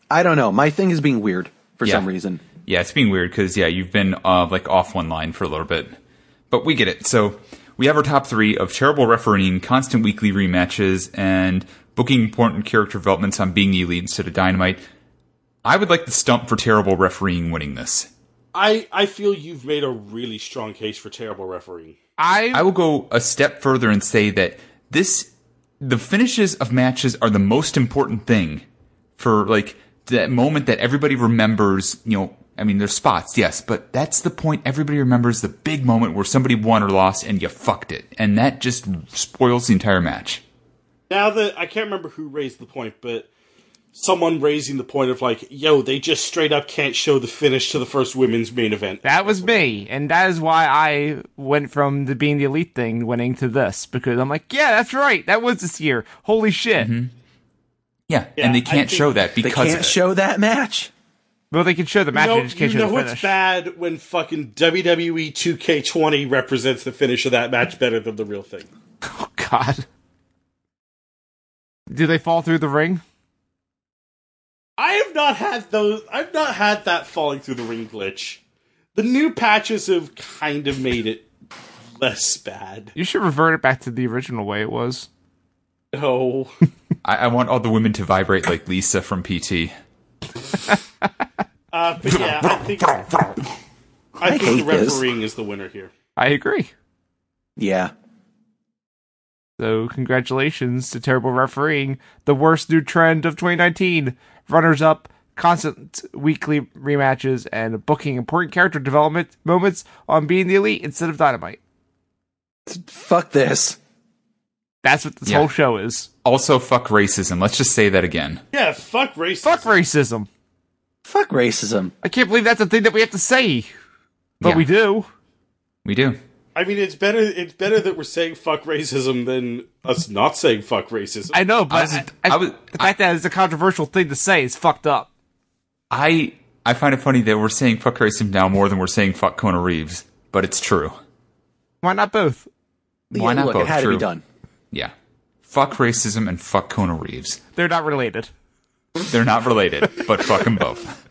Speaker 2: I don't know. My thing is being weird for
Speaker 4: Yeah.
Speaker 2: some reason.
Speaker 4: Yeah, it's being weird because yeah, you've been uh, like off one line for a little bit, but we get it. So we have our top three of terrible refereeing, constant weekly rematches, and booking important character developments on being the elite instead of dynamite. I would like the stump for terrible refereeing winning this.
Speaker 3: I I feel you've made a really strong case for terrible refereeing.
Speaker 1: I
Speaker 4: I will go a step further and say that this the finishes of matches are the most important thing for like that moment that everybody remembers, you know, I mean, there's spots, yes, but that's the point. Everybody remembers the big moment where somebody won or lost and you fucked it. And that just spoils the entire match.
Speaker 3: Now that I can't remember who raised the point, but someone raising the point of like, yo, they just straight up can't show the finish to the first women's main event.
Speaker 1: That was me, and that is why I went from the being the elite thing winning to this because I'm like, yeah, that's right, that was this year. Holy shit!
Speaker 3: Mm-hmm.
Speaker 4: Yeah.
Speaker 3: Yeah,
Speaker 4: and they
Speaker 3: I
Speaker 4: can't
Speaker 3: think
Speaker 4: show that
Speaker 2: They
Speaker 4: because
Speaker 2: can't show that match.
Speaker 1: Well, they can show the match,
Speaker 3: You know,
Speaker 1: they just can't
Speaker 3: you
Speaker 1: show
Speaker 3: know
Speaker 1: the
Speaker 3: what's
Speaker 1: finish.
Speaker 3: bad when fucking E WWE 2K20 represents the finish of that match better than the real thing.
Speaker 1: Oh God! Do they fall through the ring?
Speaker 3: I have not had those. I've not had that falling through the ring glitch. The new patches have kind of made it less bad.
Speaker 1: You should revert it back to the original way it was.
Speaker 3: No,
Speaker 4: I, I want all the women to vibrate like Lisa from PT.
Speaker 3: uh, but yeah, I think I
Speaker 2: hate
Speaker 3: think the
Speaker 2: this.
Speaker 3: refereeing is the winner here.
Speaker 1: I agree.
Speaker 2: Yeah.
Speaker 1: So congratulations to terrible refereeing, the worst new trend of 2019. Runners up, constant weekly rematches, and booking important character development moments on being the elite instead of dynamite.
Speaker 2: Fuck this.
Speaker 1: That's what this
Speaker 4: Yeah.
Speaker 1: whole show is.
Speaker 4: Also, fuck racism. Let's just say that again.
Speaker 3: Yeah, fuck racism.
Speaker 1: Fuck racism.
Speaker 2: Fuck racism.
Speaker 1: I can't believe that's a thing that we have to say, but
Speaker 4: Yeah,
Speaker 1: we do.
Speaker 4: We do.
Speaker 3: I mean, it's better. It's better that we're saying fuck racism than us not saying fuck racism.
Speaker 1: I know, but
Speaker 4: I was-
Speaker 1: I-
Speaker 4: I was-
Speaker 1: the fact that it's a controversial thing to say is fucked up.
Speaker 4: I I find it funny that we're saying fuck racism now more than we're saying fuck Kona Reeves, but it's true.
Speaker 1: Why not both?
Speaker 4: Why not
Speaker 2: Look,
Speaker 4: both?
Speaker 2: it had
Speaker 4: true.
Speaker 2: to be done.
Speaker 4: Yeah. Fuck racism and fuck Kona Reeves.
Speaker 1: They're not related.
Speaker 4: They're not related, but fuck them both.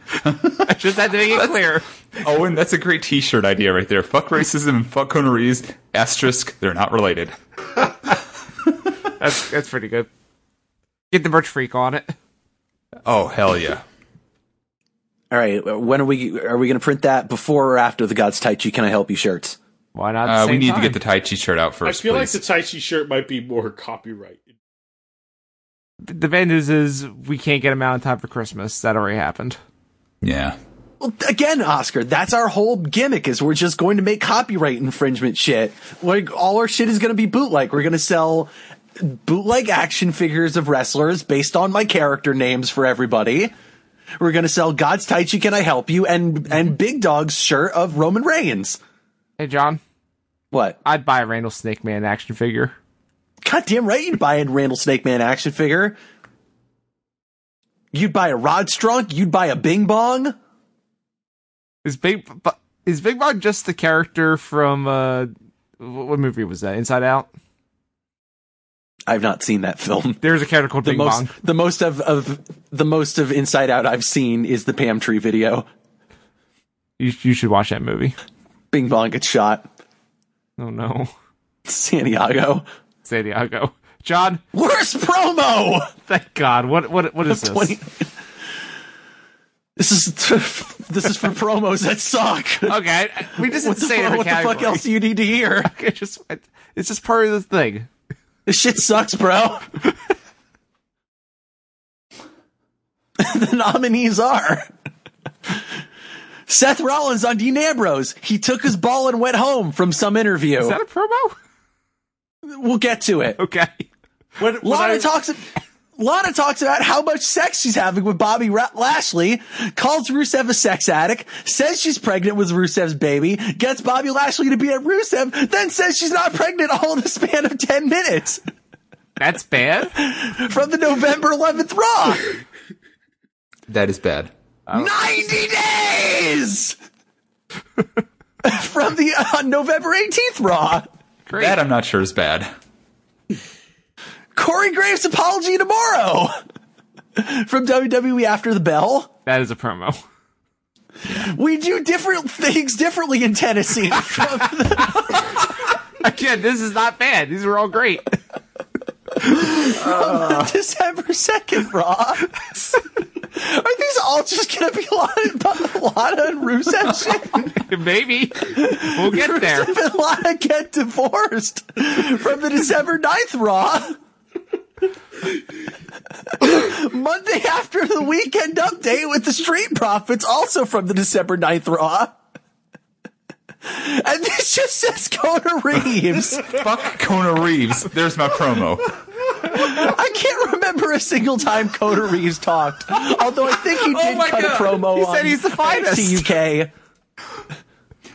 Speaker 1: Just had to make it clear.
Speaker 4: Owen, that's a great T-shirt idea right there. Fuck racism and fuck Kona Reeves. Asterisk. They're not related.
Speaker 1: That's that's pretty good. Get the merch freak on it.
Speaker 4: Oh hell yeah.
Speaker 2: All right, uh, when are we are we going to print that before or after the God's Tai Chi Can I Help You shirts?
Speaker 1: Why not?
Speaker 4: Uh, we need to get the Tai Chi shirt out
Speaker 3: I
Speaker 4: first.
Speaker 3: feel
Speaker 4: please.
Speaker 3: like the Tai Chi shirt might be more copyright.
Speaker 1: the the bad news is we can't get them out in time for Christmas. That already happened.
Speaker 4: yeah.
Speaker 2: Well, again, Oscar, that's our whole gimmick is we're just going to make copyright infringement shit. Like all our shit is going to be bootleg. We're going to sell bootleg action figures of wrestlers based on my character names for everybody. We're going to sell God's Tai Chi Can I Help You and and Big Dog's shirt of Roman Reigns.
Speaker 1: Hey John,
Speaker 2: What?
Speaker 1: I'd buy a Randall Snake Man action figure.
Speaker 2: Goddamn right you'd buy a Randall Snake Man action figure. You'd buy a Rod Strunk, you'd buy a Bing Bong.
Speaker 1: Is Big Bu- is Big Bob just the character from uh, wh- what movie was that? Inside Out.
Speaker 2: I've not seen that film.
Speaker 1: There's a character called
Speaker 2: the
Speaker 1: Big
Speaker 2: most
Speaker 1: Bong.
Speaker 2: the most of, of the most of Inside Out I've seen is the Pam Tree video.
Speaker 1: You you should watch that movie.
Speaker 2: Bing Bong gets shot.
Speaker 1: Oh no,
Speaker 2: Santiago.
Speaker 1: Santiago. John,
Speaker 2: Worst promo.
Speaker 1: thank God. What what what is this?
Speaker 2: 20 This is this is for promos that suck.
Speaker 1: Okay, I- we just
Speaker 2: What, the,
Speaker 1: say
Speaker 2: fu-
Speaker 1: every
Speaker 2: what the fuck
Speaker 1: category.
Speaker 2: else do you need to hear?
Speaker 1: It just it's just part of the thing.
Speaker 2: This shit sucks, bro. the nominees are Seth Rollins on Dean Ambrose. He took his ball and went home from some interview.
Speaker 1: Is that a promo?
Speaker 2: we'll get to it.
Speaker 1: Okay.
Speaker 3: When, when
Speaker 2: Lana
Speaker 3: I-
Speaker 2: talks. Lana talks about how much sex she's having with Bobby Ra- Lashley, calls Rusev a sex addict, says she's pregnant with Rusev's baby, gets Bobby Lashley to be at Rusev, then says she's not pregnant all in the span of 10 minutes
Speaker 1: That's bad.
Speaker 2: from the November 11th Raw.
Speaker 4: That is bad.
Speaker 2: 90 days! from the uh, November 18th Raw.
Speaker 1: Great.
Speaker 2: uh,
Speaker 4: That I'm not sure is bad.
Speaker 2: Corey Graves' apology tomorrow from WWE After the Bell.
Speaker 1: that is a promo.
Speaker 2: We do different things differently in Tennessee. From the-
Speaker 1: Again, this is not bad. These are all great.
Speaker 2: December 2nd, Raw. Are these all just going to be Lana, Lana and Rusev shit?
Speaker 1: Maybe we'll get there.
Speaker 2: Rusev and Lana get divorced from the December 9th Raw. Monday after the weekend update with the Street Profits, also from the December 9th Raw. And this just says Kona Reeves.
Speaker 4: Fuck Kona Reeves. There's my promo.
Speaker 2: I can't remember a single time Kona Reeves talked. Although I think he did
Speaker 4: my
Speaker 2: cut
Speaker 4: God.
Speaker 2: a promo
Speaker 1: Oh He
Speaker 2: on
Speaker 1: said he's the finest.
Speaker 2: NXT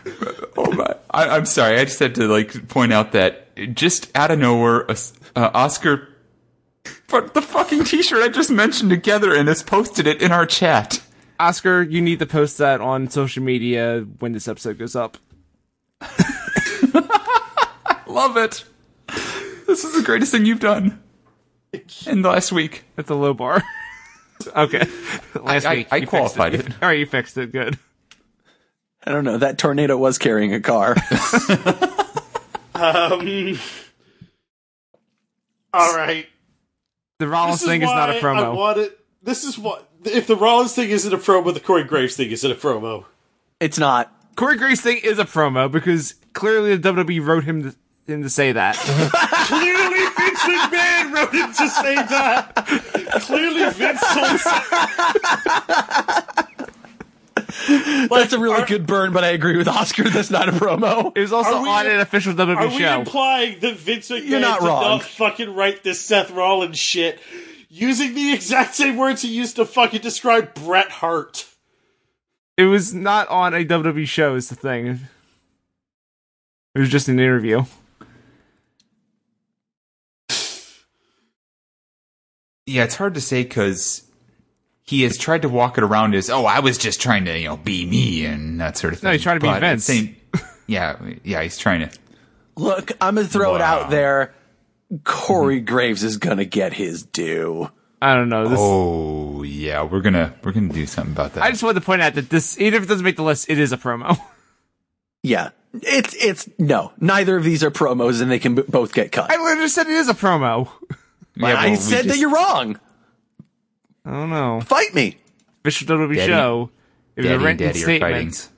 Speaker 2: UK.
Speaker 4: Oh my! I, I'm sorry. I just had to like point out that just out of nowhere, uh, uh, Oscar put the fucking T-shirt I just mentioned together and has posted it in our chat.
Speaker 1: Oscar, you need to post that on social media when this episode goes up.
Speaker 4: Love it. This is the greatest thing you've done in the last week.
Speaker 1: That's a low bar. okay. Last
Speaker 4: I-
Speaker 1: week.
Speaker 4: I
Speaker 1: you fixed
Speaker 4: qualified
Speaker 1: it.
Speaker 4: it.
Speaker 1: All right, you fixed it. Good.
Speaker 2: I don't know. That tornado was carrying a car.
Speaker 3: Um, all right.
Speaker 1: The Rollins
Speaker 3: This
Speaker 1: thing is not a
Speaker 3: why I
Speaker 1: promo.
Speaker 3: wanted, this is what if the Rollins thing isn't a promo, the Corey Graves thing isn't a promo.
Speaker 2: it's not.
Speaker 1: Corey Grace thing is a promo because clearly the WWE wrote him to, him to say that.
Speaker 3: Clearly, Vince McMahon wrote him to say that. Clearly, Vince told.
Speaker 2: That's a really good burn, but I agree with Oscar. That's not a promo.
Speaker 1: It was also
Speaker 3: Are we-
Speaker 1: on an official WWE
Speaker 3: Are we
Speaker 1: show.
Speaker 3: implying that Vince McMahon
Speaker 2: You're not
Speaker 3: did
Speaker 2: wrong.
Speaker 3: not fucking write this Seth Rollins shit using the exact same words he used to fucking describe Bret Hart?
Speaker 1: it was not on a WWE show. Is the thing. It was just an interview.
Speaker 4: Yeah, it's hard to say because he has tried to walk it around as, oh, I was just trying to, you know, be me and that sort of thing.
Speaker 1: No, he's trying to be
Speaker 4: But at the
Speaker 1: Vince.
Speaker 4: Same, yeah, yeah, he's trying to.
Speaker 2: Look, I'm going to throw it
Speaker 4: Wow.
Speaker 2: out there. Corey Graves is going to get his due.
Speaker 1: I don't know. This,
Speaker 4: Oh yeah, we're gonna we're gonna do something about that.
Speaker 1: I just wanted to point out that this, even if it doesn't make the list, it is a promo.
Speaker 2: Yeah. It's, it's, no, neither of these are promos and they can b- both get cut.
Speaker 1: I literally just said it is a promo.
Speaker 4: yeah, well,
Speaker 2: I
Speaker 4: we
Speaker 2: said that
Speaker 4: just-
Speaker 2: you're wrong.
Speaker 1: I don't know.
Speaker 2: Fight me.
Speaker 1: Official WWE
Speaker 4: Daddy-
Speaker 1: show. It was
Speaker 4: Daddy
Speaker 1: a
Speaker 4: and
Speaker 1: written
Speaker 4: Daddy are fighting.
Speaker 1: statement.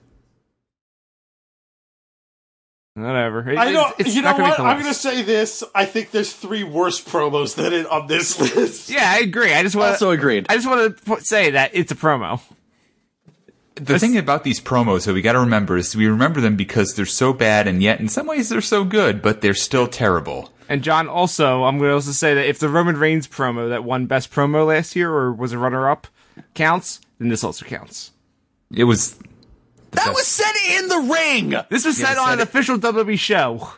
Speaker 1: Whatever. It-
Speaker 3: I don't.
Speaker 1: it's- it's
Speaker 3: you know
Speaker 1: not gonna make
Speaker 3: what?
Speaker 1: the
Speaker 3: I'm
Speaker 1: list.
Speaker 3: gonna say this. I think there's three worse promos than it on this list.
Speaker 1: Yeah, I agree. I just want.
Speaker 2: Also
Speaker 1: to
Speaker 2: agreed.
Speaker 1: I just want to say that it's a promo.
Speaker 4: The thing about these promos that we got to remember is we remember them because they're so bad, and yet in some ways they're so good, but they're still terrible.
Speaker 1: And John, also, I'm going to also say that if the Roman Reigns promo that won best promo last year or was a runner up counts, then this also counts.
Speaker 4: It was
Speaker 2: That was said in the ring.
Speaker 1: This was said on an official WWE show.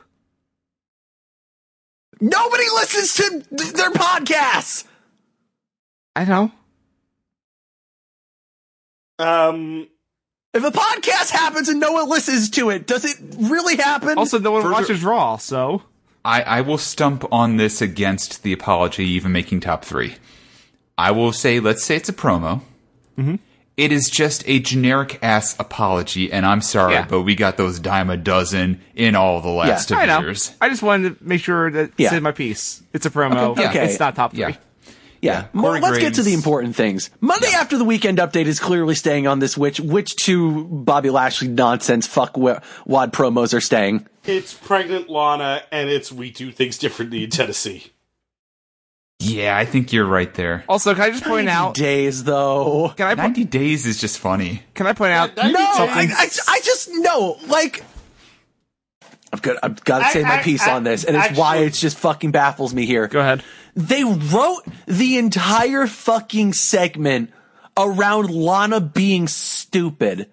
Speaker 2: Nobody listens to th- their podcasts.
Speaker 1: I know.
Speaker 3: Um.
Speaker 2: If a podcast happens and no one listens to it, does it really happen?
Speaker 1: Also, no one
Speaker 4: Further-
Speaker 1: watches Raw, so
Speaker 4: I, I will stump on this against the apology even making top three. I will say, let's say it's a promo. It is just a generic ass apology, and I'm sorry,
Speaker 1: Yeah.
Speaker 4: but we got those dime a dozen in all the last
Speaker 2: Yeah.
Speaker 1: I
Speaker 4: of
Speaker 1: know.
Speaker 4: years.
Speaker 1: I just wanted to make sure that
Speaker 2: Yeah.
Speaker 1: said my piece. It's a promo.
Speaker 2: Okay, okay.
Speaker 1: It's not top three.
Speaker 4: Yeah.
Speaker 2: yeah. Well,
Speaker 4: Corey
Speaker 2: let's get to
Speaker 4: Graves.
Speaker 2: the important things. Monday after the weekend update is clearly staying on this. Which which two Bobby Lashley nonsense fuck wa- wad promos are staying?
Speaker 3: It's pregnant Lana, and it's we do things differently in Tennessee.
Speaker 4: Yeah, I think you're right there.
Speaker 1: Also, can I just point out?
Speaker 2: Days though.
Speaker 1: Can I po-
Speaker 4: 90 days is just funny.
Speaker 1: can I point out?
Speaker 2: No, I,
Speaker 1: something?
Speaker 2: I, I just no like. I've got I've got to
Speaker 3: I-
Speaker 2: say my
Speaker 3: I-
Speaker 2: piece
Speaker 3: I-
Speaker 2: on this, and it's why
Speaker 3: actually-
Speaker 2: it's just fucking baffles me here.
Speaker 1: Go ahead.
Speaker 2: They wrote the entire fucking segment around Lana being stupid.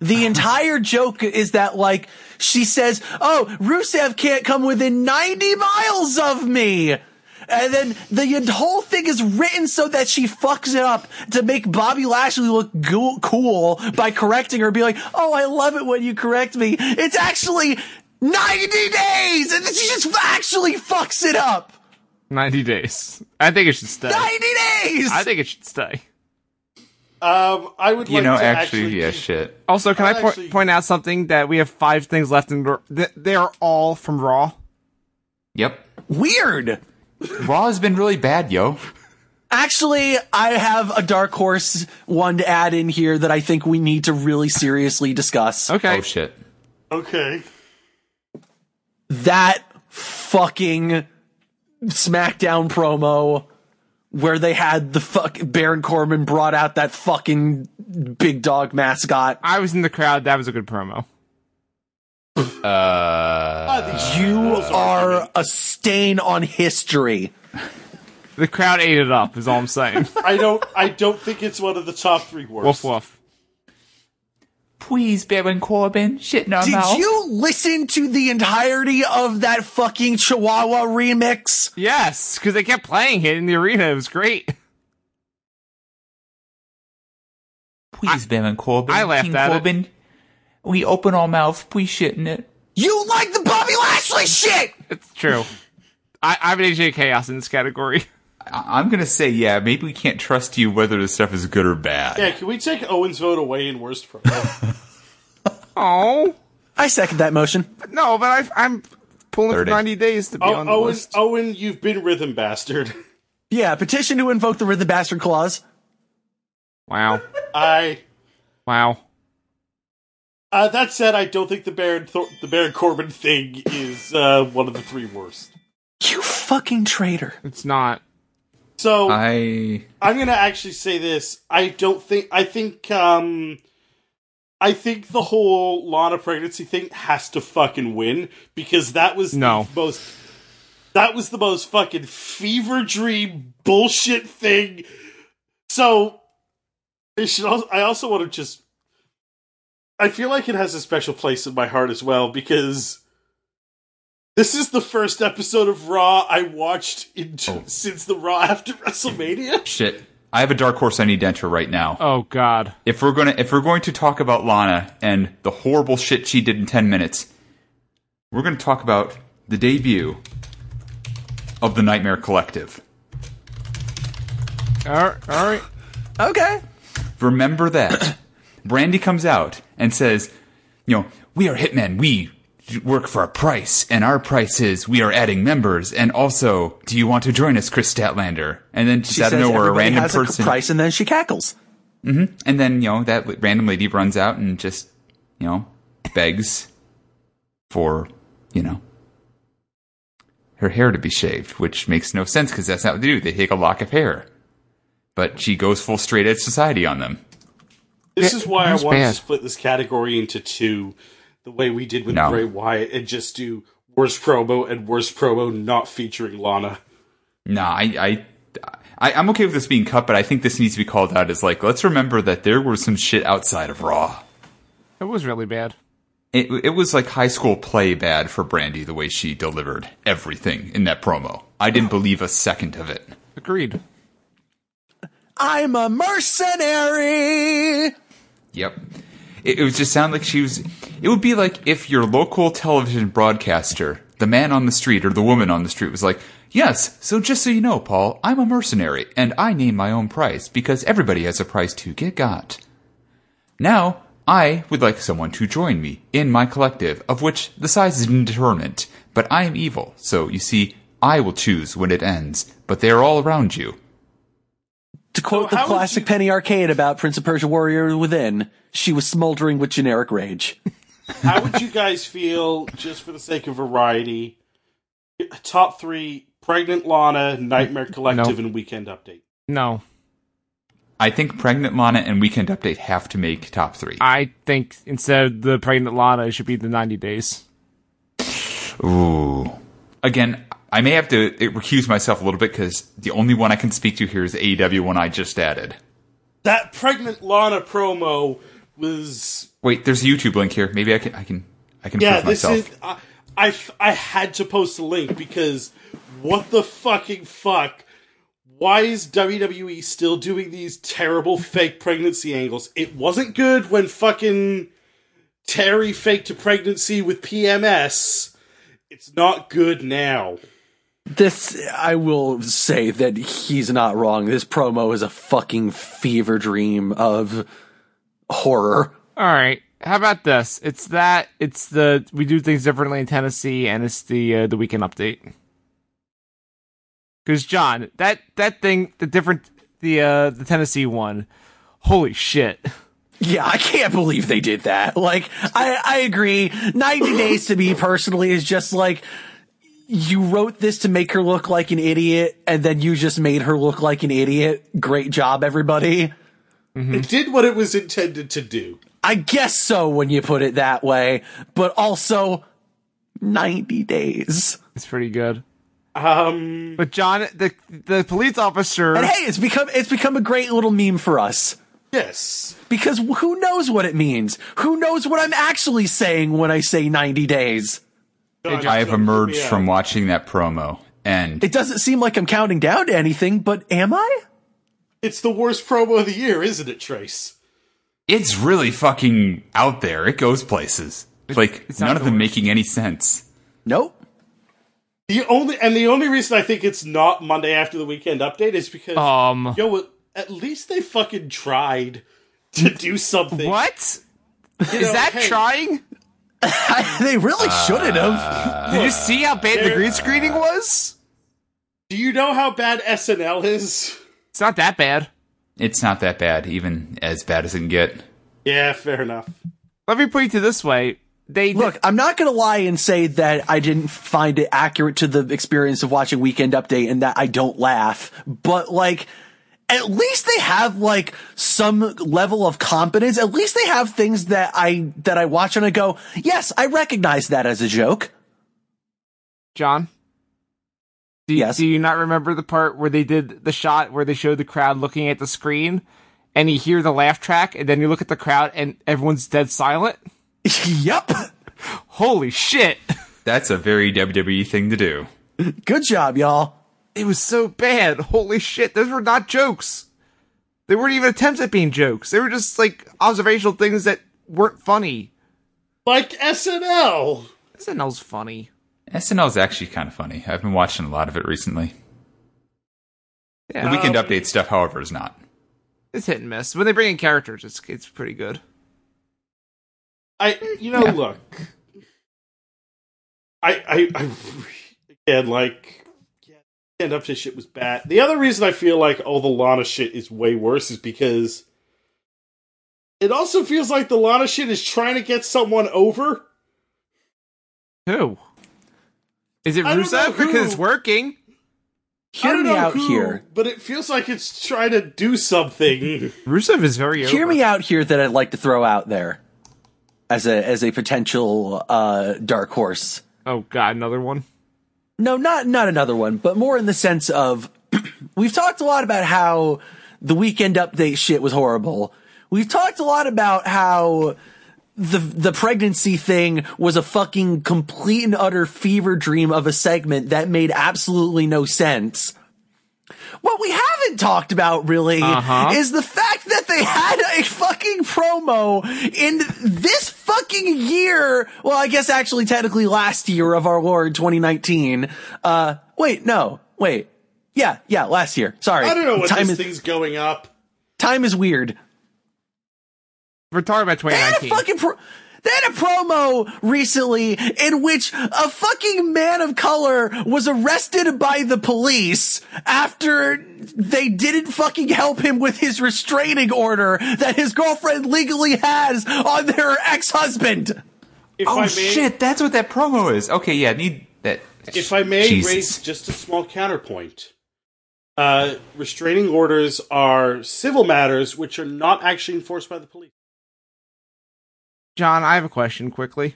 Speaker 2: The entire joke is that like she says, "Oh, Rusev can't come within 90 miles of me." And then the whole thing is written so that she fucks it up to make Bobby Lashley look goo- cool by correcting her, be like, "Oh, I love it when you correct me." It's actually 90 days, and she just actually fucks it up.
Speaker 1: Ninety days. I think it should stay.
Speaker 2: 90 days!
Speaker 1: I think it should stay.
Speaker 3: Um. I would.
Speaker 4: You
Speaker 3: like
Speaker 4: know,
Speaker 3: to
Speaker 4: actually,
Speaker 3: actually
Speaker 4: yeah,
Speaker 3: keep-
Speaker 4: shit.
Speaker 1: Also, can
Speaker 3: I
Speaker 1: I, po-
Speaker 3: actually-
Speaker 1: point out something that we have five things left in the- th- they are all from Raw.
Speaker 4: Yep.
Speaker 2: Weird.
Speaker 4: Raw has been really bad, yo.
Speaker 2: Actually, I have a dark horse one to add in here that I think we need to really seriously discuss.
Speaker 1: Okay.
Speaker 4: Oh, shit.
Speaker 3: Okay.
Speaker 2: That fucking SmackDown promo where they had the fuck Baron Corbin brought out that fucking big dog mascot.
Speaker 1: I was in the crowd. That was a good promo.
Speaker 4: Uh,
Speaker 2: You are a stain on history.
Speaker 1: The crowd ate it up. Is all I'm saying.
Speaker 3: I don't. I don't think it's one of the top three
Speaker 1: woof
Speaker 3: worst.
Speaker 1: woof.
Speaker 4: Please, Baron Corbin, shit in our
Speaker 2: Did
Speaker 4: mouth.
Speaker 2: you listen to the entirety of that fucking Chihuahua remix?
Speaker 1: Yes, because they kept playing it in the arena. It was great.
Speaker 4: Please, Baron Corbin.
Speaker 1: I laughed
Speaker 4: King
Speaker 1: at it.
Speaker 4: Corbin, we open our mouth. Please shit in it.
Speaker 2: You like the Bobby Lashley shit!
Speaker 1: It's true. I, I'm an AJ Chaos in this category.
Speaker 4: I- I'm gonna say, yeah, maybe we can't trust you whether this stuff is good or bad.
Speaker 3: Yeah, can we take Owen's vote away in worst promo?
Speaker 1: Oh
Speaker 2: I second that motion.
Speaker 1: no, but I, I'm pulling for
Speaker 4: 30.
Speaker 1: 90 days to be on the
Speaker 3: Owen,
Speaker 1: list.
Speaker 3: Owen, you've been rhythm bastard.
Speaker 2: Yeah, petition to invoke the Rhythm Bastard Clause.
Speaker 1: Wow,
Speaker 3: I.
Speaker 1: wow.
Speaker 3: Uh, that said, I don't think the Baron Thor- the Baron Corbin thing is uh, one of the three worst.
Speaker 2: You fucking traitor.
Speaker 1: It's not.
Speaker 3: So
Speaker 4: I
Speaker 3: I'm gonna actually say this. I don't think. I think. um I think the whole Lana pregnancy thing has to fucking win because that was
Speaker 1: No.
Speaker 3: the most. That was the most fucking fever dream bullshit thing. So I should. Also, I also want to just. I feel like it has a special place in my heart as well because this is the first episode of Raw I watched in since the Raw after WrestleMania.
Speaker 4: shit. I have a dark horse I need to enter right now.
Speaker 1: Oh God.
Speaker 4: If we're gonna if we're going to talk about Lana and the horrible shit she did in ten minutes, we're gonna talk about the debut of the Nightmare Collective.
Speaker 1: All right. All right.
Speaker 2: Okay.
Speaker 4: Remember that. Brandy comes out and says, you know, we are hitmen. We work for a price, and our price is we are adding members. And also, do you want to join us, Chris Statlander? And then just
Speaker 2: She
Speaker 4: out of
Speaker 2: says
Speaker 4: nowhere, a
Speaker 2: everybody
Speaker 4: random
Speaker 2: has a
Speaker 4: person.
Speaker 2: price and then she cackles.
Speaker 4: And then, you know, that li- random lady runs out and just, you know, begs for, you know, her hair to be shaved, which makes no sense because that's not what they do. They take a lock of hair. But she goes full straight edge society on them.
Speaker 3: This is why I
Speaker 1: that's
Speaker 3: want to
Speaker 1: bad.
Speaker 3: split this category into two, the way we did with
Speaker 4: No.
Speaker 3: Bray Wyatt, and just do worst promo and worst promo not featuring Lana.
Speaker 4: Nah, I, I, I, I'm okay with this being cut, but I think this needs to be called out as like, let's remember that there was some shit outside of Raw.
Speaker 1: It was really bad.
Speaker 4: It, it was like high school play bad for Brandy the way she delivered everything in that promo. I didn't believe a second of it.
Speaker 1: Agreed.
Speaker 2: I'm a mercenary.
Speaker 4: Yep. It, it would just sound like she was. It would be like if your local television broadcaster, the man on the street or the woman on the street, was like, Yes, so just so you know, Paul, I'm a mercenary and I name my own price because everybody has a price to get got. Now, I would like someone to join me in my collective, of which the size is indeterminate, but I am evil, so you see, I will choose when it ends, but they are all around you.
Speaker 2: To quote the
Speaker 3: So how would
Speaker 2: classic
Speaker 3: you-
Speaker 2: Penny Arcade about Prince of Persia Warrior Within, she was smoldering with generic rage.
Speaker 3: How would you guys feel, just for the sake of variety, top three pregnant Lana, Nightmare Collective, and Weekend Update?
Speaker 1: No,
Speaker 4: I think Pregnant Lana and Weekend Update have to make top three.
Speaker 1: I think instead of the pregnant Lana, it should be the 90 days.
Speaker 4: Ooh. Again, I may have to recuse myself a little bit because the only one I can speak to here is the AEW one I just added.
Speaker 3: That pregnant Lana promo was.
Speaker 4: Wait, there's a YouTube link here. Maybe I can I can I can
Speaker 3: Yeah,
Speaker 4: prove
Speaker 3: this
Speaker 4: myself.
Speaker 3: is. uh, I, I, I had to post a link because what the fucking fuck? Why is WWE still doing these terrible fake pregnancy angles? It wasn't good when fucking Terry faked a pregnancy with PMS. It's not good now.
Speaker 2: This, I will say that he's not wrong. This promo is a fucking fever dream of horror.
Speaker 1: All right. How about this? It's that. It's the we do things differently in Tennessee, and it's the uh, the weekend update. Because John, that that thing, the different the uh the Tennessee one, holy shit!
Speaker 2: Yeah, I can't believe they did that. Like, I, I agree. 90 days to me personally is just like, you wrote this to make her look like an idiot, and then you just made her look like an idiot. Great job, everybody.
Speaker 4: Mm-hmm.
Speaker 3: It did what it was intended to do.
Speaker 2: I guess so when you put it that way, but also 90 days.
Speaker 1: It's pretty good.
Speaker 3: Um,
Speaker 1: But John, the the police officer,
Speaker 2: And hey, it's become, it's become a great little meme for us.
Speaker 3: yes.
Speaker 2: Because who knows what it means? Who knows what I'm actually saying when I say 90 days?
Speaker 3: John,
Speaker 4: I have
Speaker 3: don't
Speaker 4: emerged
Speaker 3: put me
Speaker 4: from
Speaker 3: out.
Speaker 4: watching that promo, and
Speaker 2: It doesn't seem like I'm counting down to anything, but am I?
Speaker 3: It's the worst promo of the year, isn't it, Trace?
Speaker 4: it's really fucking out there. It goes places. Like
Speaker 1: it's
Speaker 4: none
Speaker 1: not the
Speaker 4: of them
Speaker 1: worst.
Speaker 4: making any sense.
Speaker 2: Nope.
Speaker 3: The only and the only reason I think it's not Monday after the weekend update is because
Speaker 1: um,
Speaker 3: yo, at- at least they fucking tried to do something.
Speaker 1: what is that
Speaker 3: hey.
Speaker 1: trying?
Speaker 2: they really shouldn't have.
Speaker 1: Did you see how bad
Speaker 2: Uh,
Speaker 1: the green screening was?
Speaker 3: Do you know how bad SNL is?
Speaker 1: It's not that bad.
Speaker 4: It's not that bad, even as bad as it can get.
Speaker 3: Yeah, fair enough.
Speaker 1: Let me put it to this way: they
Speaker 2: Look, I'm not going to lie and say that I didn't find it accurate to the experience of watching Weekend Update and that I don't laugh, but like, at least they have like some level of competence. At least they have things that I, that I watch and I go, yes, I recognize that as a joke.
Speaker 1: John. Do you,
Speaker 2: Yes.
Speaker 1: do you not remember the part where they did the shot where they showed the crowd looking at the screen, and you hear the laugh track, and then you look at the crowd, and everyone's dead silent?
Speaker 2: yep.
Speaker 1: Holy shit!
Speaker 4: That's a very WWE thing to do.
Speaker 2: Good job, y'all.
Speaker 1: It was so bad. Holy shit! Those were not jokes. They weren't even attempts at being jokes. They were just like observational things that weren't funny.
Speaker 3: Like SNL.
Speaker 1: SNL's funny.
Speaker 4: SNL is actually kind of funny. I've been watching a lot of it recently.
Speaker 1: Yeah,
Speaker 4: The weekend update stuff, however, is not.
Speaker 1: it's hit and miss. When they bring in characters, it's it's pretty good.
Speaker 3: I you know look. I I I again like stand up to shit was bad. The other reason I feel like all the Lana shit is way worse is because it also feels like the Lana shit is trying to get someone over.
Speaker 1: Who? Is it
Speaker 3: I don't know
Speaker 1: Rusev? Because it's
Speaker 3: who.
Speaker 1: working.
Speaker 3: I
Speaker 2: Hear
Speaker 3: don't
Speaker 2: me
Speaker 3: know
Speaker 2: out
Speaker 3: who,
Speaker 2: here.
Speaker 3: but it feels like it's trying to do something.
Speaker 1: Rusev is very.
Speaker 2: Hear
Speaker 1: over.
Speaker 2: me out here that I'd like to throw out there as a as a potential uh dark horse.
Speaker 1: Oh god, another one.
Speaker 2: No, not not another one, but more in the sense of we've talked a lot about how the weekend update shit was horrible. We've talked a lot about how the the pregnancy thing was a fucking complete and utter fever dream of a segment that made absolutely no sense. What we haven't talked about really is the fact that they had a fucking promo in this fucking year. Well, I guess actually technically last year of our Lord 2019. Uh, wait, no, wait. Yeah, yeah, last year. Sorry.
Speaker 3: I don't know what
Speaker 2: time
Speaker 3: this
Speaker 2: is,
Speaker 3: thing's going up.
Speaker 2: time is weird.
Speaker 1: We're talking about
Speaker 2: They had
Speaker 1: 2019.
Speaker 2: a fucking pro- they had a promo recently in which a fucking man of color was arrested by the police after they didn't fucking help him with his restraining order that his girlfriend legally has on their ex-husband.
Speaker 3: If I
Speaker 4: Oh
Speaker 3: may,
Speaker 4: shit, that's what that promo is. Okay, yeah, need that.
Speaker 3: If I may
Speaker 4: Jesus.
Speaker 3: raise just a small counterpoint, uh, restraining orders are civil matters which are not actually enforced by the police.
Speaker 1: John, I have a question quickly.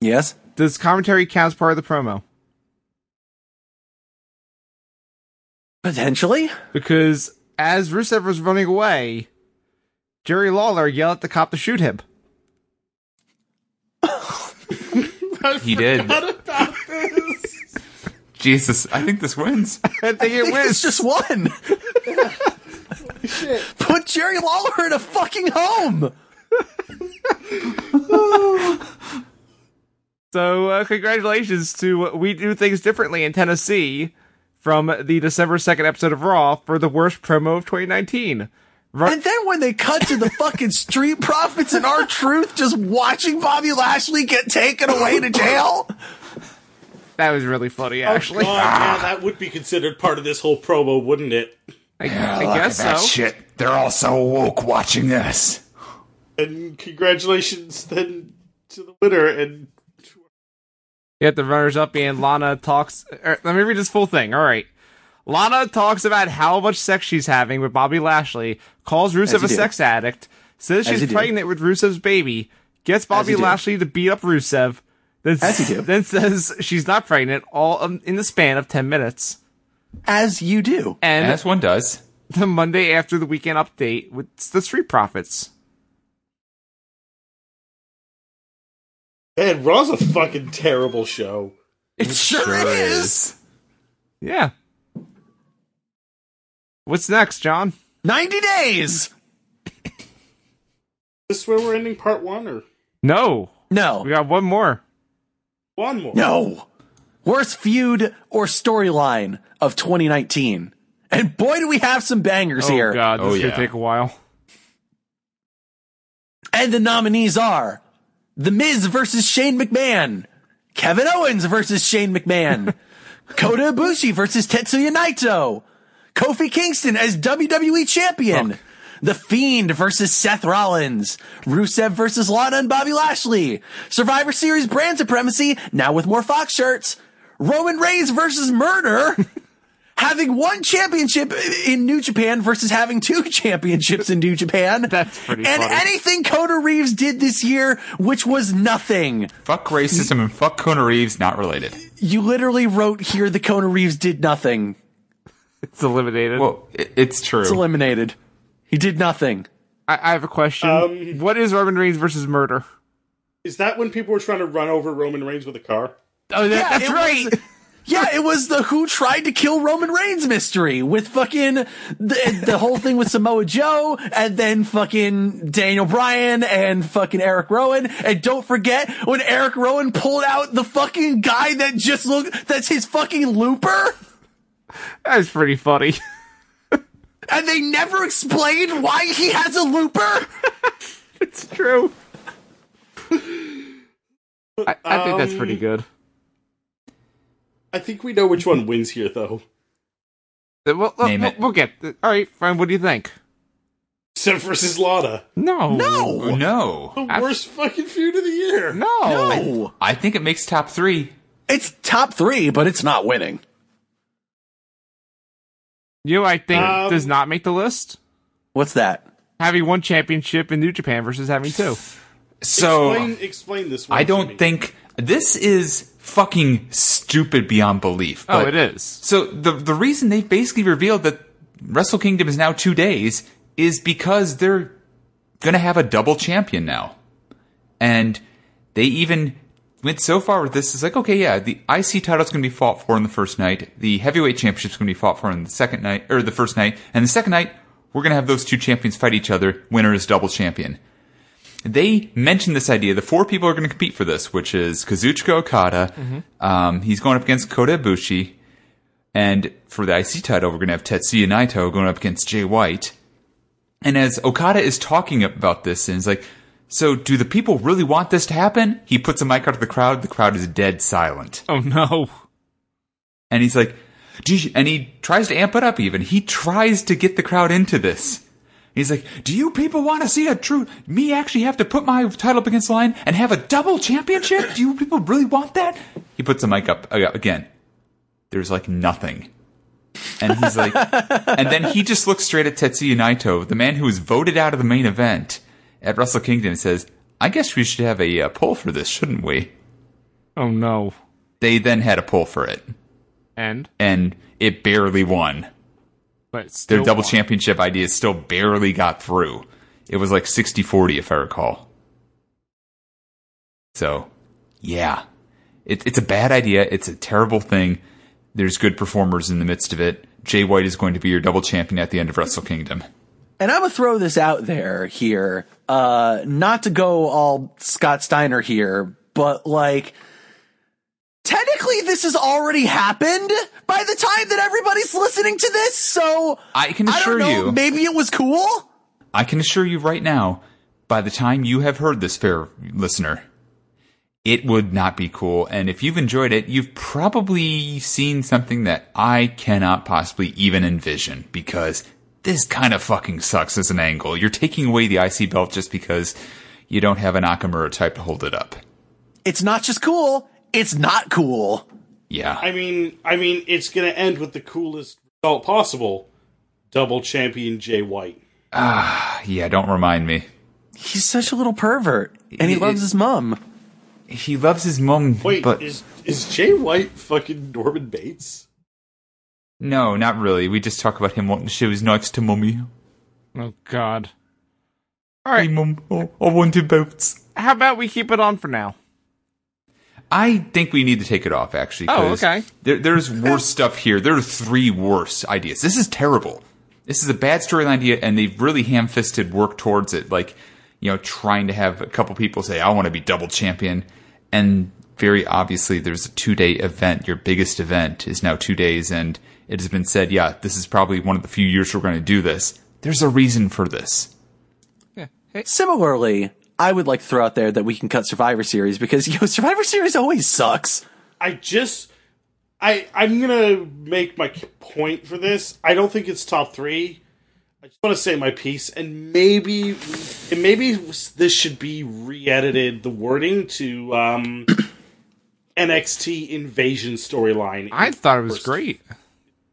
Speaker 2: Yes.
Speaker 1: Does commentary count as part of the promo?
Speaker 2: Potentially?
Speaker 1: Because as Rusev was running away, Jerry Lawler yelled at the cop to shoot him.
Speaker 4: he did. Jesus, I think this wins.
Speaker 1: I think it was
Speaker 2: It's just one. Put Jerry Lawler in a fucking home.
Speaker 1: So, uh, congratulations to We Do Things Differently in Tennessee from the December 2nd episode of Raw for the worst promo of 2019.
Speaker 2: And then when they cut to the fucking street profits and our truth just watching Bobby Lashley get taken away to jail.
Speaker 1: That was really funny,
Speaker 3: Actually,
Speaker 1: actually.
Speaker 3: Oh, yeah, that would be considered part of this whole promo, wouldn't it?
Speaker 1: I, I guess so.
Speaker 4: shit. They're all so woke watching this.
Speaker 3: And congratulations then to the winner and
Speaker 1: You have the runners up, and Lana talks. er, let me read this full thing. All right. Lana talks about how much sex she's having with Bobby Lashley, calls Rusev
Speaker 6: you
Speaker 1: a
Speaker 6: do.
Speaker 1: sex addict, says
Speaker 6: you
Speaker 1: she's
Speaker 6: do.
Speaker 1: pregnant with Rusev's baby, gets Bobby
Speaker 6: you do.
Speaker 1: Lashley to beat up Rusev, then,
Speaker 6: As you do.
Speaker 1: then says she's not pregnant, all um, in the span of 10 minutes.
Speaker 6: As you do.
Speaker 1: And
Speaker 4: As one does.
Speaker 1: the Monday after the weekend update with the Street Profits.
Speaker 3: Man, Raw's a fucking terrible show.
Speaker 2: It sure,
Speaker 1: Yeah. What's next, John?
Speaker 2: 90 days.
Speaker 3: Is this where we're ending part one or
Speaker 1: No. We
Speaker 2: No.
Speaker 1: got one more.
Speaker 3: one more?
Speaker 2: No. Worst feud or storyline of 2019. And boy, do we have some bangers here.
Speaker 1: Oh god, this
Speaker 4: Oh,
Speaker 1: is
Speaker 4: yeah.
Speaker 1: gonna take a while.
Speaker 2: And the nominees are The Miz versus Shane McMahon, Kevin Owens versus Shane McMahon, Kota Ibushi versus Tetsuya Naito, Kofi Kingston as WWE champion, The Fiend versus Seth Rollins, Rusev versus Lana and Bobby Lashley, Survivor Series brand supremacy, now with more Fox shirts, Roman Reigns versus Murder, having one championship in New Japan versus having two championships in New Japan.
Speaker 1: That's pretty
Speaker 2: And
Speaker 1: funny.
Speaker 2: anything Coda Reeves did this year, which was nothing.
Speaker 4: Fuck racism and fuck Conor Reeves, not related.
Speaker 2: You literally wrote here the Coda Reeves did nothing.
Speaker 1: It's eliminated.
Speaker 4: Well, it, it's true.
Speaker 2: It's eliminated. He did nothing.
Speaker 1: I, I have a question.
Speaker 3: Um,
Speaker 1: what is Roman Reigns versus murder?
Speaker 3: Is that when people were trying to run over Roman Reigns with a car?
Speaker 1: Oh, that,
Speaker 2: Yeah,
Speaker 1: that's
Speaker 2: it
Speaker 1: right.
Speaker 2: was- Yeah, it was the who tried to kill Roman Reigns mystery with fucking the, the whole thing with Samoa Joe and then fucking Daniel Bryan and fucking Eric Rowan. And don't forget when Eric Rowan pulled out the fucking guy that just looked, that's his fucking looper.
Speaker 1: That's pretty funny.
Speaker 2: And they never explained why he has a looper.
Speaker 1: it's true. I, I think that's pretty good.
Speaker 3: I think we know which one wins here, though.
Speaker 1: Uh, We'll, we'll-
Speaker 4: Name
Speaker 1: we'll-
Speaker 4: it.
Speaker 1: we'll get. All right, fine. What do you think?
Speaker 3: Seth versus Lana.
Speaker 1: No.
Speaker 2: No.
Speaker 4: Oh, no.
Speaker 3: The worst fucking feud of the year.
Speaker 1: No. Oh.
Speaker 2: No.
Speaker 4: I think it makes top three.
Speaker 2: It's top three, but it's not winning.
Speaker 1: You, know what I think,
Speaker 3: Um,
Speaker 1: does not make the list.
Speaker 2: What's that?
Speaker 1: Having one championship in New Japan versus having two.
Speaker 4: So
Speaker 3: explain, explain this one. to
Speaker 4: I
Speaker 3: me.
Speaker 4: don't think this is fucking stupid beyond belief.
Speaker 1: Oh,
Speaker 4: but-
Speaker 1: it is.
Speaker 4: So the the reason they basically revealed that Wrestle Kingdom is now two days is because they're gonna have a double champion now, and they even went so far with this. It's like, okay, yeah, the IC title's gonna be fought for on the first night, the heavyweight championship's gonna be fought for on the second night or the first night, and the second night we're gonna have those two champions fight each other. Winner is double champion. They mentioned this idea. The four people are going to compete for this, which is Kazuchika Okada. Um, he's going up against Kota Ibushi. And for the IC title, we're going to have Tetsuya Naito going up against Jay White. And as Okada is talking about this, and he's like, so do the people really want this to happen? He puts a mic out to the crowd. The crowd is dead silent.
Speaker 1: Oh no.
Speaker 4: And he's like, do you, and he tries to amp it up even. He tries to get the crowd into this. He's like, do you people want to see a true, me actually have to put my title up against the line and have a double championship? Do you people really want that? He puts the mic up uh, again. There's like nothing. And he's like, and then he just looks straight at Tetsuya Naito, the man who was voted out of the main event at Wrestle Kingdom and says, I guess we should have a uh, poll for this, shouldn't we?
Speaker 1: Oh no.
Speaker 4: They then had a poll for it
Speaker 1: And
Speaker 4: and it barely won.
Speaker 1: but it's
Speaker 4: Their
Speaker 1: still
Speaker 4: double
Speaker 1: one.
Speaker 4: championship idea still barely got through. It was like 60 40, if I recall. So, yeah. It, it's a bad idea. It's a terrible thing. There's good performers in the midst of it. Jay White is going to be your double champion at the end of Wrestle Kingdom.
Speaker 2: And I'm gonna throw this out there here, uh, not to go all Scott Steiner here, but like, technically this has already happened by the time that everybody's listening to this, so
Speaker 4: I can
Speaker 2: I
Speaker 4: assure
Speaker 2: don't know,
Speaker 4: you,
Speaker 2: maybe it was cool.
Speaker 4: I can assure you right now, by the time you have heard this, fair listener, it would not be cool. And if you've enjoyed it, you've probably seen something that I cannot possibly even envision because this kind of fucking sucks as an angle. You're taking away the IC belt just because you don't have an Nakamura type to hold it up.
Speaker 2: It's not just cool, it's not cool.
Speaker 4: Yeah.
Speaker 3: I mean, I mean, it's going to end with the coolest result possible: double champion Jay White.
Speaker 4: yeah, don't remind me.
Speaker 2: He's such a little pervert, and he
Speaker 4: It-
Speaker 2: loves his mom.
Speaker 4: He loves his mom,
Speaker 3: Wait,
Speaker 4: but
Speaker 3: is is Jay White fucking Norman Bates?
Speaker 4: no, not really. We just talk about him wanting to show his knives to mummy.
Speaker 1: Oh God.
Speaker 4: Hey, mum, oh, I want to boats.
Speaker 1: How about we keep it on for now?
Speaker 4: I think we need to take it off, actually.
Speaker 1: Oh,
Speaker 4: 'cause
Speaker 1: okay.
Speaker 4: There, there's worse stuff here. There are three worse ideas. This is terrible. This is a bad storyline idea, and they've really ham fisted work towards it. Like, you know, trying to have a couple people say, I want to be double champion. And very obviously, there's a two day event. Your biggest event is now two days, and it has been said, yeah, this is probably one of the few years we're going to do this. There's a reason for this.
Speaker 2: Similarly, I would like to throw out there that we can cut Survivor Series because yo, Survivor Series always sucks.
Speaker 3: I just, I I'm gonna make my point for this. I don't think it's top three. I just want to say my piece, and maybe, and maybe this should be re-edited. The wording to um, NXT Invasion storyline.
Speaker 1: I thought it was great.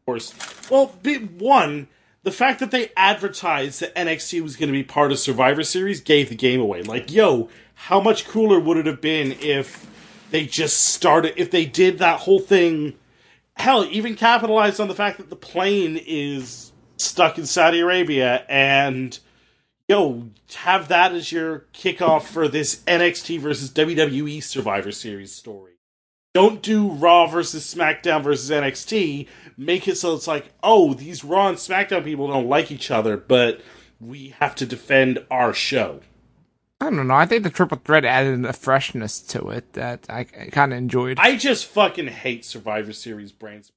Speaker 3: course. Well, be- one, the fact that they advertised that NXT was going to be part of Survivor Series gave the game away. Like, yo, how much cooler would it have been if they just started, if they did that whole thing? Hell, even capitalized on the fact that the plane is stuck in Saudi Arabia and. Yo, have that as your kickoff for this NXT versus WWE Survivor Series story don't do Raw versus SmackDown versus NXT. Make it so it's like, oh, these Raw and SmackDown people don't like each other, but we have to defend our show.
Speaker 1: I don't know. I think the triple threat added a freshness to it that I kind of enjoyed.
Speaker 3: I just fucking hate Survivor Series brands.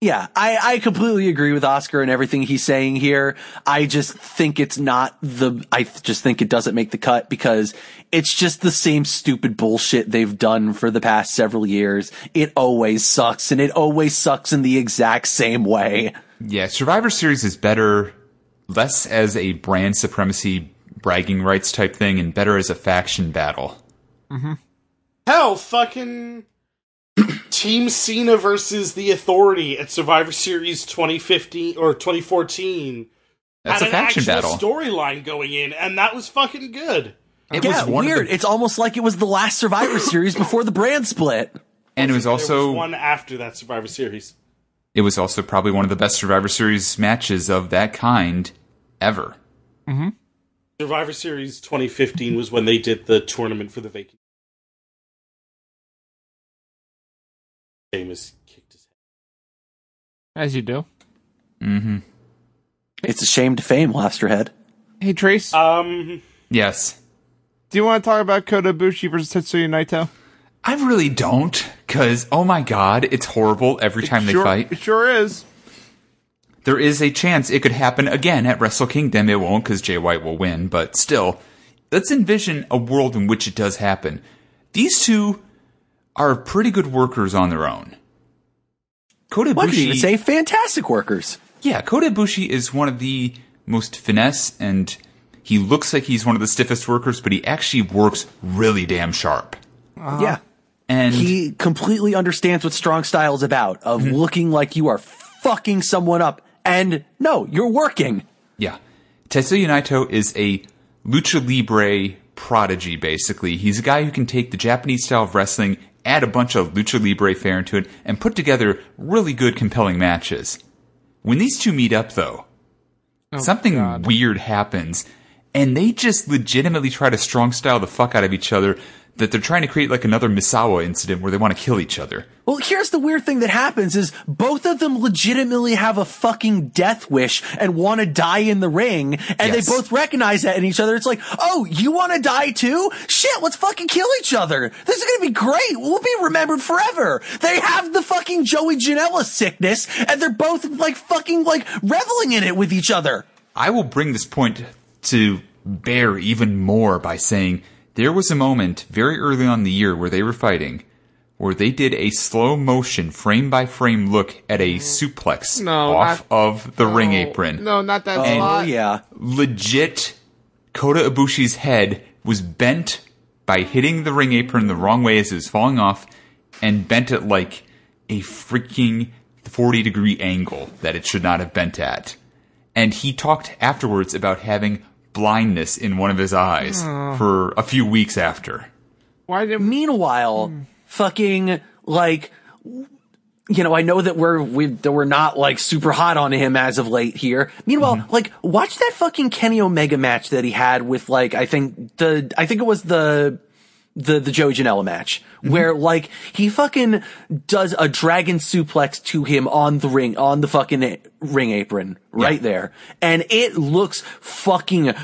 Speaker 2: Yeah, I, I completely agree with Oscar and everything he's saying here. I just think it's not the, I th- just think it doesn't make the cut because it's just the same stupid bullshit they've done for the past several years. It always sucks and it always sucks in the exact same way.
Speaker 4: Yeah, Survivor Series is better, less as a brand supremacy bragging rights type thing, and better as a faction battle.
Speaker 3: Hell, fucking Team Cena versus The Authority at Survivor Series 2015 or 2014.
Speaker 4: That's
Speaker 3: had
Speaker 4: a
Speaker 3: an
Speaker 4: faction
Speaker 3: actual
Speaker 4: battle.
Speaker 3: storyline going in, and that was fucking good.
Speaker 4: it
Speaker 2: yeah,
Speaker 4: was one
Speaker 2: weird.
Speaker 4: of the,
Speaker 2: it's almost like it was the last Survivor Series before the brand split.
Speaker 4: and it was
Speaker 3: there
Speaker 4: also
Speaker 3: was one after that Survivor Series.
Speaker 4: it was also probably one of the best Survivor Series matches of that kind ever.
Speaker 3: Survivor Series 2015 was when they did the tournament for the vacant. James kicked his
Speaker 1: as you do.
Speaker 4: hmm
Speaker 2: It's a shame to fame, Lobsterhead.
Speaker 1: Hey Trace,
Speaker 3: head. Um,
Speaker 4: Yes,
Speaker 1: do you want to talk about Kota Ibushi versus Tetsuya Naito?
Speaker 4: I really don't, because oh my god, it's horrible every time they
Speaker 1: sure,
Speaker 4: fight.
Speaker 1: It sure is.
Speaker 4: there is a chance it could happen again at Wrestle Kingdom. It won't because Jay White will win, but still, let's envision a world in which it does happen. These two are pretty good workers on their own. Kota
Speaker 2: What could you
Speaker 4: Ibushi-
Speaker 2: even say? Fantastic workers.
Speaker 4: yeah, Kota Ibushi is one of the most finesse, and he looks like he's one of the stiffest workers, but he actually works really damn sharp. Uh-huh.
Speaker 2: Yeah.
Speaker 4: And
Speaker 2: he completely understands what strong style is about of looking like you are fucking someone up and no you're working
Speaker 4: Yeah. Tetsuya Naito is a lucha libre prodigy, basically. He's a guy who can take the Japanese style of wrestling, add a bunch of lucha libre fare into it, and put together really good, compelling matches. When these two meet up, though, something weird happens, and they just legitimately try to strong style the fuck out of each other that they're trying to create like another Misawa incident where they want to kill each other.
Speaker 2: well here's the weird thing that happens is both of them legitimately have a fucking death wish and want to die in the ring and
Speaker 4: Yes.
Speaker 2: they both recognize that in each other it's like oh you want to die too shit let's fucking kill each other this is gonna be great we'll be remembered forever they have the fucking joey janela sickness and they're both like fucking like reveling in it with each other
Speaker 4: I will bring this point to bear even more by saying there was a moment very early on in the year where they were fighting where they did a slow motion frame by frame look at a suplex
Speaker 1: No,
Speaker 4: off
Speaker 1: not-
Speaker 4: of the ring
Speaker 1: No,
Speaker 4: apron.
Speaker 1: No, not that
Speaker 2: oh
Speaker 1: spot.
Speaker 2: yeah
Speaker 4: Legit Kota Ibushi's head was bent by hitting the ring apron the wrong way as it was falling off and bent it like a freaking 40 degree angle that it should not have bent at. And he talked afterwards about having blindness in one of his eyes
Speaker 2: Oh.
Speaker 4: for a few weeks after.
Speaker 1: Why didn't
Speaker 2: Meanwhile, fucking like you know, I know that we're we that we're not like super hot on him as of late here. Meanwhile, like watch that fucking Kenny Omega match that he had with like I think the I think it was the the the Joey Janela match where like he fucking does a dragon suplex to him on the ring on the fucking a- ring apron right there and it looks fucking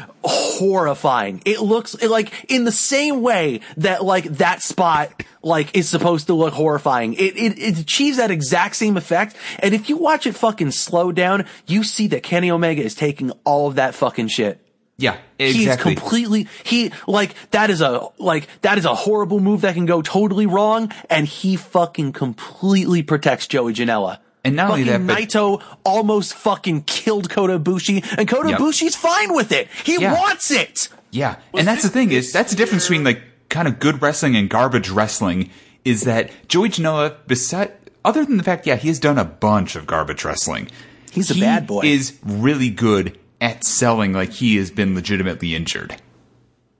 Speaker 2: horrifying it looks it, like in the same way that like that spot like is supposed to look horrifying it, it it achieves that exact same effect and if you watch it fucking slow down you see that Kenny Omega is taking all of that fucking shit
Speaker 4: Yeah,
Speaker 2: He's
Speaker 4: exactly.
Speaker 2: completely he like that is a like that is a horrible move that can go totally wrong, and he fucking completely protects Joey Janela.
Speaker 4: And not only
Speaker 2: fucking
Speaker 4: that, but-
Speaker 2: Naito almost fucking killed Kota Ibushi, and Kota
Speaker 4: Yep.
Speaker 2: Ibushi's fine with it. He
Speaker 4: Yeah.
Speaker 2: wants it.
Speaker 4: Yeah, and that's the thing is that's the difference between like kind of good wrestling and garbage wrestling is that Joey Janela, beside other than the fact, yeah, he has done a bunch of garbage wrestling.
Speaker 2: He's a
Speaker 4: He
Speaker 2: bad boy.
Speaker 4: Is really good at selling like he has been legitimately injured.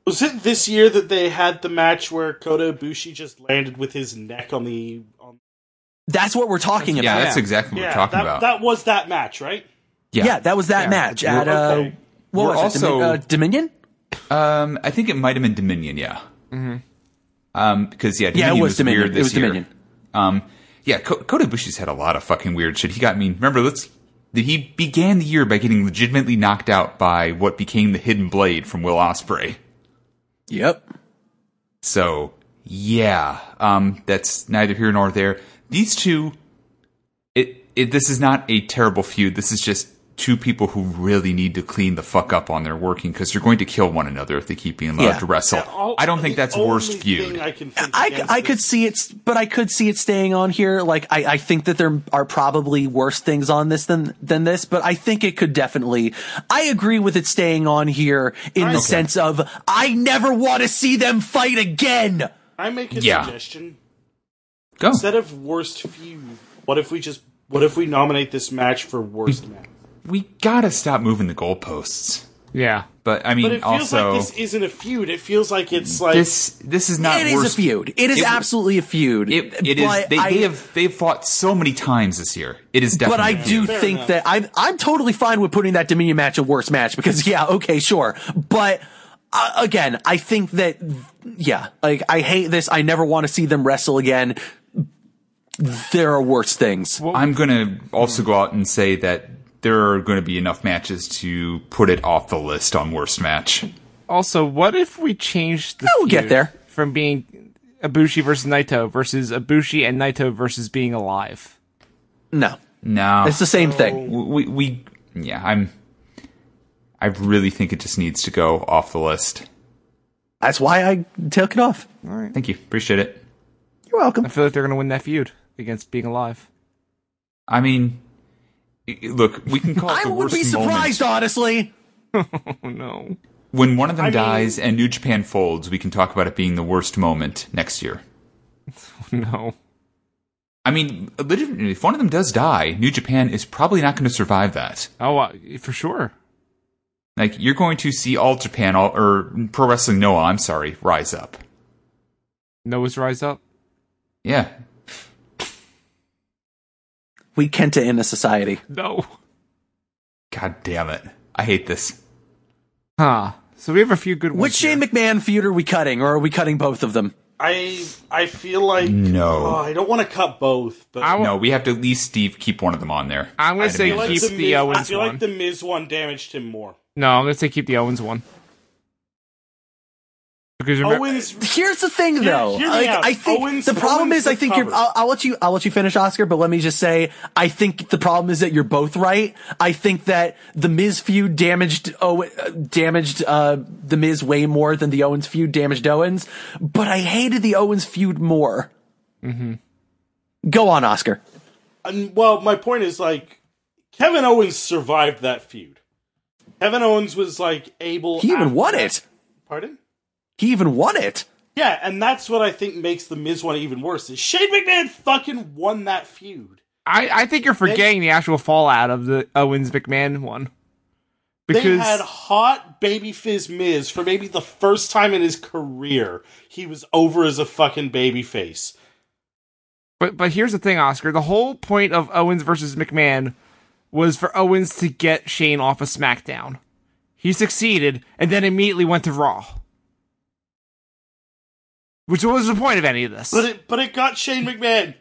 Speaker 3: Was it this year that they had the match where Kota Ibushi just landed with his neck on the on
Speaker 2: That's what we're talking
Speaker 4: Yeah,
Speaker 2: about.
Speaker 4: that's exactly what we're talking
Speaker 3: that,
Speaker 4: about.
Speaker 3: that was that match, right?
Speaker 2: yeah. that was that
Speaker 1: Yeah.
Speaker 2: match
Speaker 4: We're-
Speaker 2: at uh,
Speaker 3: okay.
Speaker 2: what
Speaker 4: We're
Speaker 2: was
Speaker 4: also-
Speaker 2: it? Domin- uh, Dominion?
Speaker 4: Um, I think it might have been Dominion, yeah. Mm-hmm. Um, because yeah, Dominion
Speaker 2: Yeah, it was
Speaker 4: was,
Speaker 2: Dominion.
Speaker 4: weird
Speaker 2: It
Speaker 4: this
Speaker 2: was
Speaker 4: year.
Speaker 2: Dominion.
Speaker 4: Um, yeah, Ko- Kota Bushi's had a lot of fucking weird shit. He got I mean, remember, let's. He began the year by getting legitimately knocked out by what became the Hidden Blade from Will Osprey.
Speaker 2: Yep.
Speaker 4: So yeah, um, that's neither here nor there. These two, it, it this is not a terrible feud. This is just two people who really need to clean the fuck up on their working because you're going to kill one another if they keep being allowed
Speaker 2: Yeah.
Speaker 4: to wrestle.
Speaker 3: All-
Speaker 4: I don't think
Speaker 3: the
Speaker 4: that's worst
Speaker 3: only
Speaker 4: feud.
Speaker 3: thing I, can think
Speaker 2: I,
Speaker 3: against
Speaker 2: I
Speaker 3: this-
Speaker 2: could see it, but I could see it staying on here. Like I, I think that there are probably worse things on this than than this, but I think it could definitely. I agree with it staying on here in the sense of I never want to see them fight again.
Speaker 3: I make a
Speaker 4: Yeah.
Speaker 3: suggestion.
Speaker 4: Go.
Speaker 3: Instead of worst feud, what if we just what if we nominate this match for
Speaker 4: Mm-hmm.
Speaker 3: worst match?
Speaker 4: We gotta stop moving the goalposts.
Speaker 1: yeah.
Speaker 4: But I mean,
Speaker 3: But it feels
Speaker 4: also
Speaker 3: like this isn't a feud. It feels like it's like
Speaker 4: this, this is not
Speaker 2: It is
Speaker 4: worst
Speaker 2: a feud. It is
Speaker 4: it-
Speaker 2: absolutely a feud.
Speaker 4: It, it is.
Speaker 2: But
Speaker 4: They,
Speaker 2: I-
Speaker 4: they have they've fought so many times this year. It is
Speaker 2: But
Speaker 4: definitely.
Speaker 2: I
Speaker 4: a
Speaker 2: do
Speaker 4: feud.
Speaker 2: think
Speaker 3: enough.
Speaker 2: that I'm I'm totally fine with putting that Dominion match a worst match because yeah, okay, sure. But uh, again, I think that yeah, like I hate this. I never want to see them wrestle again. There are worse things.
Speaker 4: I'm going to also go out and say that there are going to be enough matches to put it off the list on worst match.
Speaker 1: Also, what if we changed the
Speaker 2: We'll get
Speaker 1: feud
Speaker 2: there.
Speaker 1: from being Ibushi versus Naito versus Ibushi and Naito versus being alive?
Speaker 2: No,
Speaker 4: No,
Speaker 2: it's the same thing.
Speaker 4: we, we yeah. I'm. I really think it just needs to go off the list.
Speaker 2: That's why I took it off.
Speaker 4: Thank you, appreciate it.
Speaker 2: You're welcome.
Speaker 1: I feel like they're gonna win that feud against being alive.
Speaker 4: I mean, i- i- look, we can call it
Speaker 2: I
Speaker 4: the
Speaker 2: would
Speaker 4: worst
Speaker 2: be surprised,
Speaker 4: moment.
Speaker 2: honestly.
Speaker 1: Oh no.
Speaker 4: when one of them
Speaker 3: mean-
Speaker 4: dies and New Japan folds. We can talk about it being the worst moment next year.
Speaker 1: No.
Speaker 4: I mean, legitimately, if one of them does die, New Japan is probably not going to survive that.
Speaker 1: Oh, uh, for sure.
Speaker 4: Like you're going to see all Japan all, or Pro Wrestling Noah, I'm sorry, rise up.
Speaker 1: Noah's Rise Up.
Speaker 4: Yeah.
Speaker 2: We Kenta in a society.
Speaker 1: No.
Speaker 4: God damn it. I hate this.
Speaker 1: Huh. So we have a few good ones.
Speaker 2: Which Shane
Speaker 1: here.
Speaker 2: McMahon feud are we cutting, or are we cutting both of them?
Speaker 3: I I feel like
Speaker 4: No.
Speaker 3: Oh, I don't want to cut both, but
Speaker 1: I
Speaker 3: I
Speaker 1: w-
Speaker 4: No, we have to at least Steve keep one of them on there.
Speaker 1: I'm gonna
Speaker 4: I'd
Speaker 1: say
Speaker 3: feel like
Speaker 4: imagine.
Speaker 1: keep
Speaker 3: the
Speaker 1: the
Speaker 3: Miz, I
Speaker 1: Owens
Speaker 3: feel
Speaker 1: one.
Speaker 3: like the Miz one damaged him more.
Speaker 1: no, I'm gonna say keep the Owens one. Because remember,
Speaker 3: Owens
Speaker 2: Here's the thing, though.
Speaker 3: hear me
Speaker 2: Like,
Speaker 3: out.
Speaker 2: I think
Speaker 3: Owens-
Speaker 2: the problem
Speaker 3: Owens
Speaker 2: is, I think you're.
Speaker 3: recovered.
Speaker 2: I'll, I'll let you. I'll let you finish, Oscar. But let me just say, I think the problem is that you're both right. I think that the Miz feud damaged oh, uh, damaged uh, the Miz way more than the Owens feud damaged Owens. But I hated the Owens feud more. Mm-hmm. Go on, Oscar.
Speaker 3: And, well, my point is like Kevin Owens survived that feud. Kevin Owens was like able.
Speaker 2: He even
Speaker 3: after
Speaker 2: won
Speaker 3: that-
Speaker 2: it.
Speaker 3: Pardon?
Speaker 2: He even won it.
Speaker 3: Yeah, and that's what I think makes the Miz one even worse. Is Shane McMahon fucking won that feud?
Speaker 1: I, I think you're forgetting the actual fallout of the Owens McMahon one. Because
Speaker 3: They had hot baby fizz Miz for maybe the first time in his career. He was over as a fucking baby face.
Speaker 1: But but here's the thing, Oscar. The whole point of Owens versus McMahon was for Owens to get Shane off of SmackDown. He succeeded, and then immediately went to Raw. Which was the point of any of this?
Speaker 3: But it but it got Shane McMahon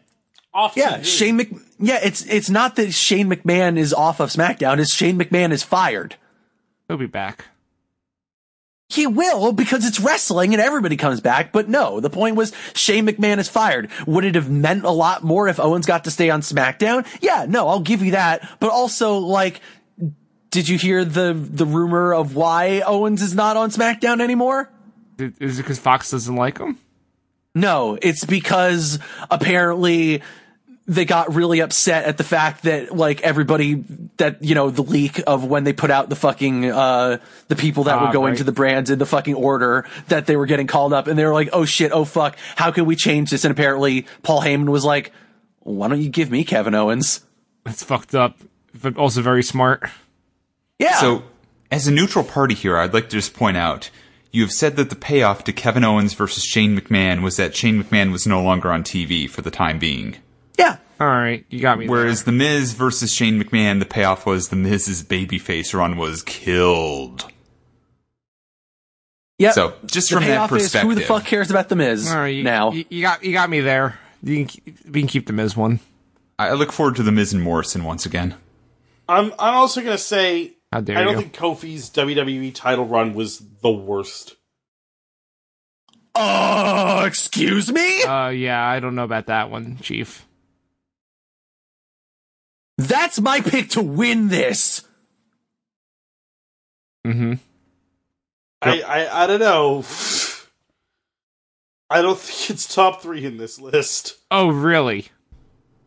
Speaker 3: off.
Speaker 2: Yeah,
Speaker 3: TV.
Speaker 2: Shane Mc. Yeah, it's it's not that Shane McMahon is off of SmackDown. It's Shane McMahon is fired.
Speaker 1: He'll be back.
Speaker 2: He will because it's wrestling and everybody comes back. But no, the point was Shane McMahon is fired. Would it have meant a lot more if Owens got to stay on SmackDown? Yeah, no, I'll give you that. But also, like, did you hear the the rumor of why Owens is not on SmackDown anymore?
Speaker 1: Is is it because Fox doesn't like him?
Speaker 2: No, it's because apparently they got really upset at the fact that like everybody that you know the leak of when they put out the fucking uh the people that
Speaker 1: Ah,
Speaker 2: were going
Speaker 1: right.
Speaker 2: to the brands in the fucking order that they were getting called up and they were like oh shit oh fuck how can we change this and apparently Paul Heyman was like why don't you give me Kevin Owens
Speaker 1: That's fucked up, but also very smart.
Speaker 2: yeah
Speaker 4: So, as a neutral party here, I'd like to just point out you have said that the payoff to Kevin Owens versus Shane McMahon was that Shane McMahon was no longer on TV for the time being.
Speaker 2: yeah
Speaker 1: All right, you got me. there.
Speaker 4: Whereas The Miz versus Shane McMahon, the payoff was The Miz's babyface run was killed.
Speaker 2: yeah
Speaker 4: So, just
Speaker 2: the
Speaker 4: from that
Speaker 2: payoff is
Speaker 4: perspective,
Speaker 2: who the fuck cares about the Miz
Speaker 1: All right, you,
Speaker 2: now
Speaker 1: you, you got you got me there. You can, keep- we can keep the Miz one.
Speaker 4: I I look forward to The Miz and Morrison once again.
Speaker 3: I'm I'm also gonna say
Speaker 1: How dare
Speaker 3: I don't
Speaker 1: you?
Speaker 3: think Kofi's WWE title run was the worst.
Speaker 2: oh excuse me
Speaker 1: uh, yeah, I don't know about that one, Chief.
Speaker 2: that's my pick to win this
Speaker 1: Mm-hmm.
Speaker 3: I, I I don't know. I don't think it's top three in this list.
Speaker 1: Oh, really?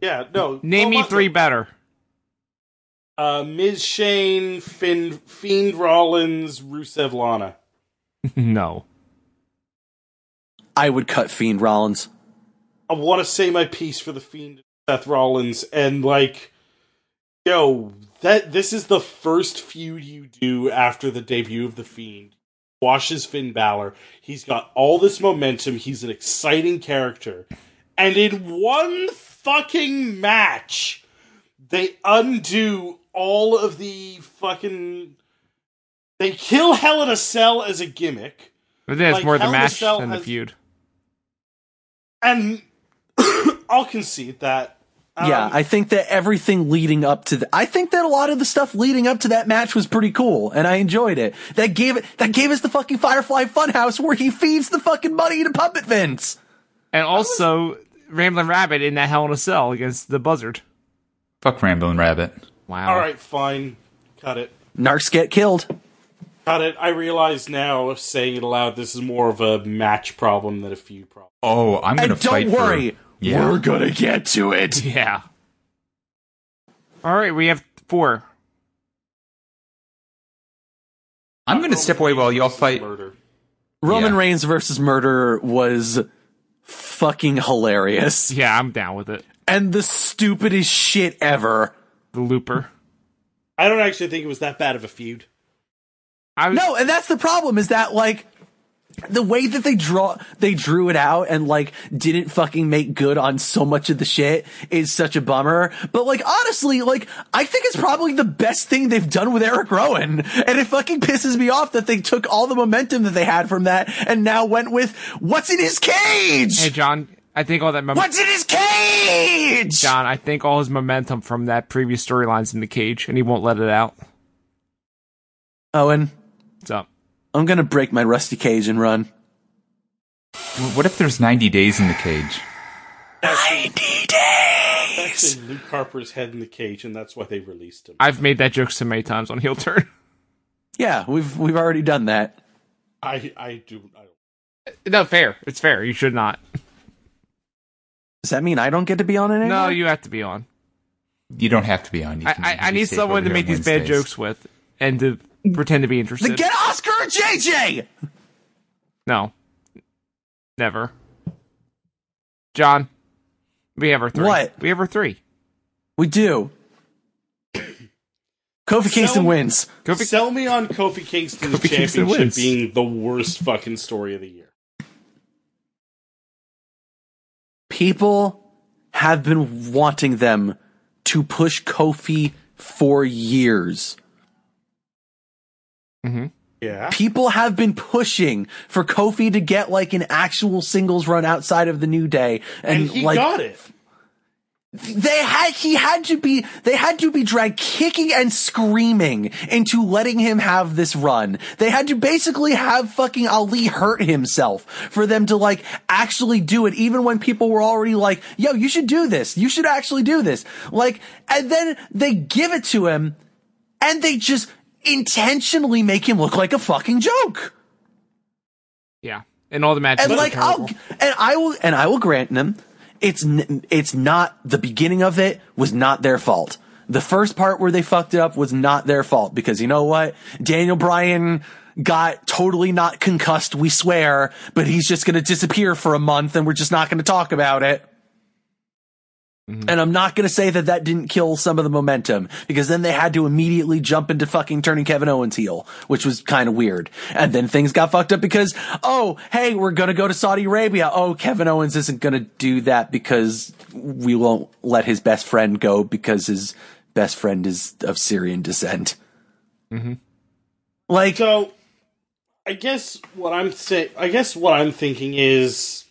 Speaker 3: Yeah, no.
Speaker 1: Name
Speaker 3: Oh,
Speaker 1: me
Speaker 3: look,
Speaker 1: three better.
Speaker 3: Uh, Ms. Shane, Finn, Fiend Rollins, Rusev, Lana.
Speaker 1: no.
Speaker 2: I would cut Fiend Rollins.
Speaker 3: I want to say my piece for the Fiend, Seth Rollins, and like, yo, that this is the first feud you do after the debut of the Fiend. Washes Finn Balor. He's got all this momentum. He's an exciting character, and in one fucking match, they undo all of the fucking. They kill Hell in a Cell as a gimmick.
Speaker 1: But then it's
Speaker 3: Like,
Speaker 1: more the
Speaker 3: Hell in a
Speaker 1: match
Speaker 3: Cell
Speaker 1: than the
Speaker 3: has-
Speaker 1: feud.
Speaker 3: And I'll concede that. Um,
Speaker 2: yeah, I think that everything leading up to the, I think that a lot of the stuff leading up to that match was pretty cool, and I enjoyed it. That gave it, that gave us the fucking Firefly Funhouse where he feeds the fucking money to Puppet Vince.
Speaker 1: And also Ramblin' Rabbit in that Hell in a Cell against the Buzzard.
Speaker 4: Fuck Rambo and Rabbit.
Speaker 1: Wow.
Speaker 3: All right, fine. Cut it.
Speaker 2: Narcs get killed.
Speaker 3: Cut it. I realize now, saying it aloud, this is more of a match problem than a feud problem.
Speaker 4: Oh, I'm going to
Speaker 2: And
Speaker 4: fight
Speaker 2: don't worry,
Speaker 4: for... Yeah.
Speaker 2: we're gonna get to it.
Speaker 1: Yeah. All right, we have four.
Speaker 4: I'm going to step away while y'all fight.
Speaker 3: Murder.
Speaker 2: Roman
Speaker 4: Yeah.
Speaker 2: Reigns versus Murderer was fucking hilarious
Speaker 1: Yeah, I'm down with it.
Speaker 2: and the stupidest shit ever.
Speaker 1: The Looper.
Speaker 3: I don't actually think it was that bad of a feud.
Speaker 1: I was,
Speaker 2: No, and that's the problem is that like the way that they draw they drew it out and like didn't fucking make good on so much of the shit is such a bummer. But like honestly, like I think it's probably the best thing they've done with Eric Rowan. And it fucking pisses me off that they took all the momentum that they had from that and now went with what's in his cage?
Speaker 1: Hey, John. I think all that mem-
Speaker 2: what's in his cage?
Speaker 1: John. I think all his momentum from that previous storyline's in the cage, and he won't let it out.
Speaker 2: Owen,
Speaker 1: What's up?
Speaker 2: I'm going to break my rusty cage and run.
Speaker 4: What if there's 90 days in the cage?
Speaker 2: 90 days.
Speaker 3: Actually, Luke Harper's head in the cage, and that's why they released him.
Speaker 1: I've made that joke so many times on heel turn.
Speaker 2: Yeah, we've we've already done that.
Speaker 3: I, I do. I don't.
Speaker 1: no, fair. It's fair. You should not.
Speaker 2: Does that mean I don't get to be on it anymore?
Speaker 1: No, you have to be on.
Speaker 4: You don't have to be on. You
Speaker 1: I,
Speaker 4: can- you
Speaker 1: I, I
Speaker 4: can
Speaker 1: need
Speaker 4: stay over
Speaker 1: someone to
Speaker 4: here
Speaker 1: make
Speaker 4: on
Speaker 1: these bad
Speaker 4: Wednesdays.
Speaker 1: jokes with and to pretend to be interested.
Speaker 2: Then get Oscar or JJ.
Speaker 1: no. Never. John, we have our three.
Speaker 2: What?
Speaker 1: We have our three.
Speaker 2: We do. Kofi Kingston wins.
Speaker 1: Kofi-
Speaker 3: Sell me on Kofi Kingston's
Speaker 1: Kofi
Speaker 3: championship
Speaker 1: Kingston wins.
Speaker 3: being the worst fucking story of the year.
Speaker 2: People have been wanting them to push Kofi for years.
Speaker 3: Yeah.
Speaker 2: People have been pushing for Kofi to get like an actual singles run outside of the New Day, and,
Speaker 3: And he
Speaker 2: like
Speaker 3: got it.
Speaker 2: they had he had to be they had to be dragged kicking and screaming into letting him have this run. They had to basically have fucking Ali hurt himself for them to like actually do it even when people were already like, "Yo, you should do this. You should actually do this." Like and then they give it to him and they just intentionally make him look like a fucking joke.
Speaker 1: Yeah. And all the matches.
Speaker 2: And
Speaker 1: were
Speaker 2: like I'll
Speaker 1: terrible.
Speaker 2: and I will and I will grant them it's n- it's not the beginning of it was not their fault. The first part where they fucked it up was not their fault because you know what? Daniel Bryan got totally not concussed, we swear, but he's just going to disappear for a month and we're just not going to talk about it. And I'm not going to say that that didn't kill some of the momentum because then they had to immediately jump into fucking turning Kevin Owens heel, which was kind of weird. And then things got fucked up because, oh, hey, we're going to go to Saudi Arabia. Oh, Kevin Owens isn't going to do that because we won't let his best friend go because his best friend is of Syrian descent. Mm-hmm. Like,
Speaker 3: So, I guess what I'm saying, I guess what I'm thinking is,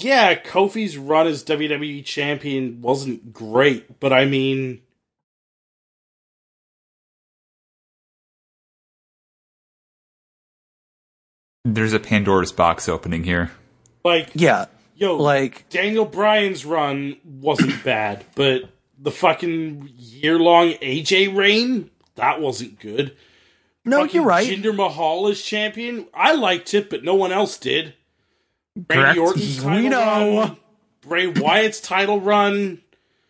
Speaker 3: yeah, Kofi's run as WWE champion wasn't great, but I mean,
Speaker 4: There's a Pandora's box opening here.
Speaker 3: like,
Speaker 2: yeah,
Speaker 3: yo,
Speaker 2: like,
Speaker 3: Daniel Bryan's run wasn't bad, but the fucking year-long AJ reign that wasn't good.
Speaker 2: no,
Speaker 3: Fucking
Speaker 2: Oh, you're right.
Speaker 3: Jinder Mahal as champion, I liked it, but no one else did.
Speaker 1: Correct.
Speaker 3: Randy Orton's
Speaker 2: We
Speaker 3: title
Speaker 2: know.
Speaker 3: run, Bray Wyatt's title run,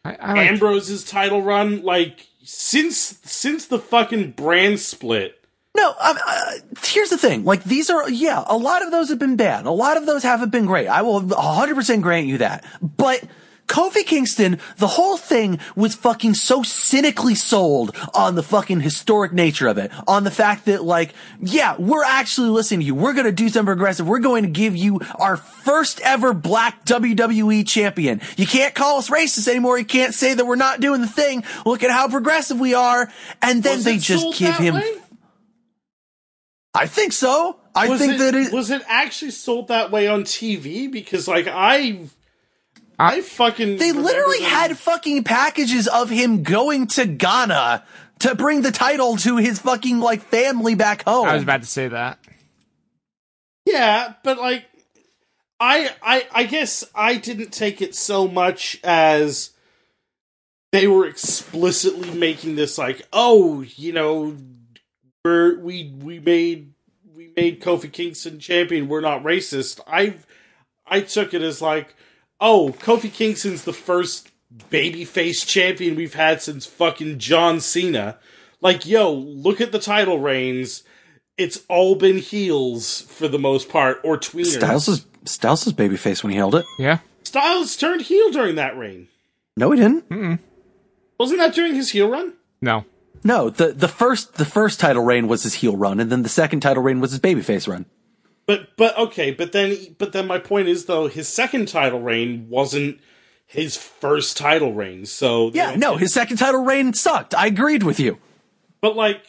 Speaker 1: I, I like
Speaker 3: Ambrose's title run, like since since the fucking brand split,
Speaker 2: No, um, uh, here's the thing. Like these are, yeah, a lot of those have been bad. A lot of those haven't been great. I will 100% grant you that. But Kofi Kingston, the whole thing was fucking so cynically sold on the fucking historic nature of it. On the fact that like, yeah, we're actually listening to you. We're going to do something progressive. We're going to give you our first ever black WWE champion. You can't call us racist anymore. You can't say that we're not doing the thing. Look at how progressive we are. And then
Speaker 3: was
Speaker 2: they
Speaker 3: it
Speaker 2: just
Speaker 3: sold
Speaker 2: give
Speaker 3: that
Speaker 2: him
Speaker 3: way?
Speaker 2: I think so. I
Speaker 3: Was
Speaker 2: think
Speaker 3: it,
Speaker 2: that it.
Speaker 3: was it actually sold that way on TV because like I. I fucking.
Speaker 2: they
Speaker 3: remember
Speaker 2: literally
Speaker 3: them-
Speaker 2: had fucking packages of him going to Ghana to bring the title to his fucking like family back home.
Speaker 1: I was about to say that.
Speaker 3: Yeah, but like I I I guess I didn't take it so much as they were explicitly making this like, oh, you know, we're we we made we made Kofi Kingston champion, we're not racist. I I took it as like, oh, Kofi Kingston's the first babyface champion we've had since fucking John Cena. Like, yo, look at the title reigns it's all been heels for the most part, or tweeners.
Speaker 2: Styles was Styles was babyface when he held it.
Speaker 1: Yeah.
Speaker 3: Styles turned heel during that reign.
Speaker 2: No, he didn't.
Speaker 3: Wasn't that during his heel run?
Speaker 1: No.
Speaker 2: No, the the first the first title reign was his heel run, and then the second title reign was his babyface run.
Speaker 3: But but okay, but then but then my point is though his second title reign wasn't his first title reign. So
Speaker 2: Yeah, no, his second title reign sucked. I agreed with you,
Speaker 3: But like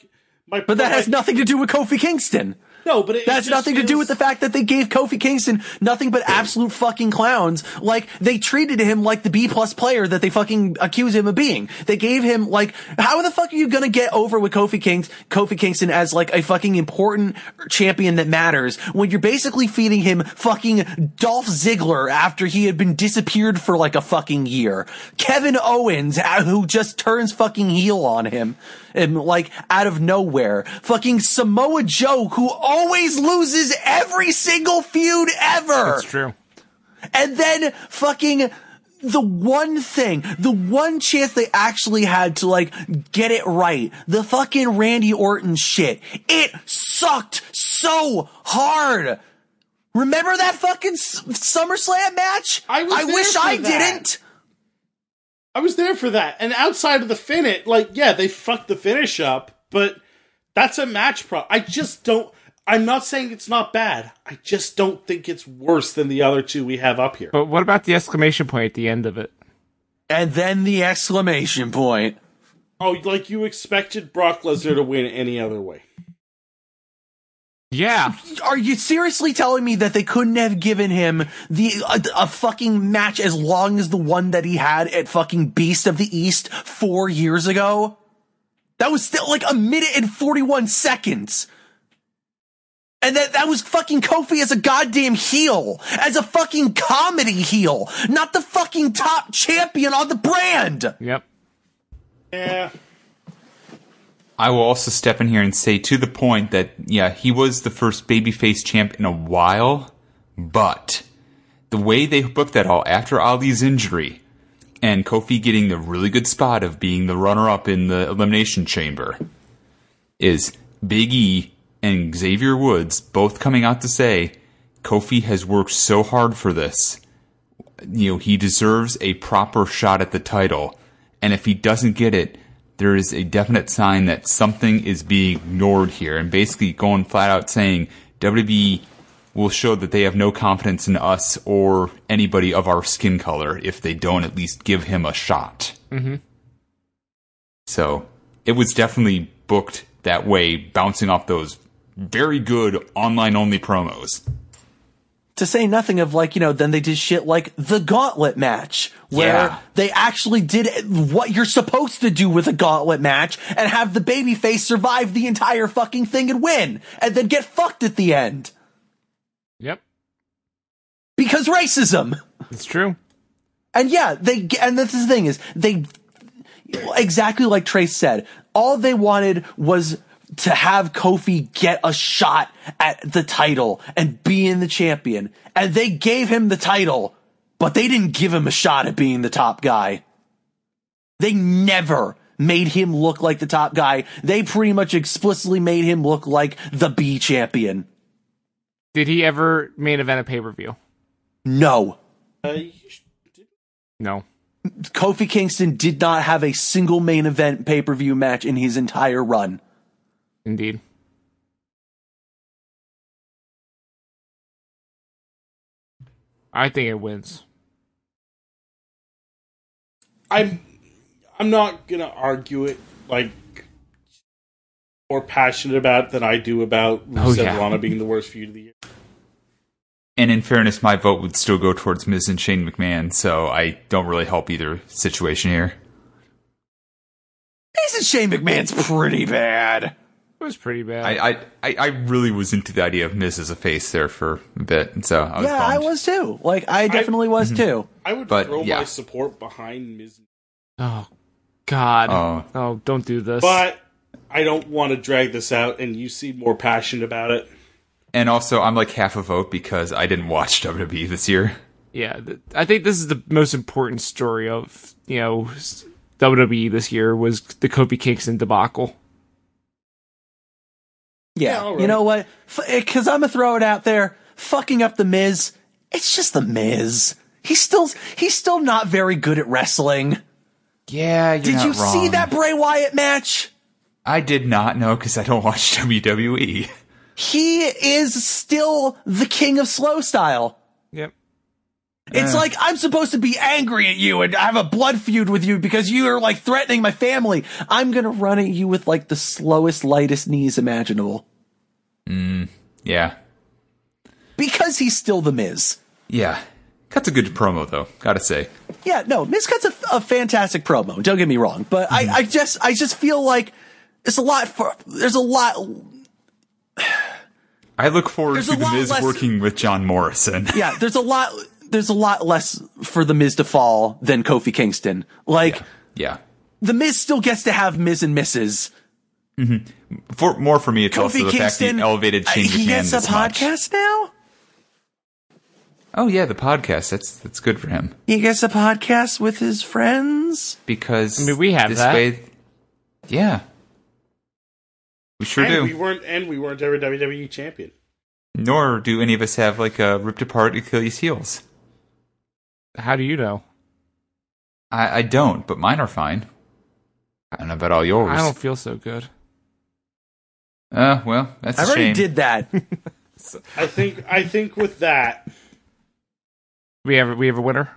Speaker 3: my
Speaker 2: but that has nothing to do with Kofi Kingston.
Speaker 3: no, but it, it
Speaker 2: That's
Speaker 3: just
Speaker 2: nothing to do
Speaker 3: feels-
Speaker 2: with the fact that they gave Kofi Kingston nothing but absolute fucking clowns. Like they treated him like the B plus player that they fucking accuse him of being. They gave him like, how the fuck are you gonna get over with Kofi Kings, Kofi Kingston as like a fucking important champion that matters when you're basically feeding him fucking Dolph Ziggler after he had been disappeared for like a fucking year. Kevin Owens, uh, who just turns fucking heel on him, and like out of nowhere. Fucking Samoa Joe, who always loses every single feud ever.
Speaker 1: That's true.
Speaker 2: And then fucking the one thing, the one chance they actually had to like get it right, the fucking Randy Orton shit. It sucked so hard. Remember that fucking S- SummerSlam match?
Speaker 3: I was there
Speaker 2: wish
Speaker 3: for
Speaker 2: I
Speaker 3: that.
Speaker 2: didn't.
Speaker 3: I was there for that. And outside of the finish, like, yeah, they fucked the finish up, but that's a match pro. I just don't. I'm not saying it's not bad. I just don't think it's worse than the other two we have up here.
Speaker 1: But what about the exclamation point at the end of it?
Speaker 2: And then the exclamation point.
Speaker 3: Oh, like you expected Brock Lesnar to win any other way.
Speaker 1: Yeah,
Speaker 2: Are you seriously telling me that they couldn't have given him the a, a fucking match as long as the one that he had at fucking Beast of the East 4 years ago? That was still like a minute and 41 seconds. And that that was fucking Kofi as a goddamn heel, as a fucking comedy heel, not the fucking top champion on the brand.
Speaker 1: yep.
Speaker 3: Yeah.
Speaker 4: I will also step in here and say to the point that, yeah, he was the first babyface champ in a while, but the way they booked that all after Ali's injury and Kofi getting the really good spot of being the runner up in the Elimination Chamber is Big E and Xavier Woods both coming out to say, Kofi has worked so hard for this. You know, he deserves a proper shot at the title. And if he doesn't get it, there is a definite sign that something is being ignored here. And basically going flat out saying WWE will show that they have no confidence in us or anybody of our skin color if they don't at least give him a shot. Mm-hmm. So it was definitely booked that way, bouncing off those very good online only promos.
Speaker 2: to say nothing of like, you know, then they did shit like the gauntlet match where
Speaker 4: Yeah.
Speaker 2: they actually did what you're supposed to do with a gauntlet match and have the babyface survive the entire fucking thing and win and then get fucked at the end
Speaker 1: Yep.
Speaker 2: because racism.
Speaker 1: It's true.
Speaker 2: And yeah, they and that's the thing is they exactly like Trace said, all they wanted was to have Kofi get a shot at the title and being the champion. And they gave him the title, but they didn't give him a shot at being the top guy. They never made him look like the top guy. They pretty much explicitly made him look like the B champion.
Speaker 1: Did he ever main event a pay per view?
Speaker 2: No.
Speaker 3: Uh, you sh-
Speaker 1: No.
Speaker 2: Kofi Kingston did not have a single main event pay per view match in his entire run.
Speaker 1: Indeed. I think it wins.
Speaker 3: I'm I'm not gonna argue it like more passionate about than I do about
Speaker 1: Oh,
Speaker 3: Rusev
Speaker 1: yeah.
Speaker 3: Lana being the worst feud of the year.
Speaker 4: And in fairness, my vote would still go towards Miz and Shane McMahon, so I don't really help either situation here.
Speaker 2: Jason Shane McMahon's pretty bad.
Speaker 1: It was pretty bad.
Speaker 4: I, I, I I really was into the idea of Miz as a face there for a bit, so I was
Speaker 2: yeah, I
Speaker 4: bummed. Mm-hmm.
Speaker 2: was too. Like, I definitely was too.
Speaker 3: I would
Speaker 4: But,
Speaker 3: throw
Speaker 4: yeah.
Speaker 3: my support behind Miz,
Speaker 1: oh God.
Speaker 4: Oh.
Speaker 1: oh, don't do this.
Speaker 3: but I don't want to drag this out. And you seem more passionate about it.
Speaker 4: And also, I'm like half a vote because I didn't watch WWE this year.
Speaker 1: yeah, th- I think this is the most important story of you know s- WWE this year was the Kobe Kingston debacle.
Speaker 2: Yeah.
Speaker 3: all right.
Speaker 2: You know what? Because I'm gonna throw it out there. Fucking up the Miz. It's just the Miz. He's still he's still not very good at wrestling.
Speaker 4: Yeah,
Speaker 2: Did you see that Bray Wyatt match?
Speaker 4: I did not know because I don't watch E. WWE.
Speaker 2: He is still the king of slow style.
Speaker 1: Yep.
Speaker 4: Uh.
Speaker 2: It's like I'm supposed to be angry at you and have a blood feud with you because you are like threatening my family. I'm gonna run at you with like the slowest, lightest knees imaginable
Speaker 4: Yeah,
Speaker 2: because he's still the Miz.
Speaker 4: yeah. Cuts a good promo though. Gotta say.
Speaker 2: Yeah, no, Miz Cut's a, a fantastic promo. Don't get me wrong, but
Speaker 4: Mm-hmm.
Speaker 2: I, I just, I just feel like it's a lot for. There's a lot.
Speaker 4: I look forward
Speaker 2: There's
Speaker 4: to
Speaker 2: a
Speaker 4: the
Speaker 2: lot
Speaker 4: Miz
Speaker 2: less-
Speaker 4: working with John Morrison.
Speaker 2: Yeah, there's a lot. There's a lot less for the Miz to fall than Kofi Kingston. Like
Speaker 4: yeah.
Speaker 2: the Miz still gets to have Miz and Misses.
Speaker 4: For more for me, it's also
Speaker 2: Kofi
Speaker 4: the fact
Speaker 2: Kingston
Speaker 4: he elevated
Speaker 2: uh,
Speaker 4: Shane
Speaker 2: he
Speaker 4: McMahon
Speaker 2: gets a
Speaker 4: this much.
Speaker 2: podcast now.
Speaker 4: Oh yeah, the podcast. That's that's good for him
Speaker 2: He gets a podcast with his friends.
Speaker 4: because
Speaker 1: I mean, we have
Speaker 4: this
Speaker 1: that.
Speaker 4: way. Yeah, we sure
Speaker 3: and
Speaker 4: do.
Speaker 3: we weren't, and we weren't ever WWE E champion.
Speaker 4: nor do any of us have like a ripped apart Achilles heels.
Speaker 1: How do you know?
Speaker 4: I, I don't, but mine are fine. I don't know about all yours.
Speaker 1: I don't feel so good.
Speaker 4: Uh, well, that's
Speaker 7: I
Speaker 4: a
Speaker 7: already
Speaker 4: shame.
Speaker 7: did that.
Speaker 3: I think I think with that
Speaker 1: We have we have a winner.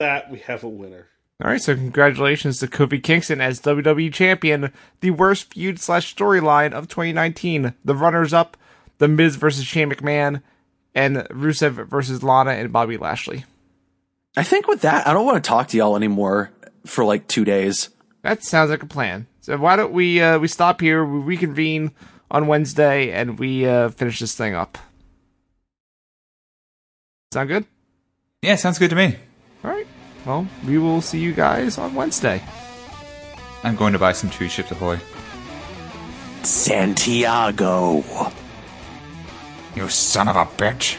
Speaker 3: that we have a winner.
Speaker 1: All right, so congratulations to Kofi Kingston as WWE champion. The worst feud slash storyline of 2019. The runners up: The Miz versus Shane McMahon, and Rusev versus Lana and Bobby Lashley.
Speaker 7: I think with that, I don't want to talk to y'all anymore for like two days.
Speaker 1: That sounds like a plan. So why don't we uh, we stop here? We reconvene on Wednesday and we uh, finish this thing up. Sound good?
Speaker 4: Yeah, sounds good to me.
Speaker 1: All right. Well, we will see you guys on Wednesday.
Speaker 4: I'm going to buy some tree ships ahoy.
Speaker 7: Santiago.
Speaker 4: You son of a bitch.